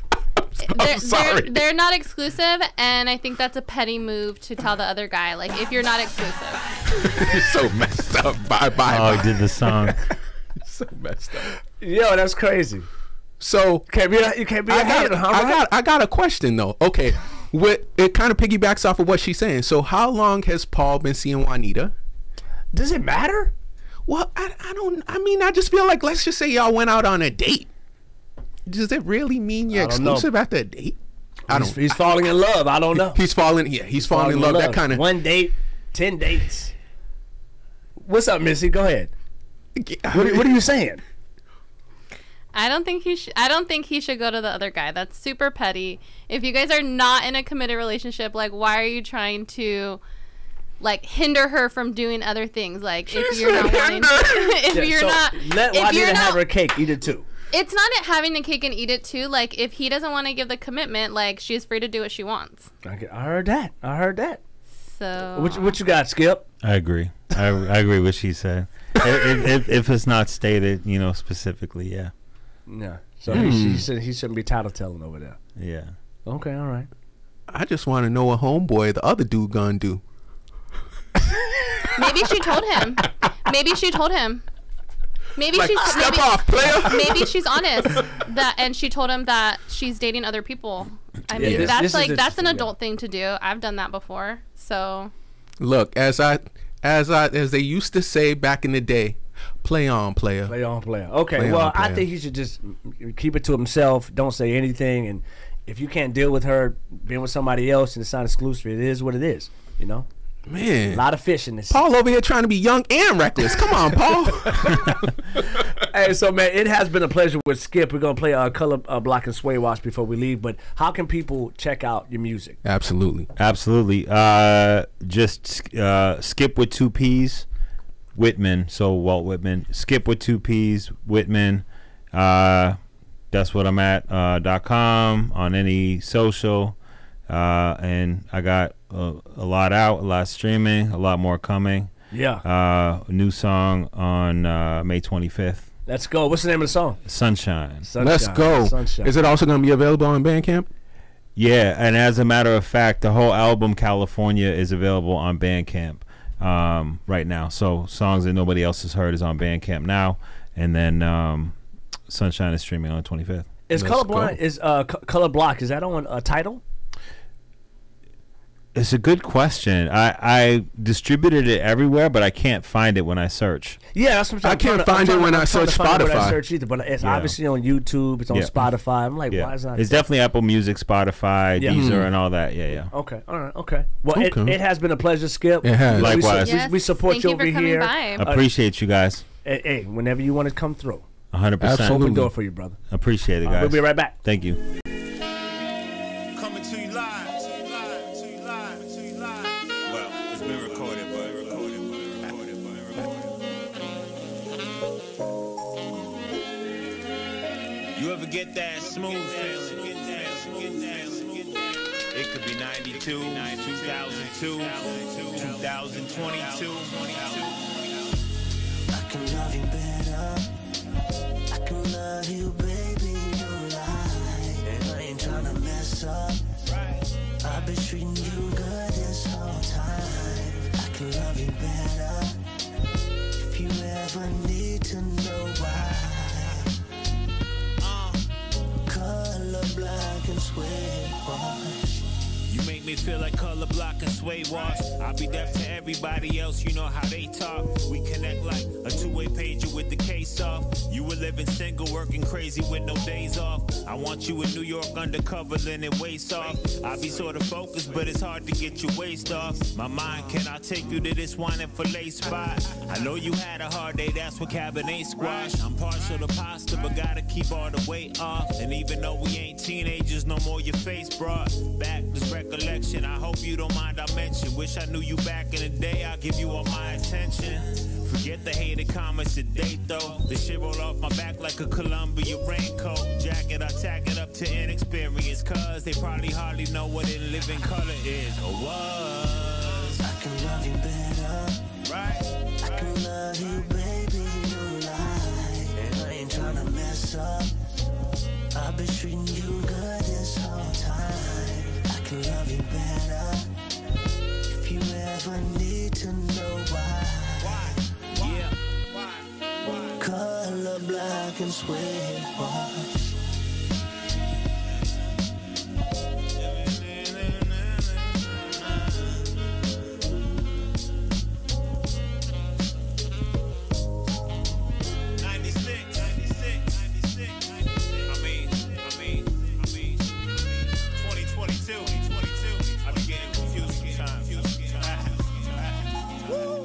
Speaker 4: They're,
Speaker 3: sorry.
Speaker 4: They're, they're not exclusive, and I think that's a petty move to tell the other guy, like, if you're not exclusive.
Speaker 3: You're so messed up. Bye bye.
Speaker 7: Oh, he did the song.
Speaker 3: so messed up.
Speaker 2: Yo, that's crazy.
Speaker 3: So
Speaker 2: can't be you can't be
Speaker 3: I
Speaker 2: a
Speaker 3: got,
Speaker 2: hater, huh,
Speaker 3: I
Speaker 2: right?
Speaker 3: got I got a question though. Okay. What it kind of piggybacks off of what she's saying. So how long has Paul been seeing Juanita?
Speaker 2: Does it matter?
Speaker 3: Well, I, I don't I mean I just feel like let's just say y'all went out on a date. Does it really mean you're
Speaker 2: I don't know.
Speaker 3: exclusive after a date? I
Speaker 2: He's-
Speaker 3: don't
Speaker 2: He's falling in love. I don't know.
Speaker 3: He's falling yeah, he's falling, in love. That kind of
Speaker 2: one date, ten dates. What's up, Missy? Go ahead. What, are- what are you saying?
Speaker 4: I don't think he should. I don't think he should go to the other guy. That's super petty. If you guys are not in a committed relationship, like why are you trying to, like, hinder her from doing other things? Like if you're not wanting, if
Speaker 2: Yeah,
Speaker 4: you're
Speaker 2: so
Speaker 4: not,
Speaker 2: let
Speaker 4: if
Speaker 2: Juanita
Speaker 4: you're
Speaker 2: have
Speaker 4: not,
Speaker 2: her cake, eat it too.
Speaker 4: it's not it having the cake and eat it too. Like if he doesn't want to give the commitment, like she's free to do what she wants.
Speaker 2: Okay, I heard that. I heard that.
Speaker 4: So
Speaker 2: What, you- what you got, Skip?
Speaker 7: I agree. I, I agree with what she said. if, if- if, if it's not stated, you know, specifically, yeah.
Speaker 2: No. So
Speaker 7: Hmm.
Speaker 2: he, he, should, he shouldn't be tattletelling over there.
Speaker 7: Yeah.
Speaker 2: Okay, all right.
Speaker 3: I just want to know what homeboy the other dude gonna do.
Speaker 4: Maybe she told him. Maybe she told him. Maybe
Speaker 3: Like,
Speaker 4: she's
Speaker 3: step
Speaker 4: maybe,
Speaker 3: off, player.
Speaker 4: Maybe she's honest that, and she told him that she's dating other people. I
Speaker 3: Yeah,
Speaker 4: mean,
Speaker 3: this-
Speaker 4: that's
Speaker 3: this is
Speaker 4: like that's an
Speaker 3: interesting, yeah.
Speaker 4: adult thing to do. I've done that before, so
Speaker 3: Look, as I as I as they used to say back in the day, play on player.
Speaker 2: Play on player. Okay,
Speaker 3: Play
Speaker 2: well,
Speaker 3: on,
Speaker 2: I
Speaker 3: player.
Speaker 2: think he should just mm, keep it to himself. Don't say anything. And if you can't deal with her being with somebody else and it's not exclusive, it is what it is, you know?
Speaker 3: Man.
Speaker 2: A lot of fish in this.
Speaker 3: Paul over here trying to be young and reckless. Come on, Paul.
Speaker 2: hey, so, man, it has been a pleasure with Skip. We're going to play uh, Color uh, Block and Sway Watch before we leave. But how can people check out your music?
Speaker 3: Absolutely.
Speaker 7: Absolutely. Uh, just uh, skip with two P's, Whitman. So Walt Whitman. Skip with two P's, Whitman. Uh, that's what I'm at. Uh, dot com on any social, uh, and I got a, a lot out, a lot streaming, a lot more coming.
Speaker 2: Yeah.
Speaker 7: Uh, new song on uh, May 25th.
Speaker 2: Let's go. What's the name of the song?
Speaker 7: Sunshine.
Speaker 3: Let's go. Is it also gonna be available on Bandcamp?
Speaker 7: Yeah, and as a matter of fact, the whole album California is available on Bandcamp um, right now. So songs that nobody else has heard is on Bandcamp now, and then um, Sunshine is streaming on the 25th.
Speaker 2: Is colorblind is uh co- color block? Is that on a title?
Speaker 7: It's a good question. I, I distributed it everywhere, but I can't find it when I search.
Speaker 2: Yeah, that's what I'm
Speaker 3: I
Speaker 2: I'm trying
Speaker 3: can't
Speaker 2: to- I'm
Speaker 3: find it
Speaker 2: trying to-
Speaker 3: when
Speaker 2: I'm
Speaker 3: I
Speaker 2: trying
Speaker 3: search
Speaker 2: to find it When I
Speaker 7: Spotify.
Speaker 2: search either, but it's
Speaker 7: Yeah.
Speaker 2: obviously on YouTube. It's on
Speaker 7: Yeah.
Speaker 2: Spotify. I'm like,
Speaker 7: Yeah.
Speaker 2: why is not?
Speaker 7: It's definitely Apple Music, Spotify,
Speaker 2: Yeah.
Speaker 7: Deezer,
Speaker 2: Mm.
Speaker 7: and all that. Yeah, yeah.
Speaker 2: Okay, all right, okay. Well, it,
Speaker 7: Okay.
Speaker 2: it has been a pleasure, Skip.
Speaker 7: It has.
Speaker 2: We- we su-
Speaker 7: Likewise.
Speaker 2: We, we
Speaker 4: Yes,
Speaker 2: support
Speaker 4: thank
Speaker 2: you
Speaker 4: you
Speaker 2: over
Speaker 4: for coming
Speaker 2: here.
Speaker 4: by.
Speaker 2: Uh,
Speaker 7: Appreciate you guys.
Speaker 2: hey, hey, whenever you want to come through,
Speaker 7: 100%.
Speaker 2: Open door for you, brother.
Speaker 7: Appreciate it,
Speaker 2: All right,
Speaker 7: guys.
Speaker 2: we'll be right back.
Speaker 7: Thank you.
Speaker 5: Coming to you live. to you live, to you live, to you live. Well, it's been recorded, but recorded, but recorded, but recorded. You ever get that smooth feeling? Get that smooth feeling? It could be 92, 2002, 2022.
Speaker 6: I can love you better. I can love you, baby, no lie. And I ain't tryna mess up. I've been treating you good this whole time. I can love you better. If you ever need to know
Speaker 5: me feel like color block and sway wash. I'll be deaf to everybody else, you know how they talk. We connect like a two-way pager with the case off. You were living single, working crazy with no days off. I want you in New York undercover, then it waist off. I be sort of focused, but it's hard to get your waist off. My mind, can I take you to this wine and fillet spot? I know you had a hard day, that's what Cabernet squash. I'm partial to pasta, but gotta keep all the weight off. And even though we ain't teenagers no more, your face brought back this recollection. I hope you don't mind I mention. Wish I knew you back in the day, I'll give you all my attention. Forget the hated comments today, though. The shit roll off my back like a Columbia raincoat. Jacket, I tack it up to inexperience, cause they probably hardly know what in living color is or was. I can love you better. Right.
Speaker 6: I can love you, baby, no lie. And I ain't tryna mess up. I've been treating you good this whole time. I can love you better. If you ever need to know why. Why? Yeah. Why? Color black and sweat wash.
Speaker 5: I mean, I mean, I mean, 2022, 2022. I be getting confused sometimes. Woo!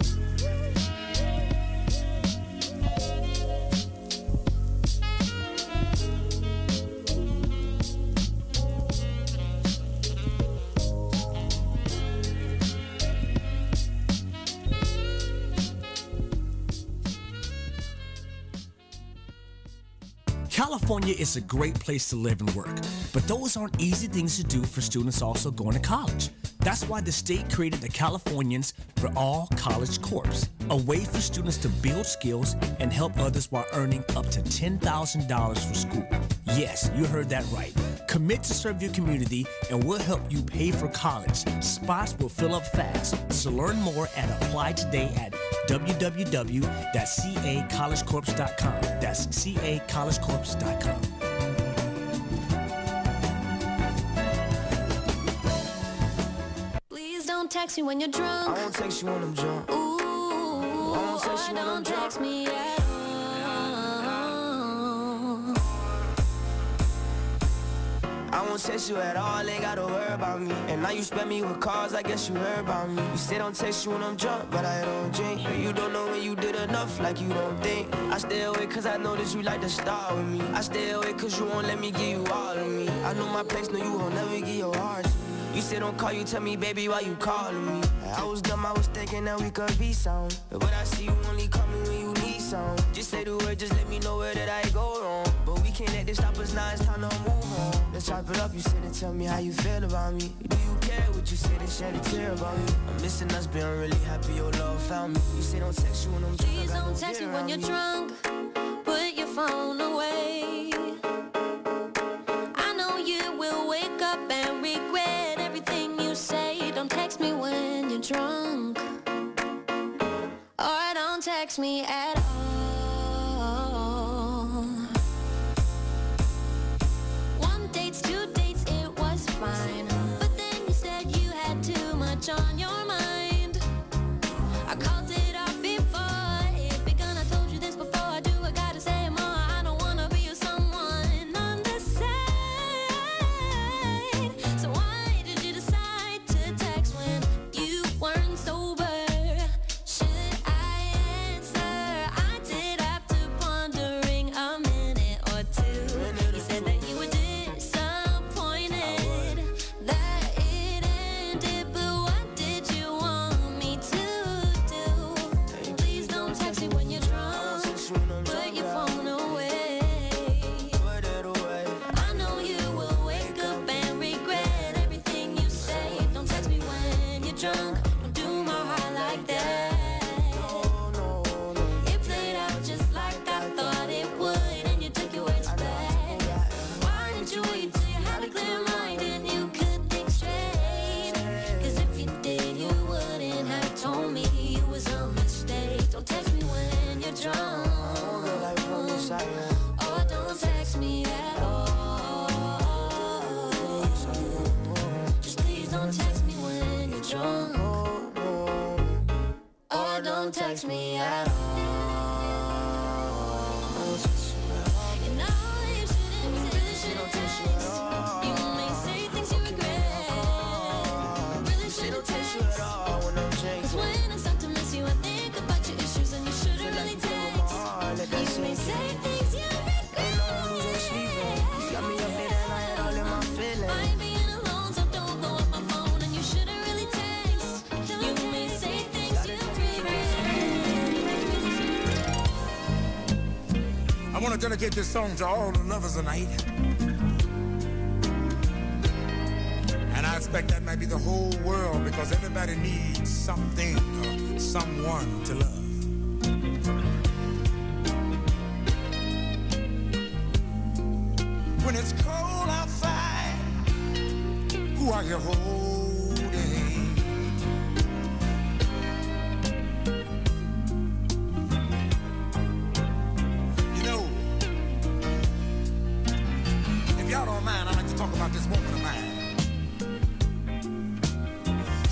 Speaker 2: California is a great place to live and work, but those aren't easy things to do for students also going to college. That's why the state created the Californians for All College Corps, a way for students to build skills and help others while earning up to $10,000 for school. Yes, you heard that right. Commit to serve your community and we'll help you pay for college. Spots will fill up fast. So learn more and apply today at www.cacollegecorps.com. That's cacollegecorps.com.
Speaker 19: Please don't text me when you're drunk.
Speaker 16: I won't text you when I'm drunk.
Speaker 19: Ooh,
Speaker 16: I won't text you when I'm
Speaker 19: don't
Speaker 16: drunk.
Speaker 19: text me at all.
Speaker 16: I won't text you at all, ain't gotta worry about me. And now you spend me with calls, I guess you heard about me. You say don't text you when I'm drunk, but I don't drink. You don't know when you did enough, like you don't think. I stay away cause I know that you like to start with me. I stay away cause you won't let me give you all of me. I know my place, no, you won't never give your heart. to me. You say don't call you, tell me, baby, why you calling me? I was dumb, I was thinking that we could be sound. But I see you only call me when you need some. Just say the word, just let me know where that I go wrong. But we can't let this stop us now, it's time to move on. Let's chop it up, you said and tell me how you feel about me. Do you care what you said and shed a tear about me? I'm missing us, being really happy your love found me. You say don't text you when I'm drunk. I
Speaker 19: Please
Speaker 16: got
Speaker 19: don't
Speaker 16: no
Speaker 19: text me
Speaker 16: beer
Speaker 19: when
Speaker 16: on
Speaker 19: you're
Speaker 16: me.
Speaker 19: drunk. Put your phone away. I know you will wake up and regret everything you say. Don't text me when you're drunk. Or don't text me at all. One dates, two dates, it was fine. But then you said you had too much on your mind. I called it off before it begun. I told you this before I do. I gotta say more. I don't
Speaker 2: Uh-huh.
Speaker 16: Oh,
Speaker 9: I want to dedicate this song to all the lovers tonight. And I expect that might be the whole world because everybody needs something or someone to love. When it's cold outside, who are you holding? You know, if y'all don't mind, I'd like to talk about this woman of mine.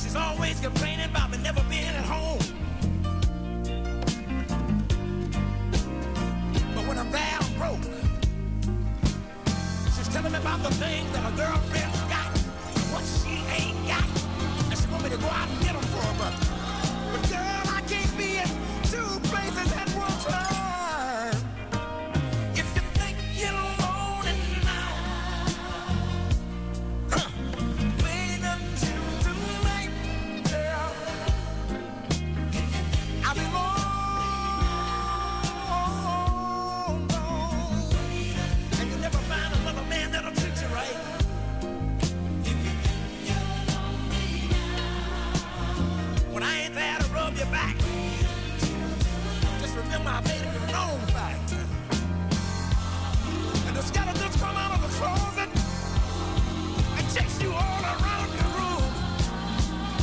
Speaker 9: She's always complaining about me never being at home. But when I'm down broke, she's telling me about the things that her girlfriend's got and what she ain't got. And she want me to go out and get them for her, but, but girl, I can't be in two places at one time. If you think you're alone and Wait until tonight, girl. I'll be long gone, and you'll never find another man that'll treat you right. When I ain't there to rub your back, just remember I made it a known fact. And the skeletons come out of the closet and chase you all around your room.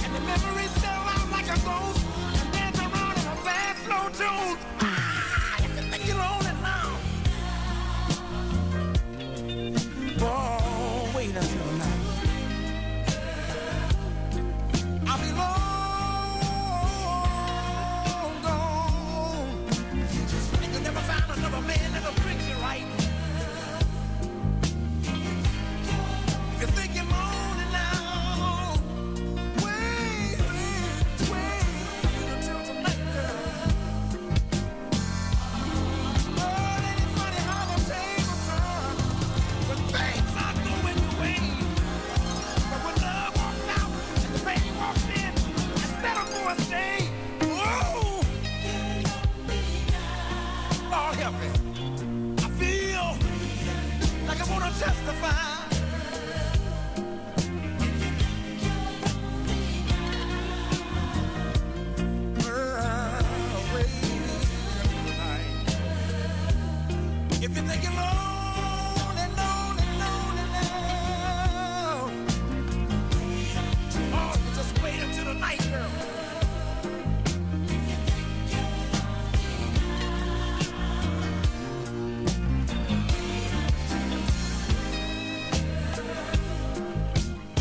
Speaker 9: And the memories sell out like a ghost and dance around in a fast slow tune. Ah, you can think you're lonely now. Boy, Oh, wait until now. I'll be long gone, and you'll never find another man that'll treat you right. If you think you're lonely now, wait, wait, wait until tonight, girl. Lord, ain't it funny how the tables turn when things are going your way? But when love walks out and the pain walks in, and settle for a stay, whoa! Lord, help me. I feel like I wanna testify. If you're thinking lonely, lonely, lonely now, oh, you just wait until the night, girl.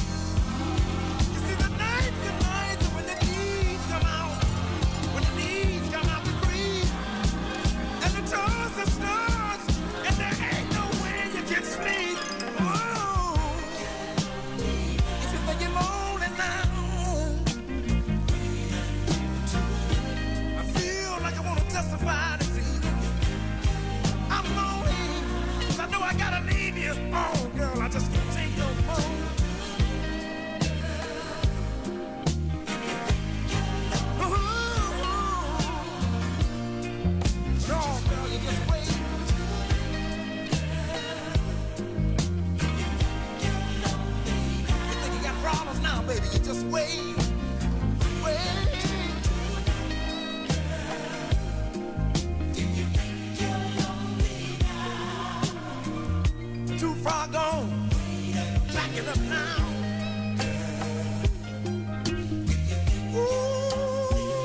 Speaker 9: You see the nights and nights when the needs come out, when the needs come out, we breathe. And the doors are stars, and there ain't no way you can sleep. Whoa. If you think you're lonely now, I feel like I want to testify this evening. I'm lonely, 'cause I know I gotta leave you. Oh, girl, I just can't take no more. Just wait, wait. Too far gone, backing up now.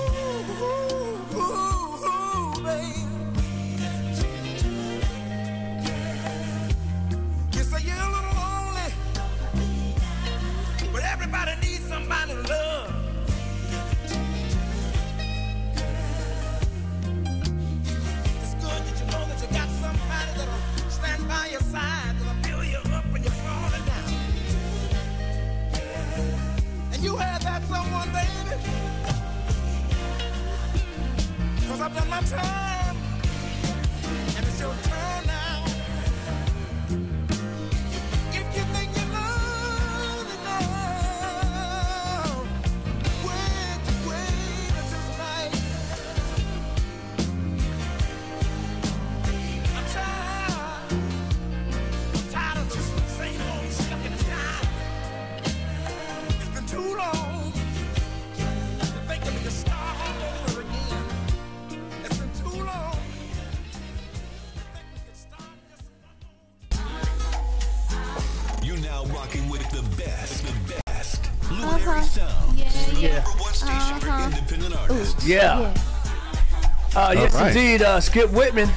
Speaker 9: Ooh, ooh, ooh, baby. You say you're a little lonely, but everybody needs somebody to love. It's good that you know that you got somebody that'll stand by your side, that'll build you up when you're falling down. And you had that someone, baby. Cause I've done my time, and it's your turn now. If you think you're lonely now, wait, wait until tonight. I'm tired "Oh,
Speaker 1: now rocking with the best, the best. Luminary Sound. the
Speaker 2: yeah. Uh-huh.
Speaker 1: number one station for independent artists.
Speaker 2: Yeah. Uh, yes,
Speaker 1: Alright.
Speaker 2: indeed. Uh, Skip Whitman.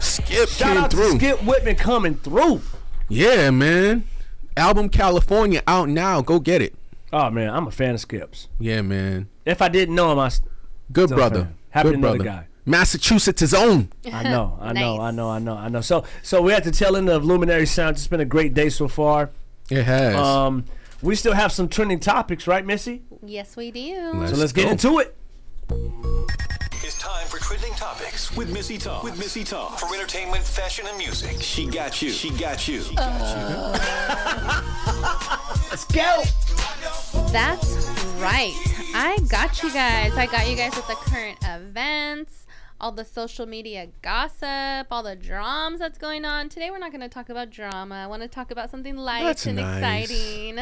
Speaker 3: Skip
Speaker 2: Shout
Speaker 3: came
Speaker 2: out
Speaker 3: through.
Speaker 2: To Skip Whitman coming through.
Speaker 3: Yeah, man. Album California out now. Go get it.
Speaker 2: Oh man, I'm a fan of Skips.
Speaker 3: Yeah, man.
Speaker 2: If I didn't know him, I s-
Speaker 3: Good
Speaker 2: still a
Speaker 3: brother.
Speaker 2: fan. Happy
Speaker 3: Good
Speaker 2: to know the
Speaker 3: brother.
Speaker 2: guy.
Speaker 3: Massachusetts is own.
Speaker 2: I know, I know, I know, I know, I know. So, so we're at the tail end of Luminary Sound. It's been a great day so far.
Speaker 3: It has.
Speaker 2: Um, we still have some trending topics, right, Missy?
Speaker 4: Yes, we do.
Speaker 2: so let's get into it.
Speaker 1: It's time for trending topics with Missy Talk. With Missy Talk for entertainment, fashion, and music. She got you. She got you. She got
Speaker 2: Let's go.
Speaker 4: That's right. I got you guys. I got you guys with the current events, all the social media gossip, all the drums that's going on. Today we're not going to talk about drama. I want to talk about something light
Speaker 20: That's
Speaker 4: and
Speaker 20: nice.
Speaker 4: exciting.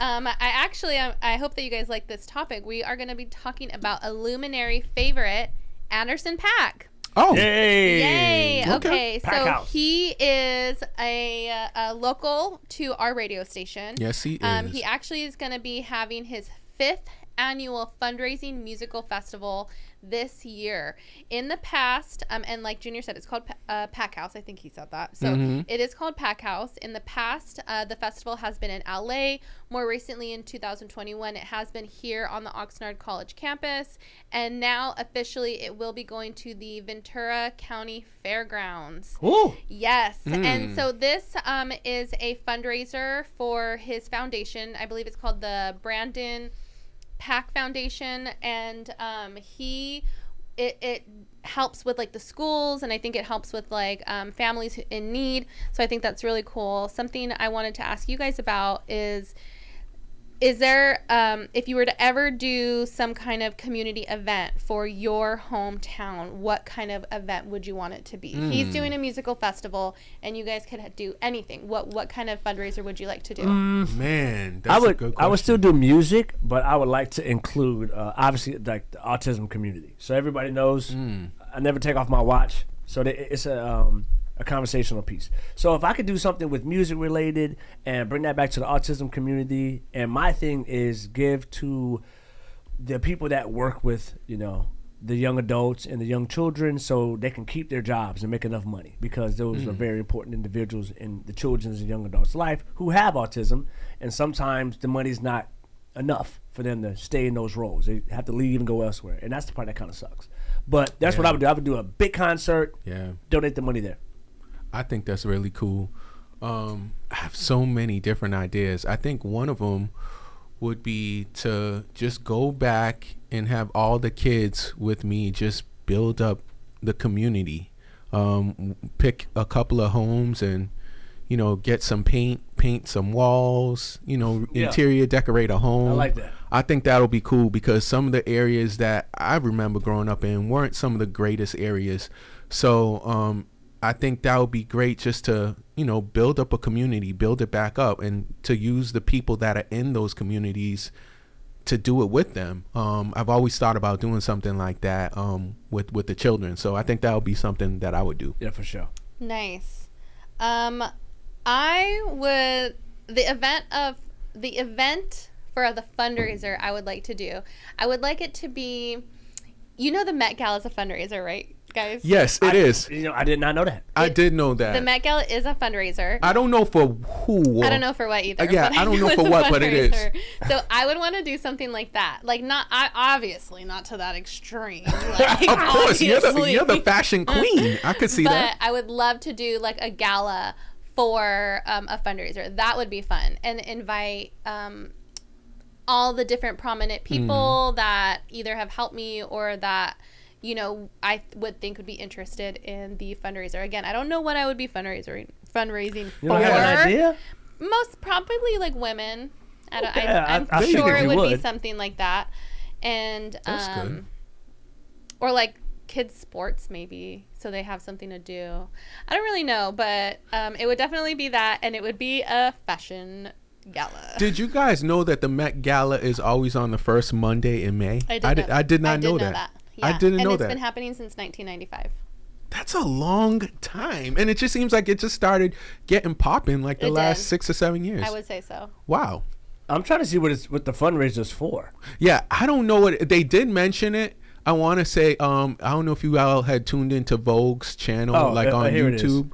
Speaker 4: Um, I actually, I, I hope that you guys like this topic. We are going to be talking about a luminary favorite, Anderson Pack.
Speaker 3: Oh.
Speaker 4: Yay! Okay, so
Speaker 3: Packhouse.
Speaker 4: he is a, uh, a local to our radio station.
Speaker 3: Yes, he
Speaker 4: Um,
Speaker 3: is.
Speaker 4: he actually is going to be having his fifth annual fundraising musical festival this year. In the past, um, and like Junior said, it's called Pa- uh, Pack House. I think he said that. So
Speaker 20: Mhm.
Speaker 4: it is called Pack House. In the past, uh, the festival has been in LA. More recently, in 2021, it has been here on the Oxnard College campus. And now, officially, it will be going to the Ventura County Fairgrounds.
Speaker 2: Ooh.
Speaker 4: Yes. And
Speaker 20: Mm.
Speaker 4: so this um, is a fundraiser for his foundation. I believe it's called the Brandon Pack Foundation. And um, he. It, it helps with like the schools and i think it helps with like um, families who- in need so i think that's really cool something i wanted to ask you guys about is is there um, if you were to ever do some kind of community event for your hometown what kind of event would you want it to be he's
Speaker 2: Mm.
Speaker 4: doing a musical festival and you guys could do anything what what kind of fundraiser would you like to do
Speaker 3: Mm. Man,
Speaker 2: Mm. I
Speaker 3: that's a
Speaker 2: would,
Speaker 3: good
Speaker 2: I would still do music, but I would like to include, uh, obviously, like the autism community. So everybody knows
Speaker 3: Mm.
Speaker 2: I never take off my watch. So they, it's a, um, a conversational piece. So if I could do something with music related and bring that back to the autism community, and my thing is give to the people that work with, you know, the young adults and the young children so they can keep their jobs and make enough money because those are
Speaker 18: Mm.
Speaker 2: very important individuals in the children's and young adults' life who have autism and sometimes the money's not enough for them to stay in those roles. They have to leave and go elsewhere. And that's the part that kind of sucks. But that's what I
Speaker 3: Yeah.
Speaker 2: would do. I would do a big concert,
Speaker 3: Yeah.
Speaker 2: donate the money there.
Speaker 3: I think that's really cool. Um, I have so many different ideas. I think one of them would be to just go back and have all the kids with me just build up the community. Um, w- pick a couple of homes and you know get some paint, paint some walls. You know,
Speaker 2: Yeah.
Speaker 3: interior decorate a home.
Speaker 2: I like that.
Speaker 3: I think that'll be cool because some of the areas that I remember growing up in weren't some of the greatest areas. So um, I think that would be great just to, you know, build up a community, build it back up, and to use the people that are in those communities to do it with them. Um, I've always thought about doing something like that um, with, with the children. So I think that would be something that I would do.
Speaker 2: Yeah, for sure.
Speaker 4: Nice. Um, I would the event of the event for the fundraiser I would like to do. I would like it to be, you know, the Met Gala is a fundraiser, right, guys?
Speaker 3: Yes, it
Speaker 2: I-
Speaker 3: is.
Speaker 2: You know, I did not know that.
Speaker 3: I did know
Speaker 4: The
Speaker 3: that.
Speaker 4: Met Gala is a fundraiser.
Speaker 3: I don't know for who.
Speaker 4: I don't know for what either.
Speaker 3: Uh, yeah,
Speaker 4: but
Speaker 3: I don't know
Speaker 4: it's
Speaker 3: for
Speaker 4: a
Speaker 3: what, but it is.
Speaker 4: fundraiser. So I would want to do something like that. Like not, I obviously not to that extreme. Like,
Speaker 3: Of course, you're the,
Speaker 4: obviously.
Speaker 3: you're the fashion queen. I could see
Speaker 4: but
Speaker 3: that.
Speaker 4: I would love to do like a gala for um, a fundraiser. That would be fun, and invite um, all the different prominent people that either have helped me or that you know I th- would think would be interested in the fundraiser. Again, I don't know what I would be fundraising fundraising
Speaker 2: You
Speaker 4: for.
Speaker 2: don't have an idea?
Speaker 4: Most probably like women. I don't,
Speaker 2: Yeah, I-
Speaker 4: I, I'm
Speaker 2: I figured
Speaker 4: sure it
Speaker 2: you
Speaker 4: would, be
Speaker 2: would.
Speaker 4: something like that, and
Speaker 2: That's
Speaker 4: um,
Speaker 2: good.
Speaker 4: or like kids sports maybe so they have something to do i don't really know but um, it would definitely be that and it would be a fashion gala
Speaker 3: Did you guys know that the Met Gala is always on the first Monday in May?
Speaker 4: I did
Speaker 3: I
Speaker 4: know
Speaker 3: did,
Speaker 4: that.
Speaker 3: I did not
Speaker 4: I did
Speaker 3: know,
Speaker 4: know
Speaker 3: that.
Speaker 4: that.
Speaker 3: I didn't
Speaker 4: and
Speaker 3: know
Speaker 4: it's
Speaker 3: that.
Speaker 4: been happening since 1995
Speaker 3: That's a long time, and it just seems like it just started getting popping like the
Speaker 4: It
Speaker 3: last
Speaker 4: did.
Speaker 3: six or seven years.
Speaker 4: I would say so.
Speaker 3: Wow.
Speaker 2: I'm trying to see what it's what the fundraiser's for.
Speaker 3: Yeah, I don't know what they did mention it. I want to say um I don't know if you all had tuned into Vogue's channel
Speaker 2: Oh,
Speaker 3: like
Speaker 2: uh,
Speaker 3: on
Speaker 2: uh, here it is.
Speaker 3: YouTube,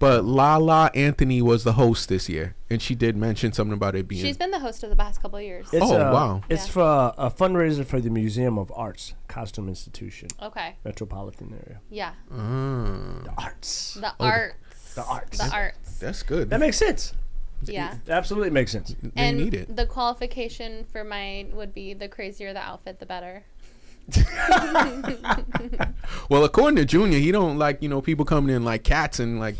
Speaker 3: but Lala Anthony was the host this year, and she did mention something about it being.
Speaker 4: She's been the host of the past couple of years.
Speaker 2: It's
Speaker 3: Oh,
Speaker 2: a-
Speaker 3: wow.
Speaker 2: It's for a fundraiser for the Museum of Arts Costume Institution.
Speaker 4: Okay.
Speaker 2: Metropolitan area.
Speaker 4: Yeah.
Speaker 2: The arts.
Speaker 4: The
Speaker 2: Oh,
Speaker 4: arts.
Speaker 2: The arts.
Speaker 4: The arts.
Speaker 3: Mm. That's good.
Speaker 2: That makes sense.
Speaker 4: Yeah.
Speaker 2: It absolutely makes sense.
Speaker 4: and the qualification for mine would be the crazier the outfit, the better.
Speaker 3: Well, according to Junior, he don't like you know people coming in like cats and like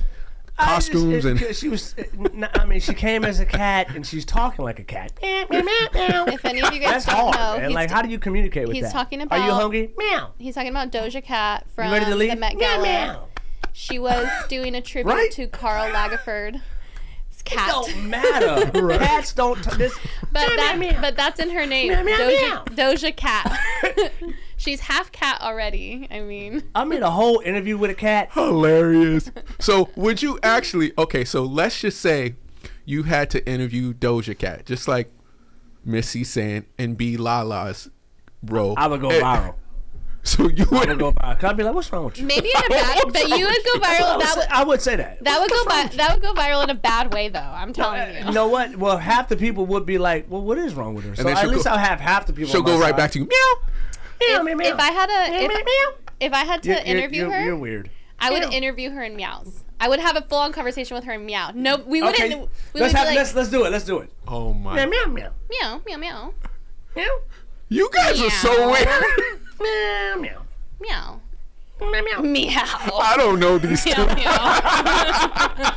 Speaker 2: I just-
Speaker 3: costumes
Speaker 2: it-
Speaker 3: and.
Speaker 2: she was. it- n- I mean, she came as a cat and she's talking like a cat.
Speaker 4: if any of you guys
Speaker 2: That's
Speaker 4: don't
Speaker 2: hard.
Speaker 4: know,
Speaker 2: man.
Speaker 4: he's,
Speaker 2: Like, how do you communicate with
Speaker 4: he's
Speaker 2: that?
Speaker 4: talking
Speaker 2: Are
Speaker 4: about.
Speaker 2: you hungry? Meow.
Speaker 4: He's talking about Doja Cat from
Speaker 2: ready to
Speaker 4: the
Speaker 2: leave?
Speaker 4: Met
Speaker 2: Meow,
Speaker 4: Gala.
Speaker 2: meow.
Speaker 4: She was doing a tribute
Speaker 2: Right?
Speaker 4: to Carl Lagerfeld. Cat.
Speaker 2: don't matter. Cats don't. T- this
Speaker 4: But that, but that's in her name,
Speaker 2: Meow, meow, meow.
Speaker 4: Doja, Doja Cat. She's half cat already. I mean,
Speaker 2: I'm in a whole interview with a cat.
Speaker 3: Hilarious. So, would you actually? Okay, so let's just say you had to interview Doja Cat, just like Missy Sand and B Lala's role.
Speaker 2: I would go
Speaker 3: And-
Speaker 2: viral.
Speaker 3: So you
Speaker 2: would go viral. I'd be like, what's wrong with you?
Speaker 4: maybe in a bad, but you would go
Speaker 2: That's what I
Speaker 4: viral.
Speaker 2: would
Speaker 4: That
Speaker 2: say-
Speaker 4: would
Speaker 2: I would say that.
Speaker 4: that would go vi- that would go viral in a bad way, though. I'm telling you.
Speaker 2: You know what? Well, half the people would be like, well, what is wrong with her? So
Speaker 3: then
Speaker 2: at
Speaker 3: she'll
Speaker 2: least
Speaker 3: go-
Speaker 2: I'll have half the people.
Speaker 3: She'll
Speaker 2: on my
Speaker 3: go right
Speaker 2: side.
Speaker 3: back to you.
Speaker 4: If, if I had a if, if I had to
Speaker 2: You're- you're-
Speaker 4: interview
Speaker 2: you're-
Speaker 4: her,
Speaker 2: You're weird.
Speaker 4: I would interview her in meows. I would have a full on conversation with her in meow. No, we wouldn't.
Speaker 2: Okay,
Speaker 4: We would
Speaker 2: let's have
Speaker 4: be like,
Speaker 2: let's let's do it. Let's do it.
Speaker 3: Oh my.
Speaker 2: Meow meow meow.
Speaker 4: meow, meow, meow,
Speaker 3: You guys are so weird.
Speaker 2: meow, meow,
Speaker 4: meow, meow, meow, meow.
Speaker 3: I don't know these two.
Speaker 4: Meow, meow.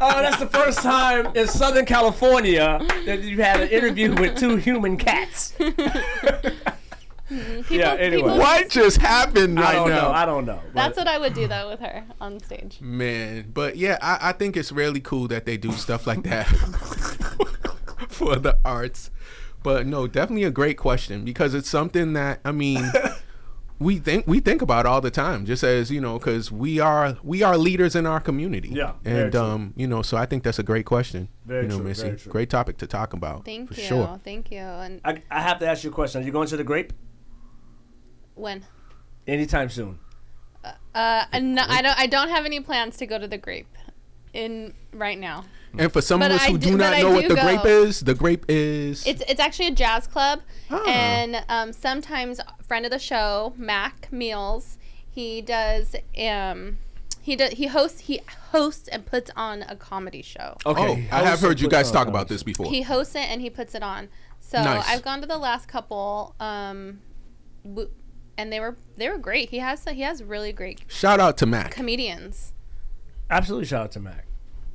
Speaker 2: Oh, that's the first time in Southern California that you've had an interview with two human cats. yeah. Anyway,
Speaker 4: Mm-hmm. people-
Speaker 3: What just happened right
Speaker 2: I don't
Speaker 3: now?
Speaker 2: know. I don't know.
Speaker 4: That's what I would do though with her on stage.
Speaker 3: Man, but yeah, I, I think it's really cool that they do stuff like that for the arts. But no, definitely a great question because it's something that I mean, we think we think about all the time. Just as you know, because we are we are leaders in our community.
Speaker 2: Yeah, very
Speaker 3: and
Speaker 2: true.
Speaker 3: um, you know, so I think that's a great question.
Speaker 2: Very
Speaker 3: you know,
Speaker 2: true,
Speaker 3: Missy,
Speaker 2: very true.
Speaker 3: great topic to talk about.
Speaker 4: Thank
Speaker 3: for
Speaker 4: you,
Speaker 3: Sure.
Speaker 4: Oh, thank you. And
Speaker 2: I, I have to ask you a question. Are you going to the grape
Speaker 4: when?
Speaker 2: anytime soon?
Speaker 4: Uh, and no, I don't. I don't have any plans to go to the grape in right now.
Speaker 2: Mm.
Speaker 3: And for some
Speaker 4: But
Speaker 3: of us
Speaker 4: I
Speaker 3: who
Speaker 4: do-
Speaker 3: do
Speaker 4: but
Speaker 3: not
Speaker 4: I
Speaker 3: know what
Speaker 4: do
Speaker 3: the
Speaker 4: go.
Speaker 3: grape is, the grape is
Speaker 4: It's it's actually a jazz club,
Speaker 3: Ah.
Speaker 4: and um, sometimes friend of the show Mac Meals, he does um, he does he hosts he hosts and puts on a comedy show.
Speaker 3: Okay, Oh, I have heard you guys talk
Speaker 2: Oh,
Speaker 3: about this before.
Speaker 4: He hosts it and he puts it on. So
Speaker 3: Nice.
Speaker 4: I've gone to the last couple, um, w- and they were they were great. He has he has really great
Speaker 3: Shout out to Mac.
Speaker 4: comedians.
Speaker 2: Absolutely. Shout out to Mac.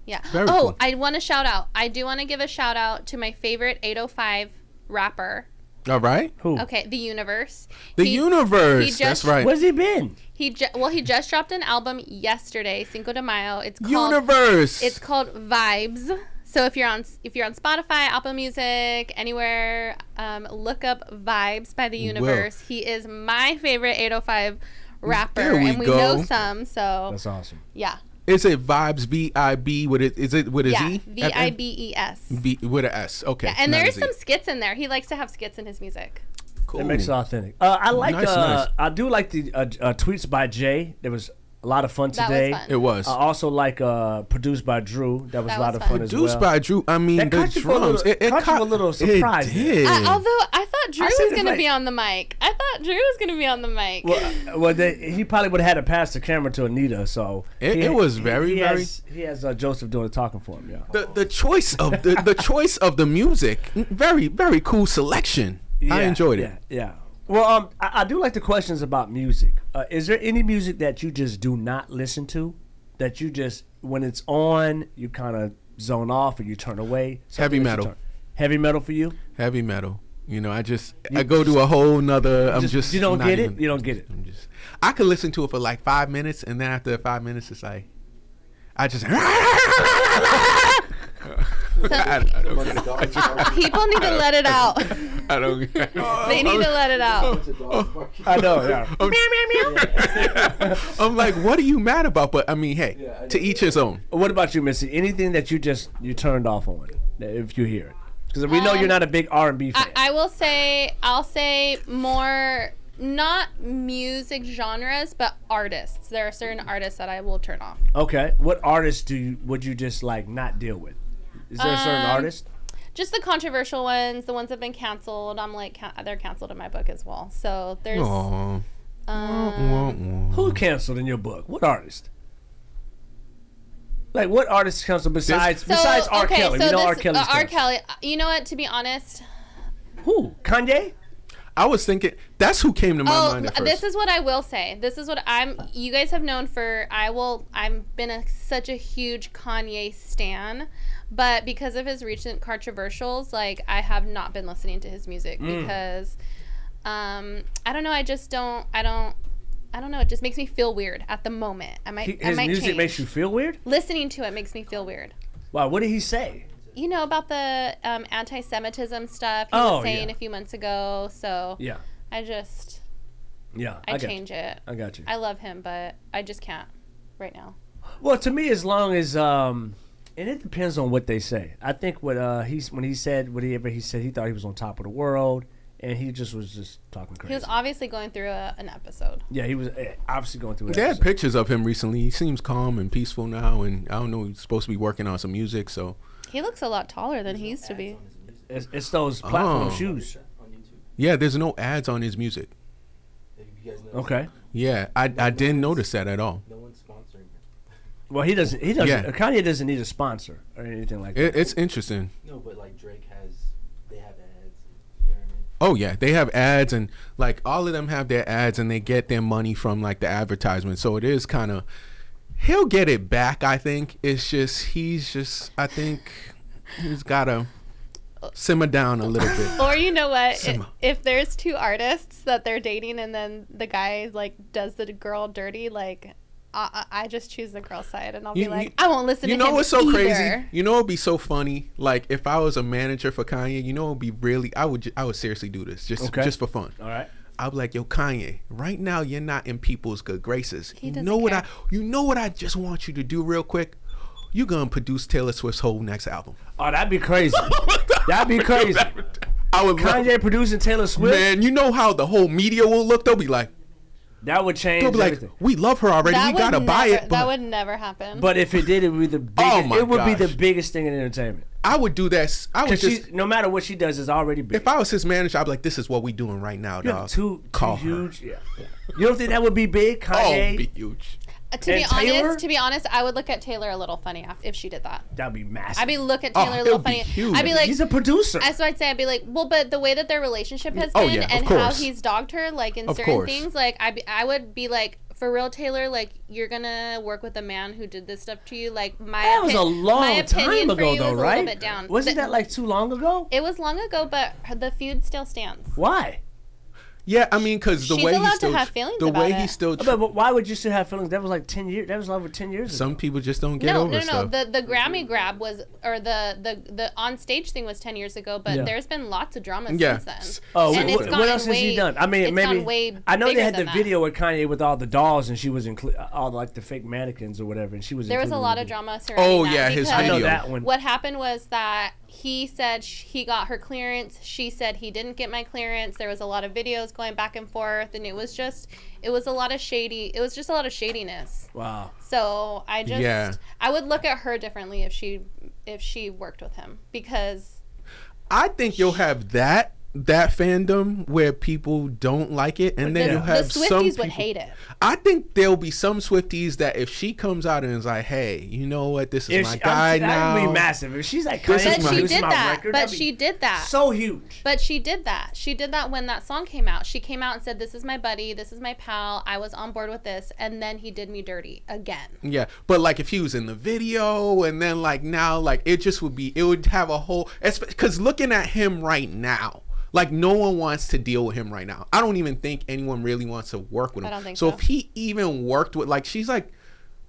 Speaker 4: Yeah. oh,
Speaker 2: Very cool.
Speaker 4: I want to shout out. I do want to give a shout out to my favorite 805 rapper.
Speaker 3: All right. Who?
Speaker 4: Okay, the universe.
Speaker 3: The
Speaker 4: He-
Speaker 3: universe.
Speaker 4: he just-
Speaker 3: That's right.
Speaker 4: Where's
Speaker 2: he been?
Speaker 4: He ju- well, he just dropped an album yesterday, Cinco de Mayo. It's called
Speaker 3: Universe.
Speaker 4: It's called Vibes. So if you're on if you're on Spotify, Apple Music, anywhere, um, look up Vibes by the
Speaker 3: Will.
Speaker 4: Universe. He is my favorite 805 rapper,
Speaker 3: There we
Speaker 4: and we
Speaker 3: go.
Speaker 4: know some. So
Speaker 3: That's awesome.
Speaker 4: Yeah,
Speaker 3: Is it vibes? V I B. With it? Is it with a Z?
Speaker 4: yeah, V
Speaker 3: At the
Speaker 4: I
Speaker 3: end?
Speaker 4: B E S.
Speaker 3: B with a S. Okay.
Speaker 4: Yeah, and there
Speaker 3: not a
Speaker 4: is
Speaker 3: Z.
Speaker 4: some skits in there. He likes to have skits in his music.
Speaker 3: Cool.
Speaker 2: It makes it authentic. Uh, I like.
Speaker 3: Nice,
Speaker 2: uh,
Speaker 3: nice.
Speaker 2: I do like the uh, uh, tweets by Jay. There was a lot of fun
Speaker 3: That was
Speaker 2: today.
Speaker 3: fun. It was.
Speaker 2: I also like uh, produced by Drew. That was
Speaker 4: That
Speaker 2: a lot
Speaker 4: was
Speaker 2: of fun
Speaker 4: fun.
Speaker 2: as well.
Speaker 3: Produced by Drew. I mean,
Speaker 2: That
Speaker 3: the
Speaker 2: caught you for a little-
Speaker 3: drums. It, it
Speaker 2: caught you
Speaker 3: caught
Speaker 2: a little surprise.
Speaker 3: It did.
Speaker 4: I, although I thought Drew
Speaker 2: I see
Speaker 4: was
Speaker 2: the
Speaker 4: gonna
Speaker 2: face.
Speaker 4: be on the mic. I thought Drew was gonna be on the mic.
Speaker 2: Well, uh, well they, he probably would have had to pass the camera to Anita. So
Speaker 3: It-
Speaker 2: he,
Speaker 3: it was
Speaker 2: he-
Speaker 3: very,
Speaker 2: he
Speaker 3: very-
Speaker 2: Has, he has uh, Joseph doing the talking for him. Yeah.
Speaker 3: the the choice of the, the choice of the music. Very very cool selection. I
Speaker 2: Yeah,
Speaker 3: enjoyed it.
Speaker 2: Yeah. Well, um, I, I do like the questions about music. Uh, is there any music that you just do not listen to? That you just when it's on, you kind of zone off or you turn away.
Speaker 3: Heavy
Speaker 2: Something that you
Speaker 3: metal.
Speaker 2: turn- Heavy metal for you?
Speaker 3: Heavy metal. You know, I just I go to a whole nother. I'm just,
Speaker 2: just- you don't
Speaker 3: not
Speaker 2: get it?
Speaker 3: even-
Speaker 2: You don't get it.
Speaker 3: I'm just. I could listen to it for like five minutes, and then after five minutes, it's like, I just. I don't get it.
Speaker 4: People need to let it out.
Speaker 3: I don't.
Speaker 4: they need to let it out.
Speaker 3: Oh. I know. Yeah. I'm, I'm like, what are you mad about? But I mean, hey, to each his own.
Speaker 2: What about you, Missy? Anything that you just you turned off on that if you hear it? Because we know you're not a big R and B fan.
Speaker 4: I, I will say, I'll say more, not music genres, but artists. There are certain artists that I will turn off.
Speaker 2: okay, what artists do you would you just like not deal with? Is there a certain
Speaker 4: Um,
Speaker 2: artist?
Speaker 4: Just the controversial ones, the ones that have been canceled. I'm like, ca- they're canceled in my book as well. So there's.
Speaker 2: Aw.
Speaker 4: Um,
Speaker 2: Who canceled in your book? What artist? Like what artist canceled besides besides R. Kelly? we know R. Kelly's
Speaker 4: uh, R.
Speaker 2: canceled.
Speaker 4: Kelly. You know what? To be honest,
Speaker 2: Who? Kanye?
Speaker 3: I was thinking that's who came to my
Speaker 4: oh,
Speaker 3: mind at
Speaker 4: m-
Speaker 3: first.
Speaker 4: this is what I will say. This is what I'm. You guys have known for. I will. I've been a, such a huge Kanye stan, but because of his recent controversials, like I have not been listening to his music
Speaker 20: Mm.
Speaker 4: because, um, I don't know. I just don't. I don't. I don't know. It just makes me feel weird at the moment. I might.
Speaker 2: He-
Speaker 4: I
Speaker 2: his
Speaker 4: might
Speaker 2: music
Speaker 4: change.
Speaker 2: makes you feel weird.
Speaker 4: Listening to it makes me feel weird.
Speaker 2: Wow, what did he say?
Speaker 4: You know about the um, anti-Semitism stuff he
Speaker 2: Oh,
Speaker 4: was saying
Speaker 2: yeah.
Speaker 4: a few months ago. So
Speaker 2: Yeah,
Speaker 4: I just.
Speaker 2: yeah.
Speaker 4: I,
Speaker 2: got you.
Speaker 4: change it.
Speaker 2: I got you.
Speaker 4: I love him, but I just can't right now.
Speaker 2: Well, to me, as long as um, and it depends on what they say. I think what uh he's when he said whatever he said, he thought he was on top of the world, and he just was just talking
Speaker 4: He
Speaker 2: crazy.
Speaker 4: was obviously going through a, an episode.
Speaker 2: yeah, he was eh, obviously going through. an
Speaker 3: They had
Speaker 2: episode.
Speaker 3: pictures of him recently. He seems calm and peaceful now, and I don't know. He's supposed to be working on some music, so
Speaker 4: He looks a lot taller than he used to be.
Speaker 2: It's, it's those platform
Speaker 3: Oh.
Speaker 2: shoes.
Speaker 3: yeah. There's no ads on his music.
Speaker 2: Okay.
Speaker 3: Yeah, I I didn't notice that at all.
Speaker 2: Well, he doesn't. He doesn't.
Speaker 3: Yeah.
Speaker 2: Kanye doesn't need a sponsor or anything like
Speaker 3: It,
Speaker 2: that.
Speaker 3: it's interesting.
Speaker 20: No, but like Drake has, they have ads.
Speaker 3: Oh yeah, they have ads and like all of them have their ads and they get their money from like the advertisement. So it is kind of he'll get it back. I think it's just he's just I think he's gotta simmer down a little bit.
Speaker 4: Or you know what? If,
Speaker 3: Simmer.
Speaker 4: if there's two artists that they're dating and then the guy like does the girl dirty, like I, I I just choose the girl side and I'll be
Speaker 3: You-
Speaker 4: like,
Speaker 3: you-
Speaker 4: I won't listen.
Speaker 3: You
Speaker 4: to
Speaker 3: know
Speaker 4: him
Speaker 3: what's so crazy?
Speaker 4: either."
Speaker 3: You know it'd be so funny. Like if I was a manager for Kanye, you know it'd be really. I would. ju- I would seriously do this just
Speaker 2: Okay.
Speaker 3: just for fun.
Speaker 2: All right.
Speaker 3: I'd be like, yo, Kanye, right now you're not in people's good graces.
Speaker 2: He
Speaker 3: You
Speaker 2: doesn't
Speaker 3: know what I? You know what I just want you to do real quick. You gonna produce Taylor Swift's whole next album?
Speaker 2: Oh, that'd be crazy. that'd be crazy.
Speaker 3: I would.
Speaker 2: Kanye producing Taylor Swift.
Speaker 3: Man, you know how the whole media will look. They'll be like,
Speaker 2: that would change.
Speaker 3: They'll be like,
Speaker 2: everything.
Speaker 3: we love her already.
Speaker 4: That
Speaker 3: we
Speaker 4: would
Speaker 3: gotta buy
Speaker 4: never-
Speaker 3: it.
Speaker 4: That
Speaker 3: But
Speaker 4: would never happen.
Speaker 2: But if it did, it would be the biggest.
Speaker 3: Oh my
Speaker 2: it would be the
Speaker 3: gosh.
Speaker 2: biggest thing in entertainment.
Speaker 3: I would do that. s- I would
Speaker 2: 'Cause she-
Speaker 3: just.
Speaker 2: no matter what she does, is already big.
Speaker 3: If I was his manager, I'd be like, this is what we doing right now,
Speaker 2: You have
Speaker 3: dog.
Speaker 2: two- two
Speaker 3: Call her.
Speaker 2: huge- yeah. You don't think that would be big,
Speaker 3: Oh,
Speaker 2: Kanye?
Speaker 3: be huge.
Speaker 4: Uh, to be
Speaker 2: And Taylor?
Speaker 4: honest, to be honest, I would look at Taylor a little funny af- if she did that.
Speaker 2: That'd be massive.
Speaker 4: I'd be look at
Speaker 2: Oh,
Speaker 4: Taylor a
Speaker 2: it
Speaker 4: little
Speaker 2: would be
Speaker 4: funny.
Speaker 2: huge.
Speaker 4: I'd be like,
Speaker 2: He's a producer.
Speaker 4: That's what I'd say. I'd be like, well, but the way that their relationship has
Speaker 2: Oh,
Speaker 4: been
Speaker 2: yeah, of
Speaker 4: and how
Speaker 2: course.
Speaker 4: he's dogged her, like in
Speaker 2: Of
Speaker 4: certain
Speaker 2: course.
Speaker 4: things, like I, be, I would be like, for real, Taylor, like you're gonna work with a man who did this stuff to you. Like my
Speaker 2: That was a
Speaker 4: opin-
Speaker 2: long
Speaker 4: my
Speaker 2: time
Speaker 4: opinion for
Speaker 2: ago,
Speaker 4: you
Speaker 2: though,
Speaker 4: is A
Speaker 2: right?
Speaker 4: little bit down.
Speaker 2: Wasn't
Speaker 4: The-
Speaker 2: that like too long ago?
Speaker 4: It was long ago, but her- the feud still stands.
Speaker 2: Why?
Speaker 3: Yeah, I mean, because the
Speaker 4: She's
Speaker 3: way
Speaker 4: allowed
Speaker 3: he's
Speaker 4: to
Speaker 3: still
Speaker 4: have feelings
Speaker 3: the
Speaker 4: about
Speaker 3: way
Speaker 4: it.
Speaker 3: he's still.
Speaker 2: But, but why would you still have feelings? That was like ten years. That was over ten years.
Speaker 3: some people just don't get
Speaker 4: no,
Speaker 3: over
Speaker 4: no, no,
Speaker 3: stuff.
Speaker 4: The the Grammy grab was, or the the the on stage thing was ten years ago, but
Speaker 2: Yeah.
Speaker 4: there's been lots of drama
Speaker 2: Yeah.
Speaker 4: since then.
Speaker 2: Oh,
Speaker 4: and
Speaker 2: wh-
Speaker 4: it's
Speaker 2: what,
Speaker 4: gone
Speaker 2: else has
Speaker 4: way-
Speaker 2: he done? I mean,
Speaker 4: it's
Speaker 2: maybe
Speaker 4: gone way
Speaker 2: I know they
Speaker 4: bigger
Speaker 2: had the
Speaker 4: than that.
Speaker 2: video with Kanye with all the dolls, and she was inclu- all like the fake mannequins or whatever, and she was.
Speaker 4: There was a
Speaker 2: included
Speaker 4: lot
Speaker 2: in
Speaker 4: of
Speaker 2: it.
Speaker 4: drama surrounding
Speaker 2: Oh,
Speaker 4: that
Speaker 2: yeah, his
Speaker 4: because
Speaker 2: video. I know that one.
Speaker 4: What happened was that he said sh- he got her clearance. She said he didn't get my clearance. There was a lot of videos going back and forth, and it was just, it was a lot of shady. It was just a lot of shadiness.
Speaker 2: Wow.
Speaker 4: So I just,
Speaker 3: Yeah.
Speaker 4: I would look at her differently if she, if she worked with him because
Speaker 3: I think you'll have that that fandom where people don't like it, and then
Speaker 4: the,
Speaker 3: you'll have
Speaker 4: the
Speaker 3: some.
Speaker 4: Swifties would
Speaker 3: people-
Speaker 4: hate it.
Speaker 3: I think there'll be some Swifties that if she comes out and is like, "Hey, you know what? This is
Speaker 2: If
Speaker 3: my
Speaker 2: she-
Speaker 3: guy
Speaker 2: I'm-
Speaker 3: now."
Speaker 2: that'd be massive. If she's like,
Speaker 3: This is
Speaker 2: Kanye,
Speaker 4: But
Speaker 3: my-
Speaker 4: she
Speaker 3: this is
Speaker 4: did
Speaker 3: my
Speaker 4: that.
Speaker 2: record,
Speaker 4: but
Speaker 2: that'd
Speaker 4: she did that.
Speaker 2: So huge.
Speaker 4: But she did that. She did that when that song came out. She came out and said, "This is my buddy. This is my pal. I was on board with this." And then he did me dirty again.
Speaker 3: Yeah, but like if he was in the video, and then like now, like it just would be, it would have a whole. Because looking at him right now, like no one wants to deal with him right now. I don't even think anyone really wants to work with
Speaker 4: I
Speaker 3: him.
Speaker 4: don't think so.
Speaker 3: if he even worked with, like, she's like,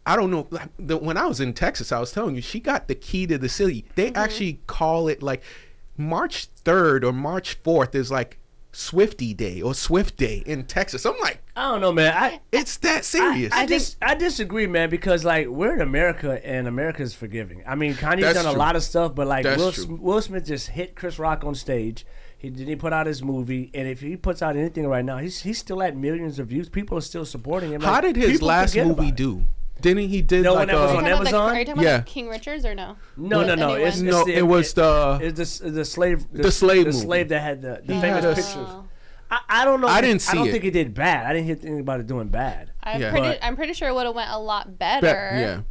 Speaker 3: I don't know. Like
Speaker 4: Mm-hmm.
Speaker 3: the, when I was in Texas, I was telling you, she got the key to the city. They actually call it like. March 3rd or March 4th is like Swifty Day or Swift Day in Texas. I'm like,
Speaker 2: I don't know, man. I,
Speaker 3: it's that serious.
Speaker 2: I, just I disagree, man, because like we're in America and America's forgiving. I mean, Kanye's
Speaker 3: That's
Speaker 2: done a
Speaker 3: true.
Speaker 2: lot of stuff, but like
Speaker 3: That's
Speaker 2: Will,
Speaker 3: true.
Speaker 2: Sm- Will Smith just hit Chris Rock on stage. He did he put out his movie, and if he puts out anything right now, he's he's still at millions of views. People are still supporting him.
Speaker 3: How
Speaker 2: Like,
Speaker 3: did his
Speaker 2: people
Speaker 3: last
Speaker 2: forget about
Speaker 3: movie
Speaker 2: it.
Speaker 3: do? Didn't he did
Speaker 2: The one
Speaker 3: like uh,
Speaker 2: that was
Speaker 4: Are you talking about
Speaker 3: a-
Speaker 2: on
Speaker 4: the- are you talking about
Speaker 3: yeah.
Speaker 4: the King Richards or no?
Speaker 2: No, no,
Speaker 4: The
Speaker 2: no.
Speaker 4: new
Speaker 2: It's,
Speaker 4: one?
Speaker 2: it's
Speaker 3: No, it was the-
Speaker 2: it's the the slave
Speaker 3: the slave
Speaker 2: the
Speaker 3: movie.
Speaker 2: slave that had the, the
Speaker 3: He had
Speaker 2: famous
Speaker 3: a-
Speaker 2: pictures.
Speaker 4: Oh.
Speaker 2: I, I don't know.
Speaker 3: I
Speaker 2: if-
Speaker 3: didn't
Speaker 2: I don't
Speaker 3: see it.
Speaker 2: think he did bad. I didn't hear anything about it doing bad.
Speaker 4: I'm
Speaker 2: But-
Speaker 4: pretty. I'm pretty sure it would have went a lot better.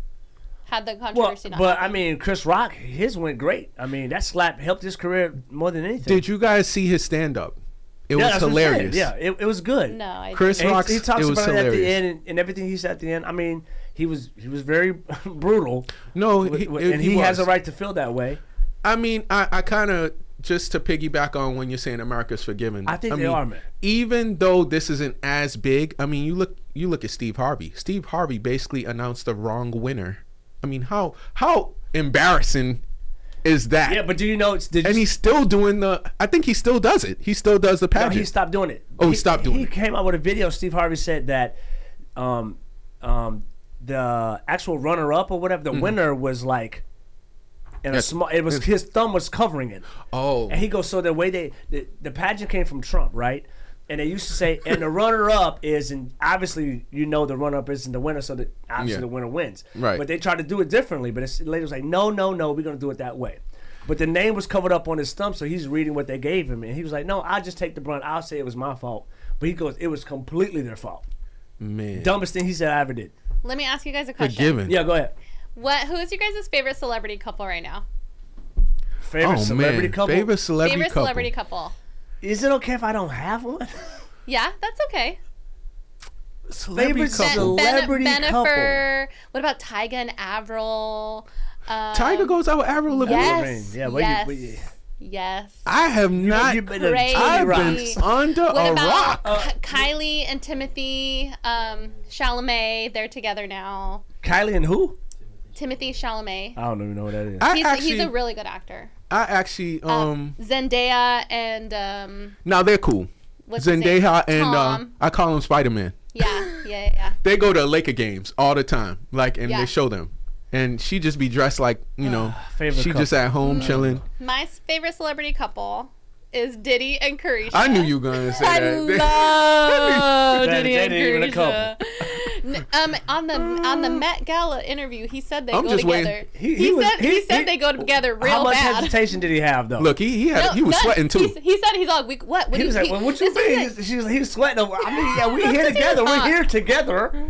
Speaker 4: Had the
Speaker 2: Well,
Speaker 4: controversy not.
Speaker 2: but I mean, Chris Rock, his went great. I mean, that slap helped his career more than anything.
Speaker 3: Did you guys see his stand up? It
Speaker 2: Yeah,
Speaker 3: was
Speaker 2: that's what I'm saying.
Speaker 3: hilarious.
Speaker 2: Yeah, it, it was good.
Speaker 4: No, I
Speaker 3: Chris
Speaker 2: And he-
Speaker 3: Rock's-
Speaker 2: He, talks
Speaker 3: it was
Speaker 2: about it at the
Speaker 3: hilarious.
Speaker 2: end and, and everything he said at the end. I mean, he was he was very brutal.
Speaker 3: No,
Speaker 2: with-
Speaker 3: he-
Speaker 2: with-
Speaker 3: it-
Speaker 2: and he,
Speaker 3: he
Speaker 2: has a
Speaker 3: was.
Speaker 2: right to feel that way.
Speaker 3: I mean, I, I kind of just to piggyback on when you're saying America's forgiving.
Speaker 2: I think they
Speaker 3: mean,
Speaker 2: are, man.
Speaker 3: Even though this isn't as big, I mean, you look you look at Steve Harvey. Steve Harvey basically announced the wrong winner. I mean, how how embarrassing is that?
Speaker 2: Yeah, but do you know? It's, did
Speaker 3: and he's still doing the. I think he still does it. He still does the
Speaker 2: No,
Speaker 3: pageant.
Speaker 2: he stopped doing it.
Speaker 3: Oh, he stopped doing
Speaker 2: He
Speaker 3: it.
Speaker 2: came out with a video. Steve Harvey said that um, um, the actual runner-up or whatever, the
Speaker 3: Mhm.
Speaker 2: winner was like in a
Speaker 3: Yes.
Speaker 2: small. It was
Speaker 3: Yes.
Speaker 2: his thumb was covering it.
Speaker 3: Oh,
Speaker 2: And he goes, so the way they the, the pageant came from Trump, right? And they used to say, and the runner-up is, and obviously you know the runner-up isn't the winner, so the obviously
Speaker 3: Yeah.
Speaker 2: the winner wins.
Speaker 3: Right.
Speaker 2: But they tried to do it differently. But it's, the lady was like, no, no, no, we're gonna do it that way. But the name was covered up on his stump, so he's reading what they gave him, and he was like, no, I'll just take the brunt. I'll say it was my fault. But he goes, it was completely their fault.
Speaker 3: man.
Speaker 2: Dumbest thing he said I ever did.
Speaker 4: Let me ask you guys a question.
Speaker 2: Yeah, go ahead.
Speaker 4: What? Who is your guys' favorite celebrity couple right now?
Speaker 2: Favorite
Speaker 3: oh
Speaker 2: celebrity
Speaker 3: man,
Speaker 2: couple.
Speaker 3: favorite celebrity
Speaker 4: favorite
Speaker 3: couple.
Speaker 4: celebrity couple.
Speaker 2: Is it okay if I don't have one?
Speaker 4: Yeah, that's okay.
Speaker 2: Celebrity
Speaker 3: Favorite
Speaker 2: couple.
Speaker 3: couple.
Speaker 4: Ben-
Speaker 3: Celebrity couple.
Speaker 4: Bennifer. What about Tyga and Avril? Um,
Speaker 3: Tiger goes out with Avril Lavigne.
Speaker 4: Yes. yes. Yes.
Speaker 3: I have not.
Speaker 4: you've been a Crazy.
Speaker 3: I've
Speaker 4: Right.
Speaker 3: been under
Speaker 4: What
Speaker 2: Oh,
Speaker 3: a
Speaker 4: about
Speaker 3: rock.
Speaker 4: Ki- Kylie and Timothy um, Chalamet? They're together now.
Speaker 2: Kylie and who?
Speaker 4: Timothy Chalamet.
Speaker 2: I don't even know what that is.
Speaker 4: he's, he's a Uh, really good actor.
Speaker 3: I actually um
Speaker 4: Zendaya and um,
Speaker 3: now they're cool.
Speaker 4: What's his name?
Speaker 3: Zendaya and uh,
Speaker 4: Tom.
Speaker 3: I call him Spider Man.
Speaker 4: yeah, yeah, yeah, yeah.
Speaker 3: They go to Laker games all the time, like and
Speaker 4: Yeah.
Speaker 3: they show them, and she just be dressed like you know
Speaker 2: favorite
Speaker 3: she just
Speaker 2: couple. Mm.
Speaker 3: at home chilling.
Speaker 4: My s- favorite celebrity couple is Diddy and Carisha.
Speaker 3: I knew you were gonna say
Speaker 4: I
Speaker 3: that.
Speaker 4: love
Speaker 3: That-
Speaker 4: Diddy
Speaker 3: that
Speaker 4: and
Speaker 3: ain't even a
Speaker 4: Carisha. N- um, on the on the Met Gala interview, he said they
Speaker 2: I'm
Speaker 4: go
Speaker 2: just waiting.
Speaker 4: together.
Speaker 2: He-
Speaker 4: He,
Speaker 2: he was-
Speaker 4: said he,
Speaker 2: he-
Speaker 4: said
Speaker 2: he-
Speaker 4: they go together real
Speaker 2: How much
Speaker 4: bad.
Speaker 2: hesitation did he have though?
Speaker 3: Look, he he had he was
Speaker 4: none.
Speaker 3: sweating too.
Speaker 4: He's- He said he's all weak. What? what
Speaker 2: he
Speaker 4: do
Speaker 2: was
Speaker 4: you-
Speaker 2: like,
Speaker 4: he-
Speaker 2: "Well, what you
Speaker 4: this is
Speaker 2: mean?"
Speaker 4: like-
Speaker 2: She's, he was sweating. over- I mean, yeah, we're here
Speaker 4: because he was
Speaker 2: together. We're
Speaker 4: hot.
Speaker 2: here together.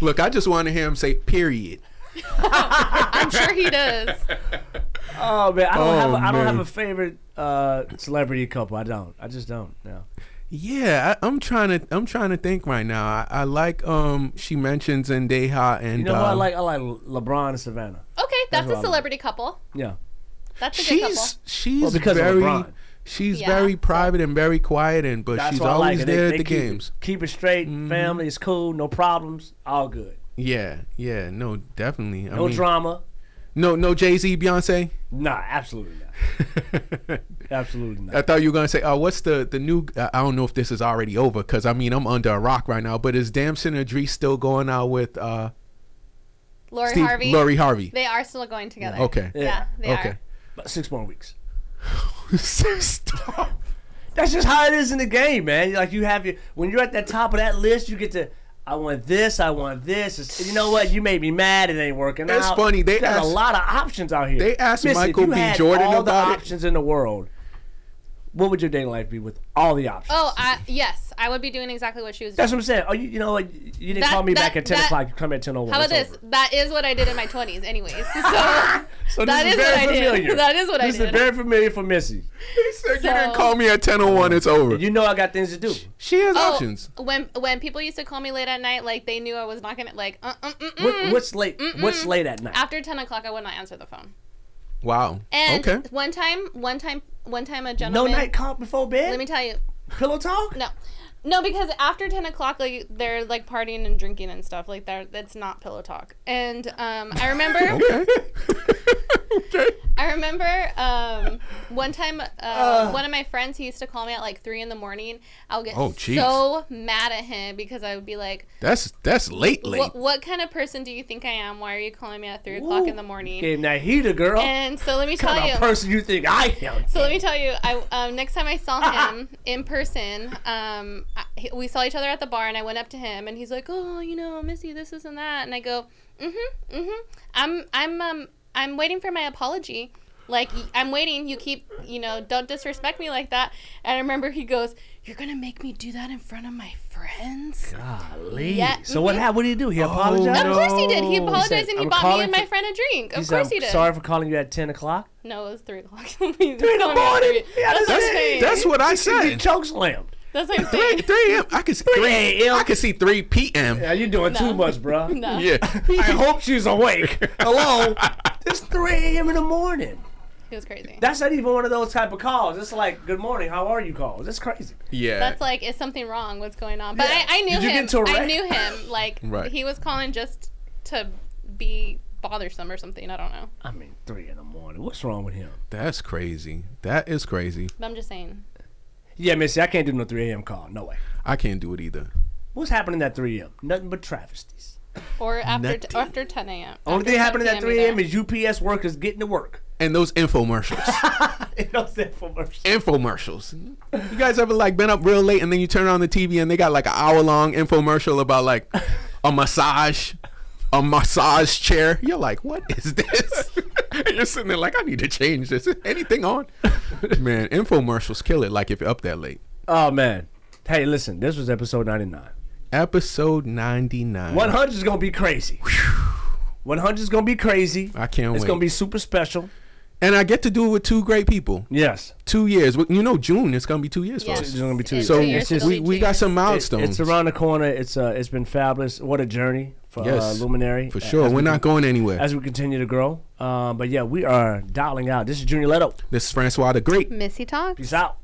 Speaker 3: Look, I just want to hear him say period.
Speaker 4: I'm sure he does.
Speaker 2: Oh man, I don't
Speaker 3: Oh,
Speaker 2: have a, I don't
Speaker 3: man.
Speaker 2: have a favorite uh, celebrity couple. I don't. I just don't. No.
Speaker 3: Yeah, I, I'm trying to I'm trying to think right now. I, I like um she mentions Zendaya and
Speaker 2: You know
Speaker 3: uh,
Speaker 2: who I like? I like LeBron and Savannah.
Speaker 4: Okay, that's,
Speaker 2: That's what I
Speaker 4: a
Speaker 2: like.
Speaker 4: celebrity couple.
Speaker 2: Yeah.
Speaker 4: That's a good couple.
Speaker 3: she's she's
Speaker 2: Well, because of
Speaker 3: very
Speaker 2: LeBron.
Speaker 3: she's
Speaker 4: Yeah.
Speaker 3: very private and very quiet and but
Speaker 2: That's
Speaker 3: she's
Speaker 2: why I like
Speaker 3: always
Speaker 2: it. They-
Speaker 3: there
Speaker 2: they
Speaker 3: at the
Speaker 2: keep it-
Speaker 3: games. Mm-hmm.
Speaker 2: Keep it straight. Family is cool. No problems. All good.
Speaker 3: Yeah, yeah, no, definitely.
Speaker 2: No drama.
Speaker 3: No, no Jay Z, Beyonce.
Speaker 2: Nah, absolutely not. absolutely not.
Speaker 3: I thought you were gonna say, "Oh, what's the the new?" I I don't know if this is already over because I mean I'm under a rock right now. But is Damson Idris still going out with? uh
Speaker 4: Lori
Speaker 3: Steve-
Speaker 4: Harvey.
Speaker 3: Lori Harvey.
Speaker 4: They are still going together.
Speaker 3: Okay.
Speaker 4: Yeah, they
Speaker 3: okay.
Speaker 4: are.
Speaker 2: About six more weeks. Stop. That's just how it is in the game, man. Like you have your when you're at the top of that list, you get to. I want this. I want this. It's- you know what? You made me mad. It ain't working
Speaker 3: It's
Speaker 2: out.
Speaker 3: funny, they
Speaker 2: There's a
Speaker 3: asked-
Speaker 2: lot of options out here.
Speaker 3: they asked
Speaker 2: Listen, if
Speaker 3: Michael
Speaker 2: you
Speaker 3: B.
Speaker 2: had
Speaker 3: Jordan
Speaker 2: all
Speaker 3: about
Speaker 2: the
Speaker 3: it.
Speaker 2: options in the world. What would your dating life be with all the options?
Speaker 4: Oh, I, yes, I would be doing exactly what she was doing.
Speaker 2: That's what I'm saying. Oh, you, you know what? You didn't
Speaker 4: That-
Speaker 2: call me
Speaker 4: that-
Speaker 2: back at 10
Speaker 4: that-
Speaker 2: o'clock. You come at 10:01.
Speaker 4: How about
Speaker 2: It's
Speaker 4: this? That is what I did in my 20s, anyways. So,
Speaker 2: So this
Speaker 4: that
Speaker 2: is
Speaker 4: is,
Speaker 2: very
Speaker 4: what I
Speaker 2: familiar.
Speaker 4: did. That is what
Speaker 2: This
Speaker 4: I
Speaker 2: is
Speaker 4: did.
Speaker 2: very familiar for Missy.
Speaker 4: so,
Speaker 3: Call me at ten oh one. It's over.
Speaker 2: You know I got things to do.
Speaker 3: She has
Speaker 4: Oh,
Speaker 3: options.
Speaker 4: When when people used to call me late at night, like they knew I was not gonna like. Uh, uh, mm, mm,
Speaker 2: What, what's late?
Speaker 4: mm,
Speaker 2: What's
Speaker 4: mm.
Speaker 2: late at night?
Speaker 4: After 10 o'clock, I would not answer the phone.
Speaker 3: Wow.
Speaker 4: And
Speaker 3: okay.
Speaker 4: one time, one time, one time, a
Speaker 2: No
Speaker 4: gentleman.
Speaker 2: night comp before bed.
Speaker 4: Let me tell you.
Speaker 2: Pillow talk.
Speaker 4: No. No, because after ten o'clock, like they're like partying and drinking and stuff. Like that, that's not pillow talk. And um, I remember, I remember um, One time, uh,
Speaker 3: Ugh.
Speaker 4: one of my friends, he used to call me at like three in the morning. I would get
Speaker 3: Oh, jeez.
Speaker 4: so mad at him because I would be like,
Speaker 3: That's that's late, late.
Speaker 4: What, what kind of person do you think I am? Why are you calling me at three o'clock in the morning?
Speaker 2: Gave that heater, girl.
Speaker 4: And so let me
Speaker 2: kind
Speaker 4: tell
Speaker 2: of
Speaker 4: you.
Speaker 2: person you think I am?
Speaker 4: So let me tell you, I um, next time I saw him in person, um, I, he- we saw each other at the bar, and I went up to him, and he's like, "Oh, you know, Missy, this, this, and that," and I go, "Mm-hmm, mm-hmm. I'm, I'm, um, I'm waiting for my apology. Like, y- I'm waiting. You keep, you know, don't disrespect me like that." And I remember he goes, "You're gonna make me do that in front of my friends."
Speaker 2: Golly.
Speaker 4: Yeah,
Speaker 2: So what
Speaker 4: mhm.
Speaker 2: happened? What did he do? He
Speaker 3: Oh,
Speaker 2: apologized.
Speaker 4: Of course he did. He
Speaker 2: said,
Speaker 4: apologized and he
Speaker 2: "I'm
Speaker 4: bought me
Speaker 2: calling
Speaker 4: and
Speaker 2: for-
Speaker 4: my friend a drink. Of
Speaker 2: said,
Speaker 4: course
Speaker 2: "I'm
Speaker 4: he did.
Speaker 2: Sorry for calling you at ten o'clock.
Speaker 4: No, it was three o'clock. three in the morning. That's, what I'm saying.
Speaker 3: I said.
Speaker 2: Choke slammed.
Speaker 4: That's what I'm saying.
Speaker 3: Three, three a.m. I could see three a.m. I could see three p.m.
Speaker 2: Yeah, you're doing too much, bro.
Speaker 4: No.
Speaker 3: Yeah,
Speaker 2: I hope she's awake. Hello. It's three a.m. in the morning.
Speaker 4: It was crazy.
Speaker 2: That's not even one of those type of calls. It's like, "Good morning, how are you?" calls. It's crazy.
Speaker 3: Yeah.
Speaker 4: That's like, is something wrong? What's going on? But
Speaker 2: Yeah.
Speaker 4: I, I knew
Speaker 2: Did you get
Speaker 4: him.
Speaker 2: into a
Speaker 4: I
Speaker 2: wreck?
Speaker 4: knew him. Like
Speaker 2: Right.
Speaker 4: he was calling just to be bothersome or something. I don't know.
Speaker 2: I mean, three in the morning. What's wrong with him?
Speaker 3: That's crazy. That is crazy.
Speaker 4: But I'm just saying.
Speaker 2: Yeah, Missy, I can't do no three a.m. call. No way.
Speaker 3: I can't do it either.
Speaker 2: What's happening at three a.m.? Nothing but travesties.
Speaker 4: Or after
Speaker 3: Nothing.
Speaker 4: after 10 a.m.
Speaker 2: Only
Speaker 4: After
Speaker 2: thing happening
Speaker 4: 10
Speaker 2: at 3 a.m. is UPS workers getting to work.
Speaker 3: And those infomercials.
Speaker 2: It knows that for mercy.
Speaker 3: infomercials. You guys ever like been up real late and then you turn on the TV and they got like an hour long infomercial about like a massage, a massage chair. You're like, what is this? And You're sitting there like, I need to change this. Anything on? Man, infomercials kill it. Like if you're up that late.
Speaker 2: Oh man. Hey, listen, this was episode 99.
Speaker 3: Episode 99.
Speaker 2: 100 is going to be crazy. 100 is going to be crazy.
Speaker 3: I can't
Speaker 2: It's
Speaker 3: wait.
Speaker 2: going to be super special.
Speaker 3: And I get to do it with two great people.
Speaker 2: Yes.
Speaker 3: Two years. Well, You know, June, it's going to be two years
Speaker 2: Yes.
Speaker 3: for us.
Speaker 2: It's gonna be two In years.
Speaker 3: So
Speaker 2: two years, it'll
Speaker 3: we,
Speaker 2: be
Speaker 3: we
Speaker 2: two
Speaker 3: got some
Speaker 2: It-
Speaker 3: milestones.
Speaker 2: it's around the corner. It's uh, It's been fabulous. What a journey for uh,
Speaker 3: Yes.
Speaker 2: Luminary.
Speaker 3: For
Speaker 2: As
Speaker 3: sure.
Speaker 2: we
Speaker 3: We're not
Speaker 2: con-
Speaker 3: going anywhere.
Speaker 2: As we continue to grow. Uh, but yeah, we are dialing out. This is Junior Leto.
Speaker 3: This is Francois the Great.
Speaker 4: Missy talks.
Speaker 2: Peace out.